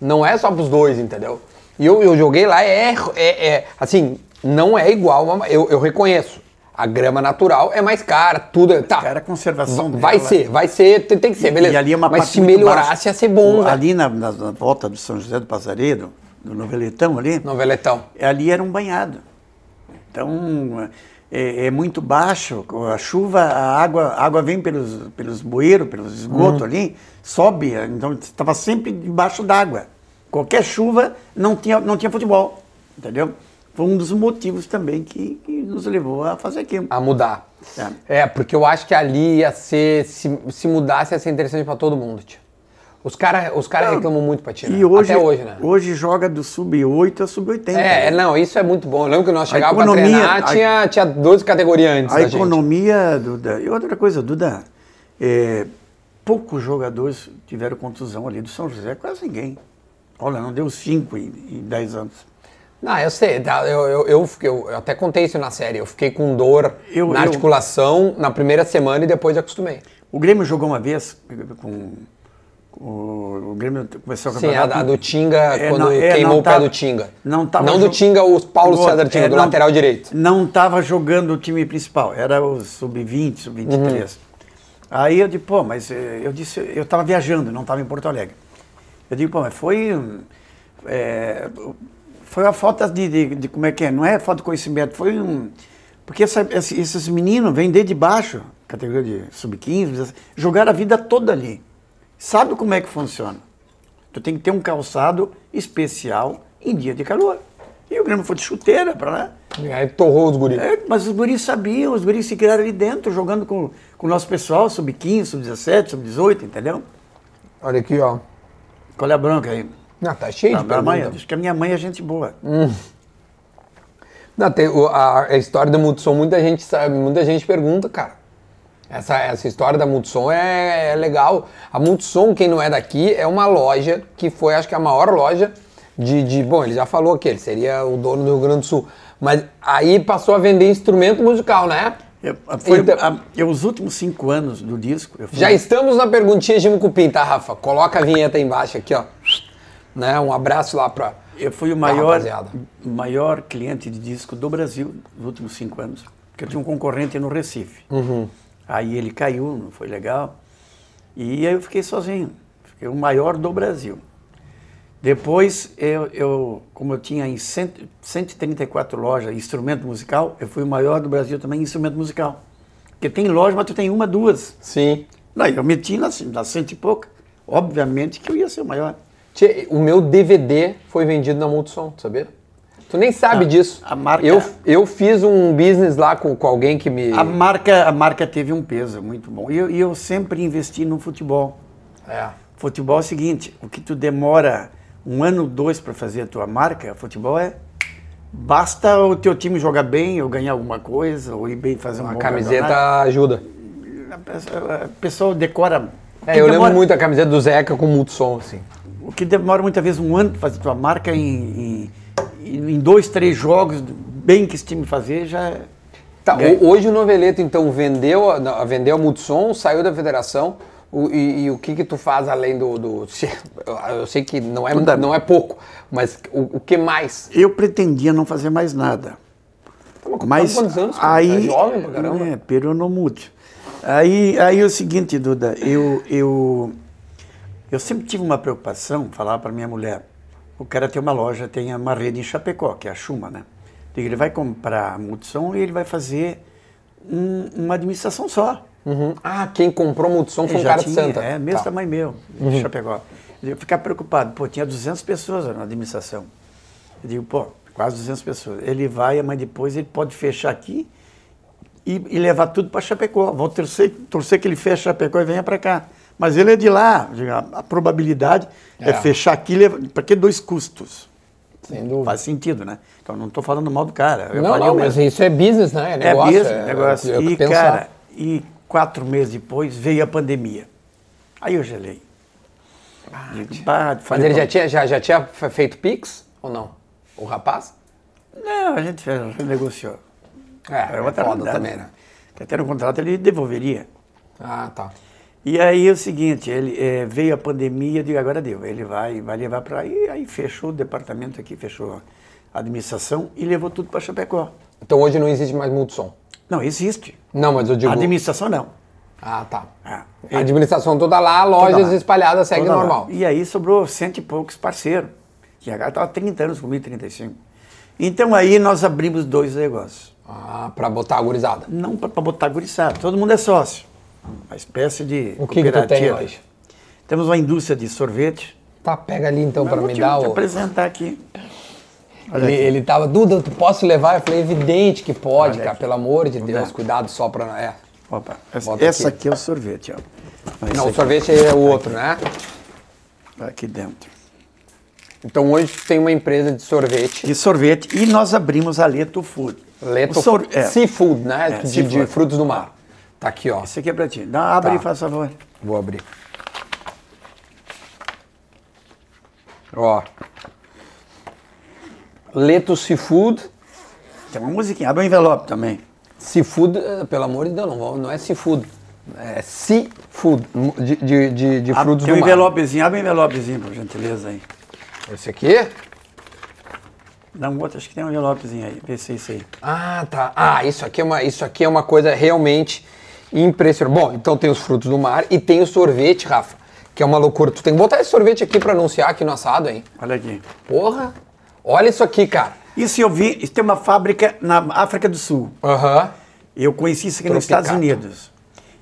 [SPEAKER 2] Não é só pros dois, entendeu? E eu, eu joguei lá, é, é, é- assim, não é igual, uma- eu, eu reconheço. A grama natural é mais cara, tudo é. Tá.
[SPEAKER 1] Cara, a conservação
[SPEAKER 2] Vai
[SPEAKER 1] dela-
[SPEAKER 2] ser, vai ser, tem, tem que ser, beleza.
[SPEAKER 1] E ali é uma
[SPEAKER 2] Mas
[SPEAKER 1] parte
[SPEAKER 2] se
[SPEAKER 1] muito
[SPEAKER 2] melhorasse
[SPEAKER 1] baixa.
[SPEAKER 2] ia ser bom, né?
[SPEAKER 1] O-
[SPEAKER 2] velho.
[SPEAKER 1] Ali na, na- na volta do São José do Passaredo, do Noveletão ali,
[SPEAKER 2] Noveletão.
[SPEAKER 1] ali era um banhado. Então, é, é muito baixo, a chuva, a água, a água vem pelos, pelos bueiros, pelos esgotos
[SPEAKER 2] Uhum.
[SPEAKER 1] ali, sobe, então estava sempre debaixo d'água. Qualquer chuva não tinha, não tinha futebol, entendeu? Foi um dos motivos também que, que nos levou a fazer aquilo.
[SPEAKER 2] a mudar.
[SPEAKER 1] Tá.
[SPEAKER 2] É, porque eu acho que ali ia ser, se, se mudasse, ia ser interessante pra todo mundo, tio. Os caras os cara reclamam muito pra ti, né?
[SPEAKER 1] E hoje,
[SPEAKER 2] Até hoje, né?
[SPEAKER 1] hoje joga do sub-8 a sub-80.
[SPEAKER 2] É, é, não, isso é muito bom. Eu lembro que nós chegávamos pra
[SPEAKER 1] economia-
[SPEAKER 2] treinar,
[SPEAKER 1] a-
[SPEAKER 2] tinha, tinha 12 categorias antes
[SPEAKER 1] A
[SPEAKER 2] da gente.
[SPEAKER 1] economia, Duda. E outra coisa, Duda, é, poucos jogadores tiveram contusão ali do São José, quase ninguém. Olha, não deu cinco em, em dez anos.
[SPEAKER 2] Não, eu sei, tá, eu, eu, eu, fiquei- eu- eu até contei isso na série. Eu fiquei com dor
[SPEAKER 1] Eu-
[SPEAKER 2] na
[SPEAKER 1] eu-
[SPEAKER 2] articulação na primeira semana e depois acostumei.
[SPEAKER 1] O Grêmio jogou uma vez com. com o, o Grêmio começou a
[SPEAKER 2] Sim, a, a do Tinga,
[SPEAKER 1] É,
[SPEAKER 2] quando
[SPEAKER 1] não- é,
[SPEAKER 2] queimou
[SPEAKER 1] não
[SPEAKER 2] o pé
[SPEAKER 1] tava-
[SPEAKER 2] do Tinga.
[SPEAKER 1] Não, tava
[SPEAKER 2] do
[SPEAKER 1] jo-
[SPEAKER 2] Tinga, o Paulo
[SPEAKER 1] outro,
[SPEAKER 2] César Tinga,
[SPEAKER 1] é,
[SPEAKER 2] do
[SPEAKER 1] não-
[SPEAKER 2] lateral direito.
[SPEAKER 1] Não estava jogando o time principal, era o sub-20, sub-23. Aí eu digo, pô, mas eh, eu disse, eu estava viajando, não estava em Porto Alegre. Eu digo, pô, mas foi. hum, é, foi uma falta de, de- de- Como é que é? Não é falta de conhecimento, foi um. Porque essa- esse- esses meninos vêm desde baixo, categoria de sub-15, jogaram a vida toda ali. Sabe como é que funciona? Tu tem que ter um calçado especial em dia de calor. E o Grêmio foi de chuteira para lá.
[SPEAKER 2] E aí torrou os guris.
[SPEAKER 1] É, mas os guris sabiam, os guris se criaram ali dentro, jogando com, com o nosso pessoal, sub-15, sub-17, sub-18, entendeu?
[SPEAKER 2] Olha aqui, ó.
[SPEAKER 1] Qual é a bronca aí?
[SPEAKER 2] Não, tá cheio
[SPEAKER 1] A
[SPEAKER 2] de
[SPEAKER 1] minha mãe,
[SPEAKER 2] perguntas.
[SPEAKER 1] acho que a minha mãe é gente boa.
[SPEAKER 2] Não, tem, o- a, a história da Multissom, muita gente sabe, muita gente pergunta, cara. Essa, essa história da Multissom é, é legal. A Multissom, quem não é daqui, é uma loja que foi, acho que a maior loja de, de- Bom, ele já falou que ele seria o dono do Rio Grande do Sul. Mas aí passou a vender instrumento musical, né?
[SPEAKER 1] Eu, foi,
[SPEAKER 2] Então-
[SPEAKER 1] a- eu, os últimos cinco anos do disco, eu fui- um
[SPEAKER 2] Já estamos na perguntinha de Mucupim, tá, Rafa? Coloca a vinheta aí embaixo aqui, ó. Né? Um abraço lá pra.
[SPEAKER 1] eu fui o
[SPEAKER 2] pra
[SPEAKER 1] maior,
[SPEAKER 2] rapaziada.
[SPEAKER 1] maior cliente de disco do Brasil nos últimos cinco anos. Porque eu tinha um concorrente no Recife. Aí ele caiu, não foi legal. E aí eu fiquei sozinho. Fiquei o maior do Brasil. Depois, eu, eu- como eu tinha em cento- 134 lojas instrumento musical, eu fui o maior do Brasil também em instrumento musical. Porque tem loja, mas tu tem uma, duas.
[SPEAKER 2] Sim.
[SPEAKER 1] Não, eu meti nas, nas cento e pouca. Obviamente que eu ia ser o maior.
[SPEAKER 2] Tchê, o meu DVD foi vendido na Multissom, tu sabia? Tu nem sabe disso.
[SPEAKER 1] Ah, a marca-
[SPEAKER 2] Eu, eu fiz um business lá com, com alguém que me. É,
[SPEAKER 1] A marca, a marca teve um peso muito bom. E eu, e eu sempre investi no futebol.
[SPEAKER 2] É.
[SPEAKER 1] Futebol é o seguinte, o que tu demora um ano, dois para fazer a tua marca, futebol é Basta o teu time jogar bem, ou ganhar alguma coisa, ou ir bem fazer um uma
[SPEAKER 2] A camiseta ajuda.
[SPEAKER 1] O pessoal decora. o
[SPEAKER 2] É,
[SPEAKER 1] que
[SPEAKER 2] eu lembro
[SPEAKER 1] demora-
[SPEAKER 2] muito a camiseta do Zeca com multissom, assim.
[SPEAKER 1] O que demora muitas vezes um ano para fazer tua marca, em, em, em dois, três jogos, bem que esse time fazer, já é-
[SPEAKER 2] Tá,
[SPEAKER 1] Ganha.
[SPEAKER 2] ho- hoje o Noveleto, então, vendeu a, não, vendeu a Multissom, saiu da federação. o- e, e o que que tu faz além do... do- se- eu sei que não é, não é pouco, mas o, o que mais?
[SPEAKER 1] Eu pretendia não fazer mais nada.
[SPEAKER 2] com
[SPEAKER 1] Mas
[SPEAKER 2] quantos anos, cara?
[SPEAKER 1] aí
[SPEAKER 2] Tá jovem pra caramba.
[SPEAKER 1] É, pero não muito. Aí, aí é o seguinte, Duda, eu eu eu sempre tive uma preocupação, falava para minha mulher, o cara tem uma loja, tem uma rede em Chapecó, que é a Chuma, né? Digo, Ele vai comprar a multissom e ele vai fazer um- uma administração só.
[SPEAKER 2] Uhum. Ah, quem comprou Multissom foi um
[SPEAKER 1] Já
[SPEAKER 2] cara de
[SPEAKER 1] tinha,
[SPEAKER 2] Santa.
[SPEAKER 1] É, mesmo
[SPEAKER 2] Tá.
[SPEAKER 1] tamanho meu, de Chapecó. Eu ficava preocupado, pô, tinha 200 pessoas na administração. Eu digo, pô, quase 200 pessoas. Ele vai, mas depois ele pode fechar aqui e, e levar tudo para Chapecó. Vou torcer, torcer que ele feche Chapecó e venha para cá. Mas ele é de lá, Eu digo, a, a probabilidade é,
[SPEAKER 2] É.
[SPEAKER 1] fechar aqui, para que dois custos?
[SPEAKER 2] Sem dúvida.
[SPEAKER 1] Faz sentido, né? Então não estou falando mal do cara. Eu
[SPEAKER 2] Não,
[SPEAKER 1] faria
[SPEAKER 2] não,
[SPEAKER 1] o
[SPEAKER 2] mas
[SPEAKER 1] mesmo.
[SPEAKER 2] isso é business, né? É
[SPEAKER 1] É
[SPEAKER 2] negócio.
[SPEAKER 1] mesmo,
[SPEAKER 2] é-
[SPEAKER 1] negócio.
[SPEAKER 2] é o que
[SPEAKER 1] e,
[SPEAKER 2] pensar.
[SPEAKER 1] cara, e quatro meses depois veio a pandemia. Aí eu gelei. Digo, "Bah",
[SPEAKER 2] Mas
[SPEAKER 1] falei
[SPEAKER 2] ele
[SPEAKER 1] pra-
[SPEAKER 2] já tinha, já, já tinha fe- feito Pix ou não? O rapaz?
[SPEAKER 1] Não, a gente negociou.
[SPEAKER 2] É,
[SPEAKER 1] Era outra
[SPEAKER 2] foda
[SPEAKER 1] rodada.
[SPEAKER 2] também, né?
[SPEAKER 1] Porque Até no contrato ele devolveria.
[SPEAKER 2] Ah, tá.
[SPEAKER 1] E aí é o seguinte, ele eh, veio a pandemia, eu digo, agora deu. Ele vai, vai levar para aí, aí fechou o departamento aqui, fechou a administração e levou tudo para Chapecó.
[SPEAKER 2] Então hoje não existe mais multissom.
[SPEAKER 1] Não, existe.
[SPEAKER 2] Não, mas eu digo...
[SPEAKER 1] A administração não.
[SPEAKER 2] Ah, tá.
[SPEAKER 1] Ah,
[SPEAKER 2] A administração toda lá, lojas
[SPEAKER 1] lá.
[SPEAKER 2] espalhadas, segue
[SPEAKER 1] Toda lá.
[SPEAKER 2] normal.
[SPEAKER 1] E aí sobrou cento e poucos parceiros. E agora estava 30 anos comigo, 35. Então aí nós abrimos dois negócios.
[SPEAKER 2] Ah, pra botar a gurizada.
[SPEAKER 1] Não para botar guriçada, todo mundo é sócio. Uma espécie de
[SPEAKER 2] O que que tu
[SPEAKER 1] cooperativa.
[SPEAKER 2] tem hoje?
[SPEAKER 1] Temos uma indústria de sorvete.
[SPEAKER 2] Tá, pega ali então
[SPEAKER 1] Eu
[SPEAKER 2] pra
[SPEAKER 1] vou
[SPEAKER 2] me
[SPEAKER 1] te-
[SPEAKER 2] dar
[SPEAKER 1] te
[SPEAKER 2] o...
[SPEAKER 1] apresentar aqui. Olha
[SPEAKER 2] Ele,
[SPEAKER 1] aqui.
[SPEAKER 2] ele tava, Duda, tu posso levar? Eu falei, evidente que pode,
[SPEAKER 1] Olha
[SPEAKER 2] cara,
[SPEAKER 1] aqui.
[SPEAKER 2] pelo amor de Deus,
[SPEAKER 1] dá.
[SPEAKER 2] cuidado só pra... É.
[SPEAKER 1] Opa, essa,
[SPEAKER 2] Bota
[SPEAKER 1] essa
[SPEAKER 2] aqui.
[SPEAKER 1] aqui. é o sorvete, ó. Esse
[SPEAKER 2] Não, o
[SPEAKER 1] aqui, tá
[SPEAKER 2] sorvete é o outro, né?
[SPEAKER 1] aqui dentro.
[SPEAKER 2] Então hoje tu tem uma empresa de sorvete,
[SPEAKER 1] De sorvete. E nós abrimos a Leto Food.
[SPEAKER 2] Leto
[SPEAKER 1] O sor- é.
[SPEAKER 2] Seafood, né?
[SPEAKER 1] É,
[SPEAKER 2] de, de
[SPEAKER 1] seafood.
[SPEAKER 2] frutos do mar. Tá aqui, ó.
[SPEAKER 1] Esse aqui é pra ti. Dá, abre
[SPEAKER 2] Tá.
[SPEAKER 1] e faz favor.
[SPEAKER 2] Vou abrir. Ó. Leto Seafood.
[SPEAKER 1] Tem uma musiquinha. Abre o envelope também.
[SPEAKER 2] Seafood, eh, pelo amor de Deus, não, vou- não é seafood. É seafood, mu- de, de, de, de
[SPEAKER 1] Abre-
[SPEAKER 2] frutos
[SPEAKER 1] Tem um
[SPEAKER 2] do mar.
[SPEAKER 1] envelopezinho, abre um envelopezinho, por gentileza aí.
[SPEAKER 2] Esse aqui?
[SPEAKER 1] Dá um outro, acho que tem um envelopezinho aí. Vê se é isso aí.
[SPEAKER 2] Ah, tá. Ah, isso aqui, é uma, isso aqui é uma coisa realmente impressionante. Bom, então tem os frutos do mar e tem o sorvete, Rafa, que é uma loucura. Tu tem que botar esse sorvete aqui pra anunciar aqui no assado, hein?
[SPEAKER 1] Olha aqui.
[SPEAKER 2] Porra! Olha isso aqui, cara.
[SPEAKER 1] Isso eu vi, isso tem uma fábrica na África do Sul.
[SPEAKER 2] Aham.
[SPEAKER 1] Eu conheci isso aqui nos
[SPEAKER 2] Tropicato.
[SPEAKER 1] Estados Unidos.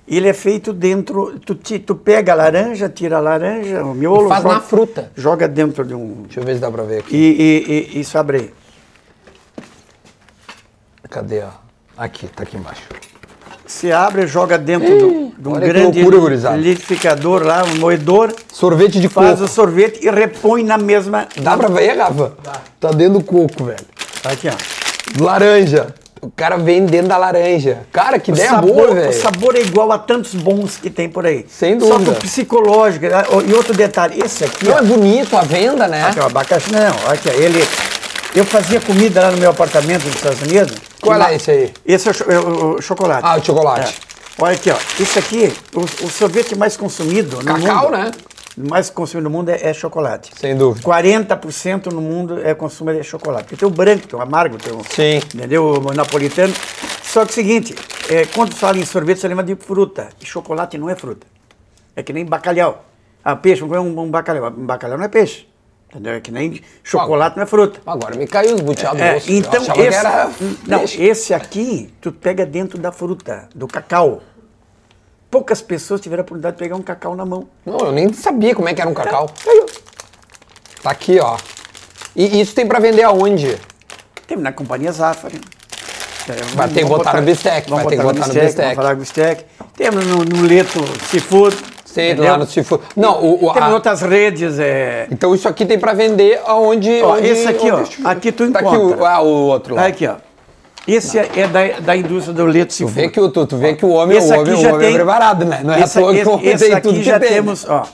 [SPEAKER 1] Ele é feito dentro, tu, ti- tu pega a laranja, tira a laranja, o miolo...
[SPEAKER 2] E faz na fruta.
[SPEAKER 1] Joga dentro de um...
[SPEAKER 2] Deixa eu ver se dá pra ver aqui.
[SPEAKER 1] E, e, e isso abre aí.
[SPEAKER 2] Cadê, ó? Aqui, tá aqui embaixo.
[SPEAKER 1] Se abre, joga dentro do, de um
[SPEAKER 2] olha que
[SPEAKER 1] grande
[SPEAKER 2] loucura, gurizada.
[SPEAKER 1] liquidificador lá, um moedor,
[SPEAKER 2] Sorvete de
[SPEAKER 1] faz
[SPEAKER 2] coco.
[SPEAKER 1] o sorvete e repõe na mesma...
[SPEAKER 2] Dá pra ver, Rafa? Dá. Tá dentro do coco, velho.
[SPEAKER 1] Tá Aqui, ó.
[SPEAKER 2] Laranja. O cara vem dentro da laranja. Cara, que
[SPEAKER 1] O
[SPEAKER 2] ideia
[SPEAKER 1] sabor,
[SPEAKER 2] boa,
[SPEAKER 1] o
[SPEAKER 2] velho.
[SPEAKER 1] sabor é igual a tantos bons que tem por aí.
[SPEAKER 2] Sem
[SPEAKER 1] Só
[SPEAKER 2] dúvida.
[SPEAKER 1] que o psicológico. né? Ó, E outro detalhe, esse aqui,
[SPEAKER 2] Não
[SPEAKER 1] ó,
[SPEAKER 2] é bonito a venda, né?
[SPEAKER 1] aqui, ó, abacaxi. Não, aqui, ó, ele. Eu fazia comida lá no meu apartamento nos Estados Unidos.
[SPEAKER 2] Qual
[SPEAKER 1] E lá-
[SPEAKER 2] é esse aí?
[SPEAKER 1] Esse é o, cho- é o- o chocolate.
[SPEAKER 2] Ah, o chocolate.
[SPEAKER 1] É. Olha aqui, ó. Isso aqui, o, o sorvete mais consumido no mundo.
[SPEAKER 2] Cacau, né?
[SPEAKER 1] Mais consumido no mundo é, é chocolate.
[SPEAKER 2] Sem dúvida.
[SPEAKER 1] 40% no mundo é consumo de chocolate. Porque tem o branco, tem o amargo, tem o.
[SPEAKER 2] Sim.
[SPEAKER 1] Entendeu? O napolitano. Só que é o seguinte, é, quando fala em sorvete, você lembra de fruta. E chocolate não é fruta. É que nem bacalhau. Ah, peixe, vamos comer um, um bacalhau. Um bacalhau não é peixe. Entendeu? É que nem chocolate não é fruta.
[SPEAKER 2] Agora me caiu os buteados
[SPEAKER 1] É,
[SPEAKER 2] doces. Eu
[SPEAKER 1] então,
[SPEAKER 2] achava que
[SPEAKER 1] esse,
[SPEAKER 2] era-
[SPEAKER 1] não, esse aqui, tu pega dentro da fruta, do cacau. Poucas pessoas tiveram a oportunidade de pegar um cacau na mão.
[SPEAKER 2] Não, eu nem sabia como é que era um cacau.
[SPEAKER 1] Caiu.
[SPEAKER 2] Tá aqui, ó. E isso tem pra vender aonde?
[SPEAKER 1] Tem na Companhia Zafari. é um
[SPEAKER 2] Vai ter que botar no bistec, vai ter que botar no bistec.
[SPEAKER 1] Vamos falar com o bistec. Temos no, no Leto Seafood.
[SPEAKER 2] Sei
[SPEAKER 1] Entendeu?
[SPEAKER 2] lá no Cifu. Não, o, o-
[SPEAKER 1] Tem
[SPEAKER 2] a-
[SPEAKER 1] outras redes, é...
[SPEAKER 2] Então isso aqui tem pra vender aonde.
[SPEAKER 1] Ó,
[SPEAKER 2] onde-
[SPEAKER 1] esse aqui, ó.
[SPEAKER 2] onde-
[SPEAKER 1] Aqui tu
[SPEAKER 2] Tá aqui o,
[SPEAKER 1] encontra. Tá
[SPEAKER 2] ah, o outro lá.
[SPEAKER 1] Aqui, ó. Esse é, é da, da indústria do leite
[SPEAKER 2] Tu
[SPEAKER 1] seafood.
[SPEAKER 2] vê que o, tu, tu vê que o homem,
[SPEAKER 1] Esse aqui
[SPEAKER 2] o homem, o
[SPEAKER 1] já
[SPEAKER 2] homem é
[SPEAKER 1] tem-
[SPEAKER 2] preparado, né? Não é
[SPEAKER 1] esse,
[SPEAKER 2] à toa que
[SPEAKER 1] esse-
[SPEAKER 2] o homem
[SPEAKER 1] esse
[SPEAKER 2] tem
[SPEAKER 1] aqui
[SPEAKER 2] tudo que
[SPEAKER 1] já
[SPEAKER 2] tem.
[SPEAKER 1] temos, ó.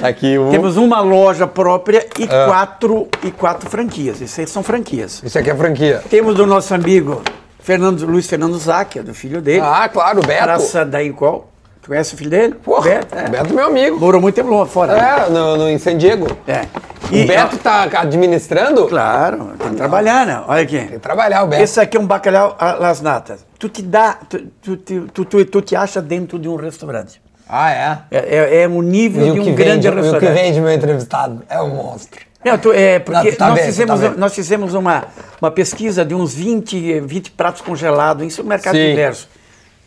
[SPEAKER 2] Tá aqui um.
[SPEAKER 1] Temos uma loja própria e,
[SPEAKER 2] Ah.
[SPEAKER 1] quatro, e quatro franquias. Isso aí são franquias.
[SPEAKER 2] Isso aqui é franquia.
[SPEAKER 1] Temos o nosso amigo Fernando, Luiz Fernando Zac, é do filho dele.
[SPEAKER 2] Ah, claro, Beto.
[SPEAKER 1] Praça da Incol. Tu conhece o filho dele?
[SPEAKER 2] Porra,
[SPEAKER 1] Beto, é.
[SPEAKER 2] Beto é meu amigo.
[SPEAKER 1] Morou muito tempo lá fora. né?
[SPEAKER 2] É, no, no- em San Diego.
[SPEAKER 1] É.
[SPEAKER 2] o Beto
[SPEAKER 1] ó,
[SPEAKER 2] tá administrando?
[SPEAKER 1] claro, tem que trabalhar, né? Olha aqui.
[SPEAKER 2] Tem que trabalhar, o Beto.
[SPEAKER 1] Esse aqui é um bacalhau a- las natas. Tu te dá, tu, tu, tu, tu, tu- tu te acha dentro de um restaurante.
[SPEAKER 2] Ah, é?
[SPEAKER 1] É, é, é um nível
[SPEAKER 2] E
[SPEAKER 1] de
[SPEAKER 2] o
[SPEAKER 1] um
[SPEAKER 2] que,
[SPEAKER 1] grande
[SPEAKER 2] vende, e o que
[SPEAKER 1] restaurante.
[SPEAKER 2] vende meu entrevistado? É um monstro.
[SPEAKER 1] Não, tu- é, porque
[SPEAKER 2] Não, tá
[SPEAKER 1] nós,
[SPEAKER 2] bem,
[SPEAKER 1] fizemos, um,
[SPEAKER 2] tá bem.
[SPEAKER 1] nós fizemos uma, uma pesquisa de uns 20, eh, 20 pratos congelados em supermercados
[SPEAKER 2] Sim.
[SPEAKER 1] diversos.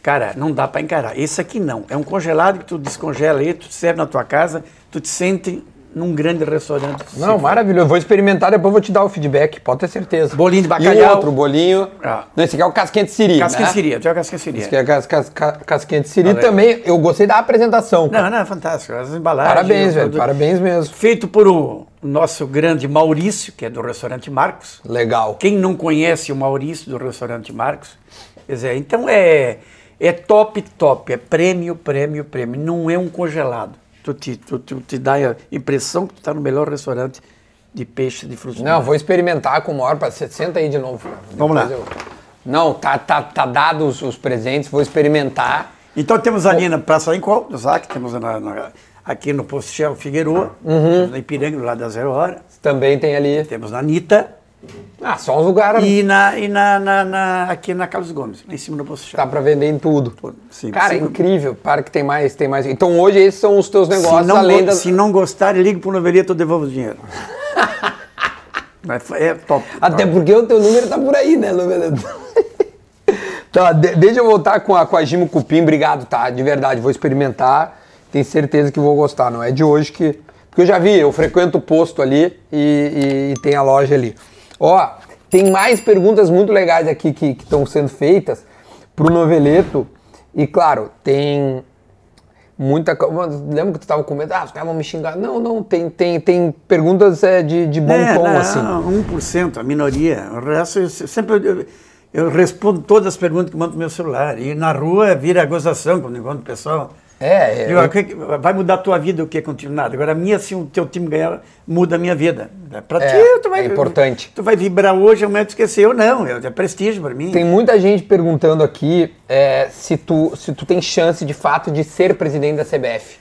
[SPEAKER 1] Cara, não dá pra encarar. Esse aqui não. É um congelado que tu descongela aí, tu serve na tua casa, tu te sente num grande restaurante.
[SPEAKER 2] Não, maravilhoso. Vou experimentar, depois vou te dar o feedback, pode ter certeza.
[SPEAKER 1] Bolinho de
[SPEAKER 2] E o
[SPEAKER 1] bacalhau.
[SPEAKER 2] outro bolinho.
[SPEAKER 1] Ah.
[SPEAKER 2] Não, esse aqui é o casquinha de siri.
[SPEAKER 1] Casquinha
[SPEAKER 2] né?
[SPEAKER 1] de siri, tu é casquinha de siri.
[SPEAKER 2] Esse aqui é cas, cas, ca- casquinha de siri
[SPEAKER 1] Valeu.
[SPEAKER 2] também. Eu gostei da apresentação. cara.
[SPEAKER 1] Não, não, é fantástico. As embalagens.
[SPEAKER 2] Parabéns,
[SPEAKER 1] o
[SPEAKER 2] velho.
[SPEAKER 1] produto.
[SPEAKER 2] Parabéns mesmo.
[SPEAKER 1] Feito por o nosso grande Maurício, que é do restaurante Marcos.
[SPEAKER 2] Legal.
[SPEAKER 1] Quem não conhece o Maurício do restaurante Marcos, quer dizer, então é, é top, top, é prêmio, prêmio, prêmio. Não é um congelado. Tu te, tu, tu te dá a impressão que tu está no melhor restaurante de peixe de frutos. do
[SPEAKER 2] Não,
[SPEAKER 1] mar.
[SPEAKER 2] vou experimentar com o maior prazer. Senta aí de novo. cara.
[SPEAKER 1] Vamos lá.
[SPEAKER 2] Depois eu- Não, tá, tá, tá dado os, os presentes, vou experimentar.
[SPEAKER 1] Então temos ali na Praça Incol, no Zac, temos na- na- aqui no Posto Shell Figueroa, temos na Ipiranga, do lado da Zero Hora,
[SPEAKER 2] Também tem ali.
[SPEAKER 1] temos na Anitta
[SPEAKER 2] Ah, só uns lugares
[SPEAKER 1] e, na, e na, na- na- aqui na Carlos Gomes, lá em cima do Posto
[SPEAKER 2] dá
[SPEAKER 1] Shell.
[SPEAKER 2] pra vender em tudo.
[SPEAKER 1] Sim,
[SPEAKER 2] Cara,
[SPEAKER 1] sim.
[SPEAKER 2] incrível. Para que tem mais, tem mais. Então hoje esses são os teus negócios,
[SPEAKER 1] se, não
[SPEAKER 2] além
[SPEAKER 1] go-
[SPEAKER 2] das...
[SPEAKER 1] se não gostar, ligue pro novelito, eu devolvo o dinheiro. Mas foi- é top.
[SPEAKER 2] Até porque o teu número tá por aí, né, Lovelando? tá, de- deixa eu voltar com a, com a Gimo Cupim. Obrigado, tá? De verdade, vou experimentar. Tenho certeza que vou gostar. Não é de hoje que... Porque eu já vi, eu frequento o posto ali e, e- e tem a loja ali. Ó, tem mais perguntas muito legais aqui que estão sendo feitas pro noveleto. E claro, tem muita co- Mano, Lembra que tu tava com medo? Ah, os caras vão me xingar. Não, não, tem, tem, tem perguntas é, de, de bom
[SPEAKER 1] é,
[SPEAKER 2] tom,
[SPEAKER 1] não,
[SPEAKER 2] assim.
[SPEAKER 1] 1%, a minoria. O resto, eu se- sempre eu, eu- eu respondo todas as perguntas que mando no meu celular. E na rua vira gozação quando encontro o pessoal.
[SPEAKER 2] É, é.
[SPEAKER 1] Digo, "Ah, o que que- vai mudar a tua vida o que contigo? Nada. Agora, a minha, se o teu time ganhar, muda a minha vida. Pra
[SPEAKER 2] É,
[SPEAKER 1] ti, tu vai.
[SPEAKER 2] é importante.
[SPEAKER 1] Tu vai vibrar hoje, amanhã tu esqueceu. Não, é, é prestígio pra mim.
[SPEAKER 2] Tem muita gente perguntando aqui é, se, tu, se tu tem chance de fato de ser presidente da CBF.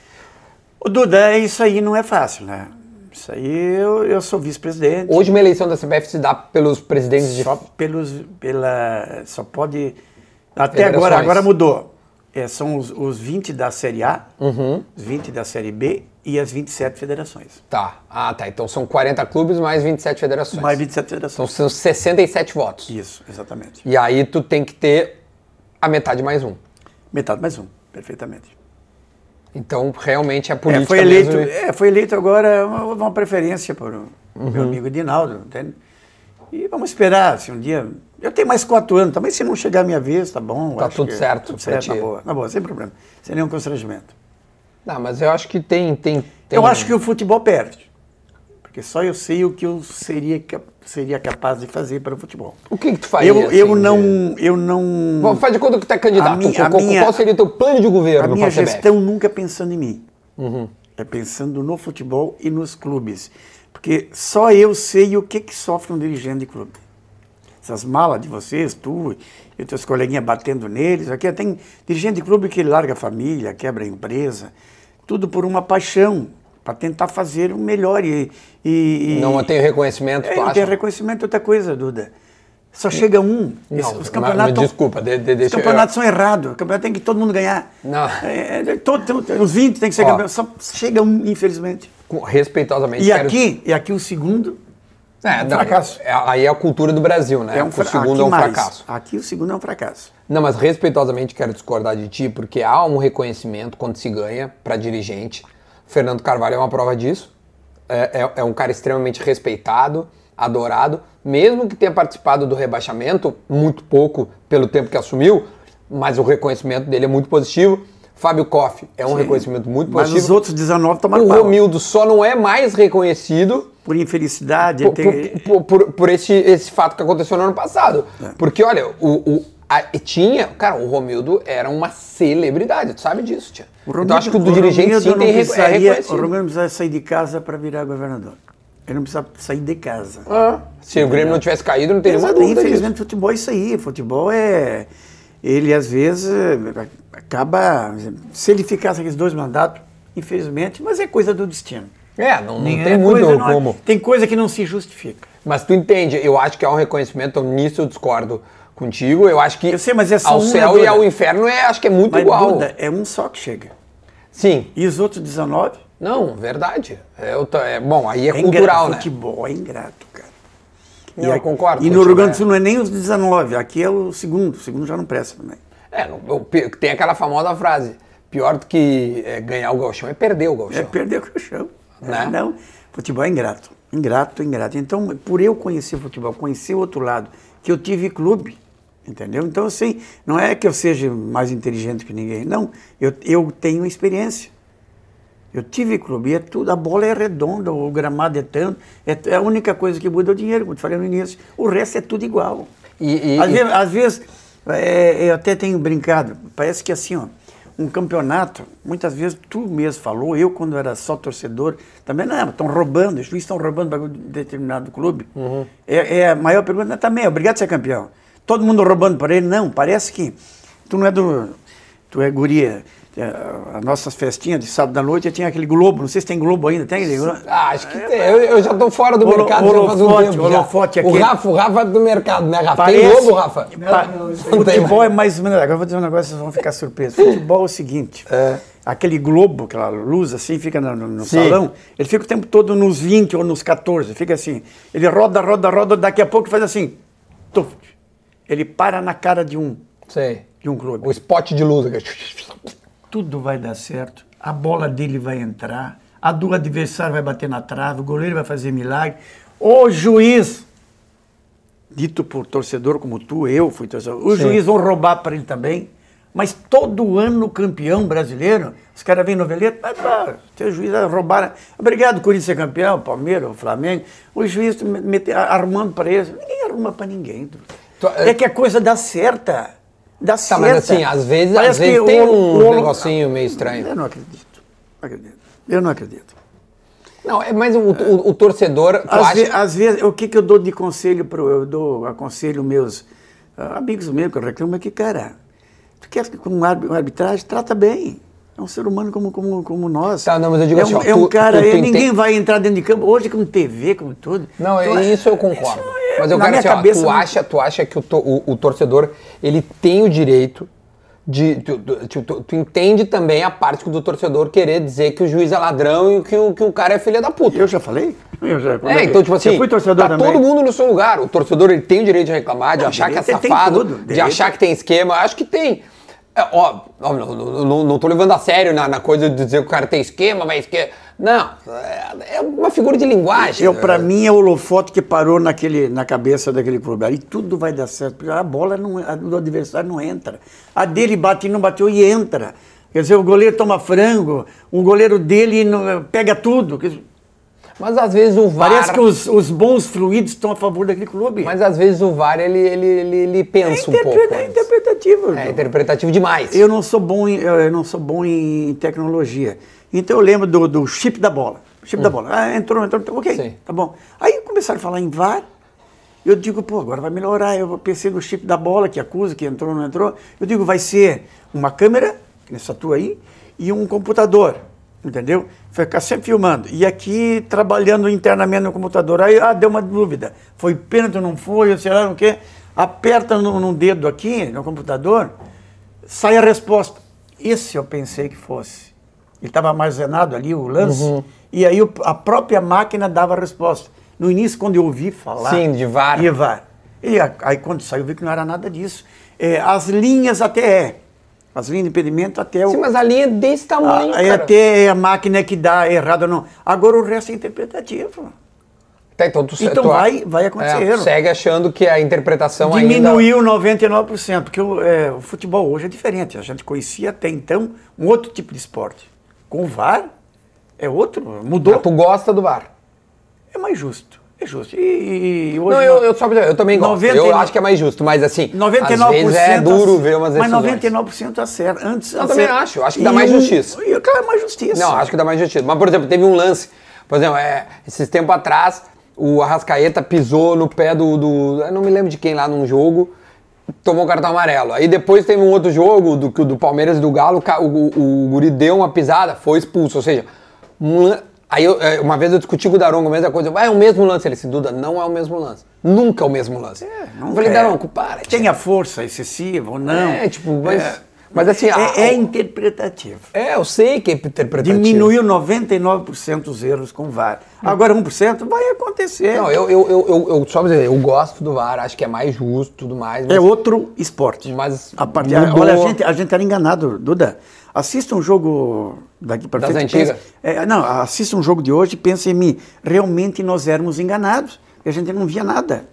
[SPEAKER 1] Ô, Duda, isso aí não é fácil, né? Isso aí eu, eu sou vice-presidente.
[SPEAKER 2] Hoje uma eleição da CBF se dá pelos presidentes de.
[SPEAKER 1] Só pelos. Pela, só pode. Até
[SPEAKER 2] Federações.
[SPEAKER 1] agora, agora mudou. É, são os, os 20 da Série A, os 20 da Série B e as 27 federações.
[SPEAKER 2] Tá. Ah, tá. Então são 40 clubes mais 27 federações.
[SPEAKER 1] Mais 27
[SPEAKER 2] Então
[SPEAKER 1] federações.
[SPEAKER 2] são 67 votos.
[SPEAKER 1] Isso, exatamente.
[SPEAKER 2] E aí tu tem que ter a metade mais um.
[SPEAKER 1] Metade mais um, perfeitamente.
[SPEAKER 2] Então realmente é
[SPEAKER 1] É,
[SPEAKER 2] política
[SPEAKER 1] foi, eleito,
[SPEAKER 2] mesmo. né?
[SPEAKER 1] é, foi eleito agora uma, houve uma preferência por
[SPEAKER 2] Uhum.
[SPEAKER 1] meu amigo Dinaldo, entende? E vamos esperar, se um dia. Eu tenho mais quatro anos, também se não chegar a minha vez, tá bom.
[SPEAKER 2] Tá
[SPEAKER 1] acho
[SPEAKER 2] tudo
[SPEAKER 1] que-
[SPEAKER 2] certo
[SPEAKER 1] Tudo
[SPEAKER 2] pra
[SPEAKER 1] certo, na
[SPEAKER 2] ti.
[SPEAKER 1] boa, na boa, sem problema. Sem nenhum constrangimento.
[SPEAKER 2] Não, Tá, mas eu acho que tem. tem, tem um
[SPEAKER 1] Eu acho que o futebol perde. Porque só eu sei o que eu seria, cap- seria capaz de fazer para o futebol.
[SPEAKER 2] O que, que tu faria?
[SPEAKER 1] Eu, eu
[SPEAKER 2] assim, de-
[SPEAKER 1] não. Eu não.
[SPEAKER 2] Bom, faz de conta que tu é candidato.
[SPEAKER 1] A minha- a
[SPEAKER 2] qual,
[SPEAKER 1] minha-
[SPEAKER 2] qual seria o Uhum. teu plano de governo
[SPEAKER 1] A
[SPEAKER 2] pra
[SPEAKER 1] minha
[SPEAKER 2] CBF?
[SPEAKER 1] gestão nunca pensando em mim. É pensando no futebol e nos clubes. Porque só eu sei o que, que sofre um dirigente de clube. Essas malas de vocês, tu e teus coleguinhas batendo neles. Aqui tem dirigente de clube que larga a família, quebra a empresa. Tudo por uma paixão, para tentar fazer o melhor. E, e, e-
[SPEAKER 2] Não tem reconhecimento,
[SPEAKER 1] é,
[SPEAKER 2] tu
[SPEAKER 1] não
[SPEAKER 2] acha?
[SPEAKER 1] tem reconhecimento, outra coisa, Duda. Só chega um. Esse-
[SPEAKER 2] mas-
[SPEAKER 1] os campeonatos.
[SPEAKER 2] mas
[SPEAKER 1] tão-
[SPEAKER 2] desculpa, de- de-
[SPEAKER 1] os
[SPEAKER 2] deixa eu-
[SPEAKER 1] campeonatos são errados. O campeonato tem que todo mundo ganhar.
[SPEAKER 2] Não.
[SPEAKER 1] É, é, todo- tem- tem- os 20 tem que ser
[SPEAKER 2] Ó.
[SPEAKER 1] campeão. Só chega um, infelizmente.
[SPEAKER 2] Com- respeitosamente.
[SPEAKER 1] E
[SPEAKER 2] quero-
[SPEAKER 1] aqui, e aqui o segundo um
[SPEAKER 2] É, não,
[SPEAKER 1] fracasso.
[SPEAKER 2] é- aí é a cultura do Brasil, né?
[SPEAKER 1] é, um
[SPEAKER 2] o
[SPEAKER 1] fracasso.
[SPEAKER 2] segundo é um fracasso.
[SPEAKER 1] Aqui o segundo é um fracasso.
[SPEAKER 2] Não, mas respeitosamente quero discordar de ti, porque há um reconhecimento quando se ganha para dirigente. Fernando Carvalho é uma prova disso. É, é- é um cara extremamente respeitado, adorado, mesmo que tenha participado do rebaixamento, muito pouco pelo tempo que assumiu, mas o reconhecimento dele é muito positivo. Fábio Koff é um reconhecimento muito
[SPEAKER 1] Mas os
[SPEAKER 2] positivo.
[SPEAKER 1] outros 19 tomaram
[SPEAKER 2] O
[SPEAKER 1] pau.
[SPEAKER 2] Um Romildo só não é mais reconhecido
[SPEAKER 1] Por infelicidade,
[SPEAKER 2] por,
[SPEAKER 1] ele tem- É.
[SPEAKER 2] por- por- por esse, esse fato que aconteceu no ano passado. Porque, olha, o, o- a- tinha. Cara, o Romildo era uma celebridade, tu sabe disso, tia.
[SPEAKER 1] O Romildo,
[SPEAKER 2] então acho que o do
[SPEAKER 1] o
[SPEAKER 2] dirigente
[SPEAKER 1] Romildo
[SPEAKER 2] sim
[SPEAKER 1] não
[SPEAKER 2] tem, re- é
[SPEAKER 1] precisaria- O
[SPEAKER 2] reconhecido.
[SPEAKER 1] Romildo não precisava sair de casa para virar governador. Ele não precisava sair de casa.
[SPEAKER 2] Ah, se o Grêmio não tivesse caído, não teria uma
[SPEAKER 1] Exato,
[SPEAKER 2] dúvida disso.
[SPEAKER 1] Infelizmente, futebol é isso aí. Futebol é. Ele, às vezes, é, acaba. Se ele ficasse aqueles dois mandatos, infelizmente, mas é coisa do destino.
[SPEAKER 2] É, não, não
[SPEAKER 1] É
[SPEAKER 2] tem muito
[SPEAKER 1] coisa, não-
[SPEAKER 2] como.
[SPEAKER 1] Tem coisa que não se justifica.
[SPEAKER 2] Mas tu entende, eu acho que é um reconhecimento, então nisso eu discordo contigo. Eu acho que
[SPEAKER 1] Eu sei, mas essa
[SPEAKER 2] ao
[SPEAKER 1] uma,
[SPEAKER 2] céu e
[SPEAKER 1] Duda.
[SPEAKER 2] ao inferno é, acho que é muito
[SPEAKER 1] Mas
[SPEAKER 2] igual.
[SPEAKER 1] Duda, é um só que chega.
[SPEAKER 2] Sim.
[SPEAKER 1] E os outros 19?
[SPEAKER 2] Não, verdade. Eu tô- é, bom, aí é,
[SPEAKER 1] É
[SPEAKER 2] cultural,
[SPEAKER 1] ingrato.
[SPEAKER 2] né?
[SPEAKER 1] Futebol é ingrato, cara.
[SPEAKER 2] Não, eu concordo
[SPEAKER 1] E no
[SPEAKER 2] contigo,
[SPEAKER 1] Rio Grande
[SPEAKER 2] é.
[SPEAKER 1] do Sul não é nem os 19, aqui é o segundo. O segundo já não presta também.
[SPEAKER 2] É, não, eu pe- tem aquela famosa frase: pior do que é, ganhar o galchão é perder o
[SPEAKER 1] É
[SPEAKER 2] galchão.
[SPEAKER 1] perder o chão.
[SPEAKER 2] Né?
[SPEAKER 1] Não, futebol é ingrato. Ingrato, ingrato. Então, por eu conhecer o futebol, conhecer o outro lado, que eu tive clube, entendeu? Então, assim, não é que eu seja mais inteligente que ninguém, não. Eu, eu tenho experiência. Eu tive clube, e é tudo, a bola é redonda, o gramado é tanto, é, t- a única coisa que muda é o dinheiro, como eu te falei no início. O resto é tudo igual.
[SPEAKER 2] E- e-
[SPEAKER 1] às,
[SPEAKER 2] e-
[SPEAKER 1] ve- às vezes, é, eu até tenho brincado, parece que assim, ó, um campeonato, muitas vezes tu mesmo falou, eu quando era só torcedor, também, não, estão roubando, os juízes estão roubando bagulho de determinado clube.
[SPEAKER 2] Uhum.
[SPEAKER 1] É, é a maior pergunta, "Não, também, obrigado a ser campeão. Todo mundo roubando para ele, não, parece que tu não é do. Tu é guria. É, As nossas festinhas de sábado à noite, eu tinha aquele Globo, não sei se tem Globo ainda, tem? aquele Globo?
[SPEAKER 2] Ah, acho que tem. Eu, eu já tô fora do
[SPEAKER 1] É, Holo-
[SPEAKER 2] mercado já faz um
[SPEAKER 1] holofote,
[SPEAKER 2] tempo.
[SPEAKER 1] holofote
[SPEAKER 2] já. O
[SPEAKER 1] aqui.
[SPEAKER 2] Rafa, o Rafa é do mercado, né, Rafa? Tem
[SPEAKER 1] Parece-
[SPEAKER 2] lobo, Rafa?
[SPEAKER 1] Pa-
[SPEAKER 2] Não tem
[SPEAKER 1] Futebol
[SPEAKER 2] mais.
[SPEAKER 1] é mais ou menos. Agora eu vou dizer um negócio, vocês vão ficar surpresos. Futebol é o seguinte: aquele globo, aquela luz assim, fica no, no- no
[SPEAKER 2] Sim.
[SPEAKER 1] salão, ele fica o tempo todo nos 20 ou nos 14, fica assim. Ele roda, roda, roda, daqui a pouco faz assim. tuf. ele para na cara de um,
[SPEAKER 2] Sei.
[SPEAKER 1] de um clube
[SPEAKER 2] O spot de luz. aqui.
[SPEAKER 1] tudo vai dar certo, a bola dele vai entrar, a do adversário vai bater na trave, o goleiro vai fazer milagre. O juiz, dito por torcedor como tu, eu fui torcedor, os
[SPEAKER 2] Sim.
[SPEAKER 1] juízes vão roubar para ele também. Mas todo ano campeão brasileiro, os caras vêm noveleta, mas pá, seu juiz vai roubar. Obrigado, Corinthians ser campeão, Palmeiras, Flamengo. O juiz me- mete- armando para eles. Ninguém arruma para ninguém. Dudu.
[SPEAKER 2] Tu-
[SPEAKER 1] é que a coisa dá certa. Dá certo.
[SPEAKER 2] Tá, mas assim, às vezes, às
[SPEAKER 1] Parece
[SPEAKER 2] vezes
[SPEAKER 1] que
[SPEAKER 2] tem
[SPEAKER 1] o-
[SPEAKER 2] um
[SPEAKER 1] o-
[SPEAKER 2] negocinho meio estranho.
[SPEAKER 1] Eu não acredito. Não acredito. Eu não acredito.
[SPEAKER 2] Não, é mais o, o- o torcedor, tu
[SPEAKER 1] Às,
[SPEAKER 2] acha...
[SPEAKER 1] ve- às vezes, o que, que eu dou de conselho para eu dou aconselho meus ah, amigos meus que reclamam é que, cara, tu quer que com um arbi- uma arbitragem, trata bem. É um ser humano como, como, como nós.
[SPEAKER 2] Tá, não, mas eu digo
[SPEAKER 1] é
[SPEAKER 2] assim,
[SPEAKER 1] um,
[SPEAKER 2] ó,
[SPEAKER 1] é um
[SPEAKER 2] tu-
[SPEAKER 1] cara,
[SPEAKER 2] tu- tu
[SPEAKER 1] é- ninguém
[SPEAKER 2] entende-
[SPEAKER 1] vai entrar dentro de campo, hoje com TV, com tudo.
[SPEAKER 2] Não,
[SPEAKER 1] Então,
[SPEAKER 2] isso eu concordo.
[SPEAKER 1] isso é-
[SPEAKER 2] Mas eu
[SPEAKER 1] na
[SPEAKER 2] quero
[SPEAKER 1] minha
[SPEAKER 2] assim, ó,
[SPEAKER 1] cabeça
[SPEAKER 2] tu,
[SPEAKER 1] não-
[SPEAKER 2] acha, tu acha que o, to- o- o torcedor, ele tem o direito de... Tu, tu- tu- tu- tu entende também a parte do torcedor querer dizer que o juiz é ladrão e que o, que o cara é filha da puta.
[SPEAKER 1] Eu já falei? Eu já, quando
[SPEAKER 2] É, então, tipo assim,
[SPEAKER 1] eu fui torcedor
[SPEAKER 2] tá
[SPEAKER 1] também.
[SPEAKER 2] todo mundo no seu lugar. O torcedor ele tem o direito de reclamar, de
[SPEAKER 1] Não,
[SPEAKER 2] achar que é
[SPEAKER 1] direito ele tem
[SPEAKER 2] safado,
[SPEAKER 1] tudo,
[SPEAKER 2] de
[SPEAKER 1] direito.
[SPEAKER 2] achar que tem esquema. Acho que tem. É, ó, ó, não, não, não- não tô levando a sério na, na coisa de dizer que o cara tem esquema, mas que. Não, é, é uma figura de linguagem.
[SPEAKER 1] Eu, pra mim, é o holofote que parou naquele, na cabeça daquele clube. Ali tudo vai dar certo, porque a bola não, a do adversário não entra. A dele bate e não bateu e entra. Quer dizer, o goleiro toma frango, o goleiro dele não- eh, pega tudo. Quer dizer,
[SPEAKER 2] Mas às vezes o VAR.
[SPEAKER 1] Parece que os, os bons fluidos estão a favor daquele clube.
[SPEAKER 2] Mas às vezes o VAR ele, ele, ele, ele
[SPEAKER 1] é,
[SPEAKER 2] pensa um pouco.
[SPEAKER 1] interpreta, é
[SPEAKER 2] antes.
[SPEAKER 1] interpretativo.
[SPEAKER 2] É
[SPEAKER 1] João.
[SPEAKER 2] interpretativo demais.
[SPEAKER 1] Eu não sou bom em, eu não sou bom em tecnologia. Então eu lembro do, do chip da bola. Chip da bola. Ah, entrou, entrou, entrou. Ok,
[SPEAKER 2] Sim.
[SPEAKER 1] tá bom. Aí começaram a falar em VAR. Eu digo, pô, agora vai melhorar. Eu pensei no chip da bola, que acusa, que entrou, não entrou. Eu digo, vai ser uma câmera, nessa tua aí, e um computador. Entendeu? Ficar sempre filmando. E aqui trabalhando internamente no computador. Aí, ah, deu uma dúvida. Foi pênalti ou não foi, ou sei lá, não quê. Aperta num num dedo aqui, no computador, sai a resposta. Esse eu pensei que fosse. Ele estava armazenado ali, o lance,
[SPEAKER 2] Uhum.
[SPEAKER 1] e aí o- a própria máquina dava a resposta. No início, quando eu ouvi falar.
[SPEAKER 2] Sim, de VAR.
[SPEAKER 1] de VAR. E a- aí quando saiu, eu vi que não era nada disso. É, as linhas até é. As linhas de impedimento até o.
[SPEAKER 2] Sim, mas a linha é desse tamanho.
[SPEAKER 1] a, é
[SPEAKER 2] cara.
[SPEAKER 1] até a máquina que dá errado ou não. Agora o resto é interpretativo.
[SPEAKER 2] Tá, então tu,
[SPEAKER 1] Então
[SPEAKER 2] tu-
[SPEAKER 1] vai- vai acontecer.
[SPEAKER 2] É, segue achando que a interpretação ainda...
[SPEAKER 1] Diminuiu 99%, porque o, é, o futebol hoje é diferente. A gente conhecia até então um outro tipo de esporte. Com o VAR, é outro, mudou.
[SPEAKER 2] Ah, Tu gosta do VAR.
[SPEAKER 1] É mais justo. É justo. E, e hoje
[SPEAKER 2] Não, eu, eu, só, eu também gosto.
[SPEAKER 1] 99
[SPEAKER 2] Eu acho que é mais justo, mas assim,
[SPEAKER 1] 99%
[SPEAKER 2] às vezes é duro ver umas
[SPEAKER 1] Mas
[SPEAKER 2] decisões.
[SPEAKER 1] 99% acerta. Antes
[SPEAKER 2] Eu também
[SPEAKER 1] acerta.
[SPEAKER 2] acho, eu acho que dá
[SPEAKER 1] E
[SPEAKER 2] mais
[SPEAKER 1] um-
[SPEAKER 2] justiça.
[SPEAKER 1] e, claro, mais justiça.
[SPEAKER 2] Não, acho que dá mais divertido. Mas, por exemplo, teve um lance. Por exemplo, é, esses tempos atrás, o Arrascaeta pisou no pé do, do- eu não me lembro de quem lá num jogo. Tomou um cartão amarelo. Aí depois teve um outro jogo do, do Palmeiras e do Galo. o ca- O, o, o Guri deu uma pisada, foi expulso. Ou seja, um lan- aí eu- é, uma vez eu discuti com o Daronco a mesma coisa. Ah, é o mesmo lance. Ele disse, Duda, não é o mesmo lance. Nunca é o mesmo lance. eu
[SPEAKER 1] Nunca
[SPEAKER 2] falei,
[SPEAKER 1] é.
[SPEAKER 2] Daronco, para. tia."
[SPEAKER 1] Tem a força excessiva ou não.
[SPEAKER 2] É, tipo, mas- mas assim,
[SPEAKER 1] É,
[SPEAKER 2] a-
[SPEAKER 1] é interpretativo.
[SPEAKER 2] É, eu sei que é interpretativo.
[SPEAKER 1] Diminuiu 99% os erros com VAR. Agora 1% vai acontecer.
[SPEAKER 2] Não, eu, eu, eu, eu, eu- só pra dizer, eu gosto do VAR, acho que é mais justo e tudo mais. Mas,
[SPEAKER 1] É outro esporte.
[SPEAKER 2] mas
[SPEAKER 1] A parte,
[SPEAKER 2] mudou.
[SPEAKER 1] olha, a gente, a gente era enganado, Duda. Assista um jogo daqui para
[SPEAKER 2] Das
[SPEAKER 1] frente.
[SPEAKER 2] antigas.
[SPEAKER 1] pensa- é, não, assista um jogo de hoje e pensa em mim. Realmente nós éramos enganados. E a gente não via nada.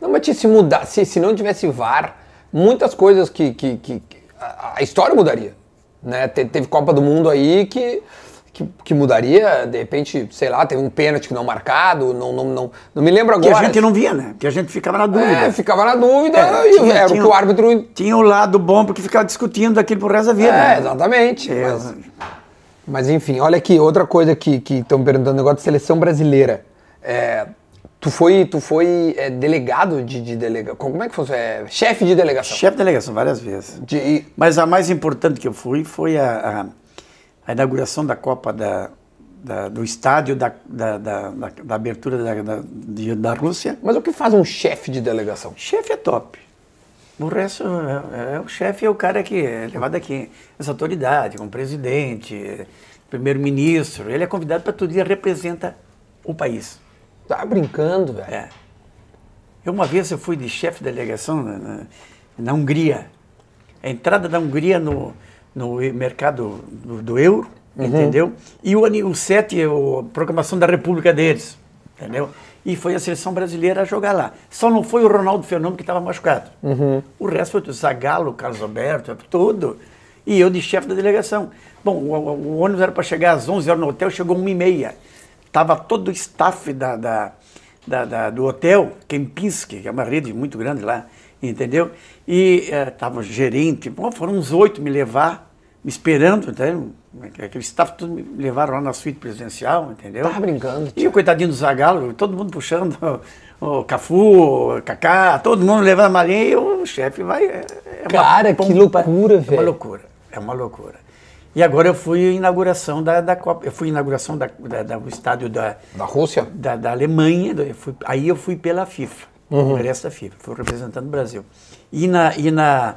[SPEAKER 2] Não, mas tinha se mudar, se, se não tivesse VAR, muitas coisas que. que, que- que- a, a história mudaria. Né? Te- teve Copa do Mundo aí que, que, que mudaria, de repente, sei lá, teve um pênalti que não marcado, não, não, não, não me lembro
[SPEAKER 1] Que
[SPEAKER 2] agora.
[SPEAKER 1] a gente não via, né? Que a gente ficava na dúvida.
[SPEAKER 2] É, ficava na dúvida
[SPEAKER 1] É,
[SPEAKER 2] e
[SPEAKER 1] tinha-
[SPEAKER 2] era
[SPEAKER 1] tinha- um-
[SPEAKER 2] o que o árbitro.
[SPEAKER 1] Tinha o lado bom, porque ficava discutindo aquilo pro resto da vida.
[SPEAKER 2] É,
[SPEAKER 1] né?
[SPEAKER 2] exatamente.
[SPEAKER 1] É,
[SPEAKER 2] mas- Mas enfim, olha aqui, outra coisa que estão me perguntando, negócio de seleção brasileira. É, tu foi, tu foi é, delegado de, de delega, como é que fosse? É, chefe de delegação.
[SPEAKER 1] Chefe de delegação várias vezes.
[SPEAKER 2] De- e-
[SPEAKER 1] Mas a mais importante que eu fui foi a, a- a inauguração da Copa da, da- do estádio da, da, da, da- da abertura da, da, de- da Rússia.
[SPEAKER 2] mas o que faz um chefe de delegação?
[SPEAKER 1] Chefe é top. O resto é, é- o chefe é o cara que é levado aqui, essa autoridade, como presidente, primeiro-ministro. Ele é convidado para tudo e representa o país.
[SPEAKER 2] Tá brincando, velho.
[SPEAKER 1] É. Eu, uma vez eu fui de chefe de delegação na, na- na Hungria. A entrada da Hungria no, no mercado do, do euro, entendeu? E o, ani- o 7, a proclamação da República deles, entendeu? E foi a seleção brasileira a jogar lá. Só não foi o Ronaldo Fenômeno que estava machucado. O resto foi o Zagallo, Carlos Alberto, é tudo. E eu de chefe da delegação. Bom, o, o- o ônibus era para chegar às 11 horas no hotel, chegou 1h30. Estava todo o staff da, da- da- da- do hotel, Kempinski, que é uma rede muito grande lá, entendeu? E estava o gerente, bom, foram uns oito me levar, me esperando, entendeu? Aquele staff tudo me levaram lá na suíte presidencial, entendeu?
[SPEAKER 2] Tava brincando,
[SPEAKER 1] E o coitadinho do Zagalo, todo mundo puxando, o Cafu, o Kaká, todo mundo levando a malinha e o chefe vai. é- é uma
[SPEAKER 2] Cara, que loucura,
[SPEAKER 1] É uma
[SPEAKER 2] velho.
[SPEAKER 1] loucura, é uma loucura. E agora eu fui à inauguração da, da Copa, eu fui à inauguração da- da- da- do estádio da,
[SPEAKER 2] Da Rússia?
[SPEAKER 1] da, da Alemanha, do- eu fui- aí eu fui pela FIFA,
[SPEAKER 2] Uhum.
[SPEAKER 1] Congresso da FIFA, fui representando o Brasil. E na e na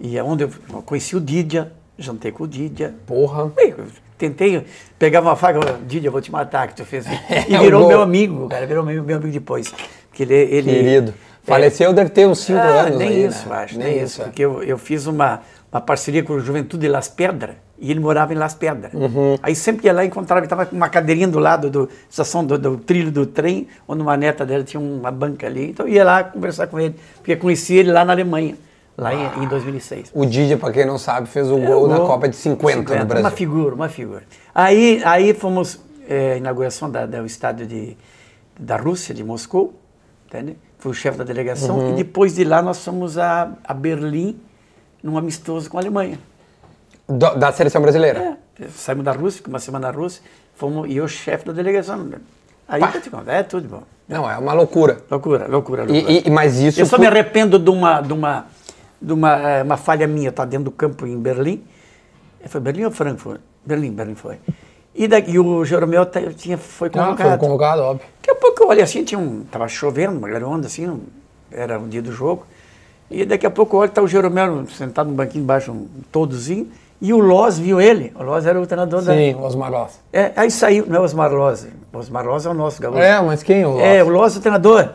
[SPEAKER 1] e onde eu eu conheci o Didia, jantei com o Didia.
[SPEAKER 2] Porra.
[SPEAKER 1] Bem, eu Tentei, pegava uma faca, falava, Didia, eu vou te matar que tu fez. isso." E
[SPEAKER 2] É,
[SPEAKER 1] virou
[SPEAKER 2] o
[SPEAKER 1] meu
[SPEAKER 2] gol.
[SPEAKER 1] amigo, cara, virou meu, meu amigo depois. Porque ele, ele
[SPEAKER 2] Querido.
[SPEAKER 1] é,
[SPEAKER 2] Faleceu deve ter uns 5
[SPEAKER 1] ah,
[SPEAKER 2] anos
[SPEAKER 1] nem
[SPEAKER 2] aí,
[SPEAKER 1] isso,
[SPEAKER 2] né?
[SPEAKER 1] acho,
[SPEAKER 2] Nem
[SPEAKER 1] nem,
[SPEAKER 2] isso,
[SPEAKER 1] isso.
[SPEAKER 2] é.
[SPEAKER 1] Porque eu, eu fiz uma, uma parceria com o Juventude Las Pedras e ele morava em Las Pedras.
[SPEAKER 2] Uhum.
[SPEAKER 1] Aí sempre ia lá e encontrava, estava com uma cadeirinha do lado do estação do, do trilho do trem, onde uma neta dela tinha uma banca ali. Então eu ia lá conversar com ele, porque eu conheci ele lá na Alemanha, lá em, em 2006.
[SPEAKER 2] O Didi, pra quem não sabe, fez o gol na
[SPEAKER 1] É, Gol.
[SPEAKER 2] Copa de 50, no
[SPEAKER 1] Uma
[SPEAKER 2] Brasil.
[SPEAKER 1] figura, uma figura. Aí, aí fomos é, à inauguração da, do estádio de, da Rússia, de Moscou, entende? Fui o chefe da delegação.
[SPEAKER 2] Uhum.
[SPEAKER 1] E depois de lá nós fomos a, a Berlim, num amistoso com a Alemanha.
[SPEAKER 2] Do- da seleção brasileira.
[SPEAKER 1] É. Saímos da Rússia, ficamos uma semana na Rússia, fomos, e eu chefe da delegação. Aí
[SPEAKER 2] Pá.
[SPEAKER 1] que eu te conto, é tudo bom.
[SPEAKER 2] Não, é uma loucura.
[SPEAKER 1] Loucura, loucura, loucura.
[SPEAKER 2] E, e- mas isso.
[SPEAKER 1] Eu só
[SPEAKER 2] por-
[SPEAKER 1] me arrependo de uma, de uma, de uma, eh, uma falha minha, tá dentro do campo em Berlim. Eh, Foi Berlim ou Frankfurt? Berlim, Berlim foi. E, daqui, e o Jeromel ta- tinha, foi
[SPEAKER 2] Ah, foi
[SPEAKER 1] convocado.
[SPEAKER 2] convocado, óbvio.
[SPEAKER 1] Daqui a pouco eu olho assim, tinha um, tava chovendo, uma garonda assim, um- era um dia do jogo. E daqui a pouco eu olho, tá o Jeromel sentado no banquinho embaixo, um todozinho. E o Loz viu ele. O Loz era o treinador da...
[SPEAKER 2] Sim, Osmar Loss.
[SPEAKER 1] É, aí saiu, não é o Osmar Loz. O Osmar Loz é o nosso garoto.
[SPEAKER 2] É, mas quem? O Loss?
[SPEAKER 1] É, o Loz é o treinador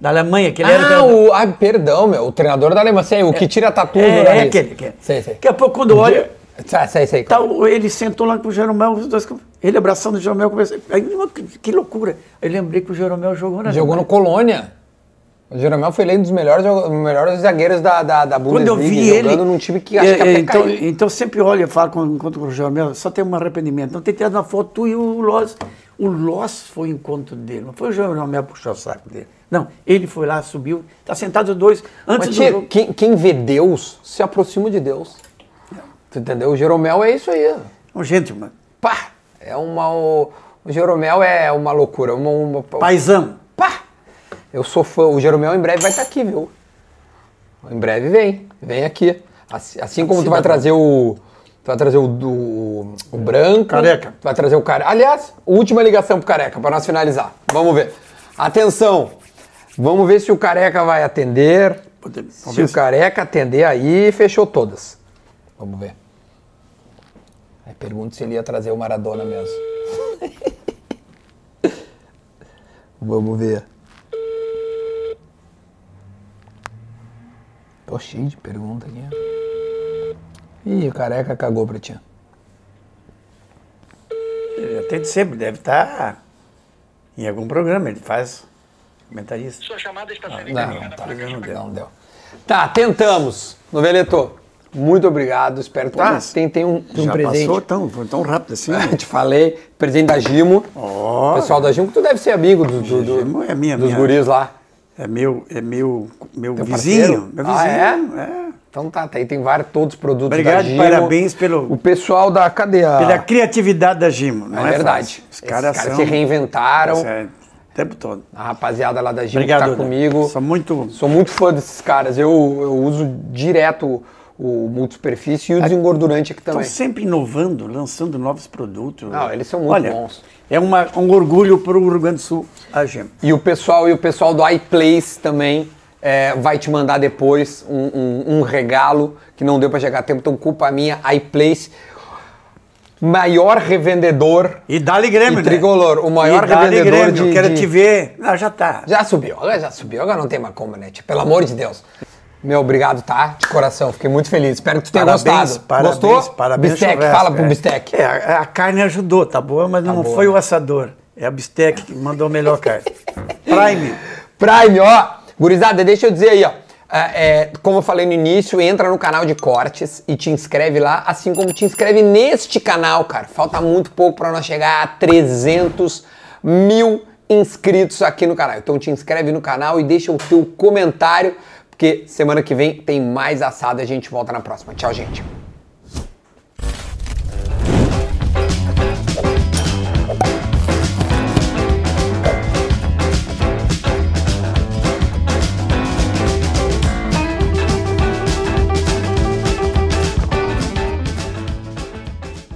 [SPEAKER 1] da Alemanha, que ele era
[SPEAKER 2] Ah,
[SPEAKER 1] treinador.
[SPEAKER 2] o, ah, perdão, meu. O treinador da Alemanha. Sei, o que tira tatu do
[SPEAKER 1] É, é
[SPEAKER 2] nariz.
[SPEAKER 1] aquele, aquele.
[SPEAKER 2] Sei, sei.
[SPEAKER 1] Daqui a pouco, quando olha,
[SPEAKER 2] Dia- Sai, sai, sai.
[SPEAKER 1] Tal, ele sentou lá com o Jeromel, os dois, ele abraçando o Jeromel, conversando. Aí, que- que loucura. Eu lembrei que o Jeromel jogou na
[SPEAKER 2] Jogou no Colônia. O Jeromel foi eleito um dos melhores, joga- melhores zagueiros da, da, da
[SPEAKER 1] Quando
[SPEAKER 2] Bundesliga.
[SPEAKER 1] eu vi ele.
[SPEAKER 2] jogando num time que acho
[SPEAKER 1] É,
[SPEAKER 2] que
[SPEAKER 1] é,
[SPEAKER 2] até
[SPEAKER 1] então,
[SPEAKER 2] caiu.
[SPEAKER 1] então sempre olha, eu falo quando encontro com o Jeromel, só tem um arrependimento. Não tem tirado uma foto tu e o Loss. O Loss foi o encontro dele, não foi o Jeromel puxar o saco dele. Não, ele foi lá, subiu, tá sentado os dois antes
[SPEAKER 2] Mas,
[SPEAKER 1] do
[SPEAKER 2] tchê,
[SPEAKER 1] jogo.
[SPEAKER 2] quem, quem vê Deus se aproxima de Deus. Tu entendeu? O Jeromel é isso aí.
[SPEAKER 1] Um gentleman,
[SPEAKER 2] Pá! É uma. O, o Jeromel é uma loucura. Uma, uma,
[SPEAKER 1] paizão.
[SPEAKER 2] Pá! Eu sou fã. O Jeromel em breve vai estar aqui, viu? Em breve vem. Vem aqui. Assim, assim como tu vai trazer o. Tu vai trazer o, do, o branco.
[SPEAKER 1] Careca.
[SPEAKER 2] Tu vai trazer o careca. Aliás, última ligação pro careca, pra nós finalizar. Vamos ver. Atenção! Vamos ver se o careca vai atender.
[SPEAKER 1] Pode- vamos
[SPEAKER 2] Se
[SPEAKER 1] ver
[SPEAKER 2] o
[SPEAKER 1] se-
[SPEAKER 2] careca atender aí, fechou todas. Vamos ver. Aí pergunto se ele ia trazer o Maradona mesmo. Vamos ver. Tô cheio de pergunta aqui. Ih, o careca cagou pra ti.
[SPEAKER 1] Ele atende sempre, deve estar em algum programa, ele faz comentarista.
[SPEAKER 3] Sua chamada está sendo
[SPEAKER 2] Não, não,
[SPEAKER 3] encaminhada
[SPEAKER 2] tá,
[SPEAKER 3] para
[SPEAKER 2] não deu, não deu. Tá, tentamos. Noveleto, muito obrigado. Espero que
[SPEAKER 1] Tá.
[SPEAKER 2] tu tem, tem um, tem um
[SPEAKER 1] Já
[SPEAKER 2] presente.
[SPEAKER 1] passou tão, foi tão rápido assim. né?
[SPEAKER 2] Eu te falei, presente da Gimo.
[SPEAKER 1] Ó.
[SPEAKER 2] Pessoal da Gimo, que tu deve ser amigo do, do- do-
[SPEAKER 1] Gimo é minha-
[SPEAKER 2] dos
[SPEAKER 1] minha-
[SPEAKER 2] guris lá.
[SPEAKER 1] É meu, é meu, meu
[SPEAKER 2] Teu
[SPEAKER 1] vizinho.
[SPEAKER 2] parceiro?
[SPEAKER 1] Meu
[SPEAKER 2] Ah,
[SPEAKER 1] vizinho, é?
[SPEAKER 2] Então tá, tá aí tem vários, todos os produtos da
[SPEAKER 1] Obrigado,
[SPEAKER 2] Gimo.
[SPEAKER 1] parabéns pelo-
[SPEAKER 2] O pessoal da cadeia.
[SPEAKER 1] Pela é criatividade da Gimo, não é,
[SPEAKER 2] Ah. é verdade.
[SPEAKER 1] fácil. Os
[SPEAKER 2] Esses
[SPEAKER 1] caras são...
[SPEAKER 2] se reinventaram.
[SPEAKER 1] É, o tempo todo.
[SPEAKER 2] A rapaziada lá da Gimo que
[SPEAKER 1] Obrigado,
[SPEAKER 2] tá
[SPEAKER 1] Duda.
[SPEAKER 2] comigo.
[SPEAKER 1] Sou muito-
[SPEAKER 2] Sou muito fã desses caras. Eu, eu uso direto o, o multisuperfície e o desengordurante aqui
[SPEAKER 1] Estão
[SPEAKER 2] também.
[SPEAKER 1] sempre inovando, lançando novos produtos.
[SPEAKER 2] Não, eles são muito
[SPEAKER 1] Olha,
[SPEAKER 2] bons.
[SPEAKER 1] É uma- um orgulho para o Rio Grande do Sul, a Gimo.
[SPEAKER 2] E o pessoal e o pessoal do iPlace também é, vai te mandar depois um, um- um regalo que não deu pra chegar a tempo, então culpa minha, iPlace. Maior revendedor
[SPEAKER 1] E Dali Grêmio, né?
[SPEAKER 2] E Tricolor, o maior
[SPEAKER 1] e Dali
[SPEAKER 2] revendedor
[SPEAKER 1] Grêmio,
[SPEAKER 2] de-
[SPEAKER 1] eu quero
[SPEAKER 2] de-
[SPEAKER 1] te ver. Ah, já tá.
[SPEAKER 2] Já subiu, agora já subiu, agora não tem mais como, né? tio? Pelo amor de Deus. Meu, obrigado, tá? De coração, fiquei muito feliz. Espero que tu tenha gostado.
[SPEAKER 1] Parabéns,
[SPEAKER 2] Gostou?
[SPEAKER 1] parabéns,
[SPEAKER 2] Bistec,
[SPEAKER 1] churrasco,
[SPEAKER 2] fala pro
[SPEAKER 1] é.
[SPEAKER 2] Bistec.
[SPEAKER 1] É, a, a carne ajudou, tá boa, mas não
[SPEAKER 2] boa,
[SPEAKER 1] foi
[SPEAKER 2] né?
[SPEAKER 1] o assador. É a bistec que mandou a melhor carne. Prime.
[SPEAKER 2] Prime, ó. Gurizada, deixa eu dizer aí, ó. É, é, como eu falei no início, entra no canal de cortes e te inscreve lá, assim como te inscreve neste canal, cara. Falta muito pouco pra nós chegar a 300 mil inscritos aqui no canal. Então te inscreve no canal e deixa o teu comentário, porque semana que vem tem mais assado e a gente volta na próxima. Tchau, gente.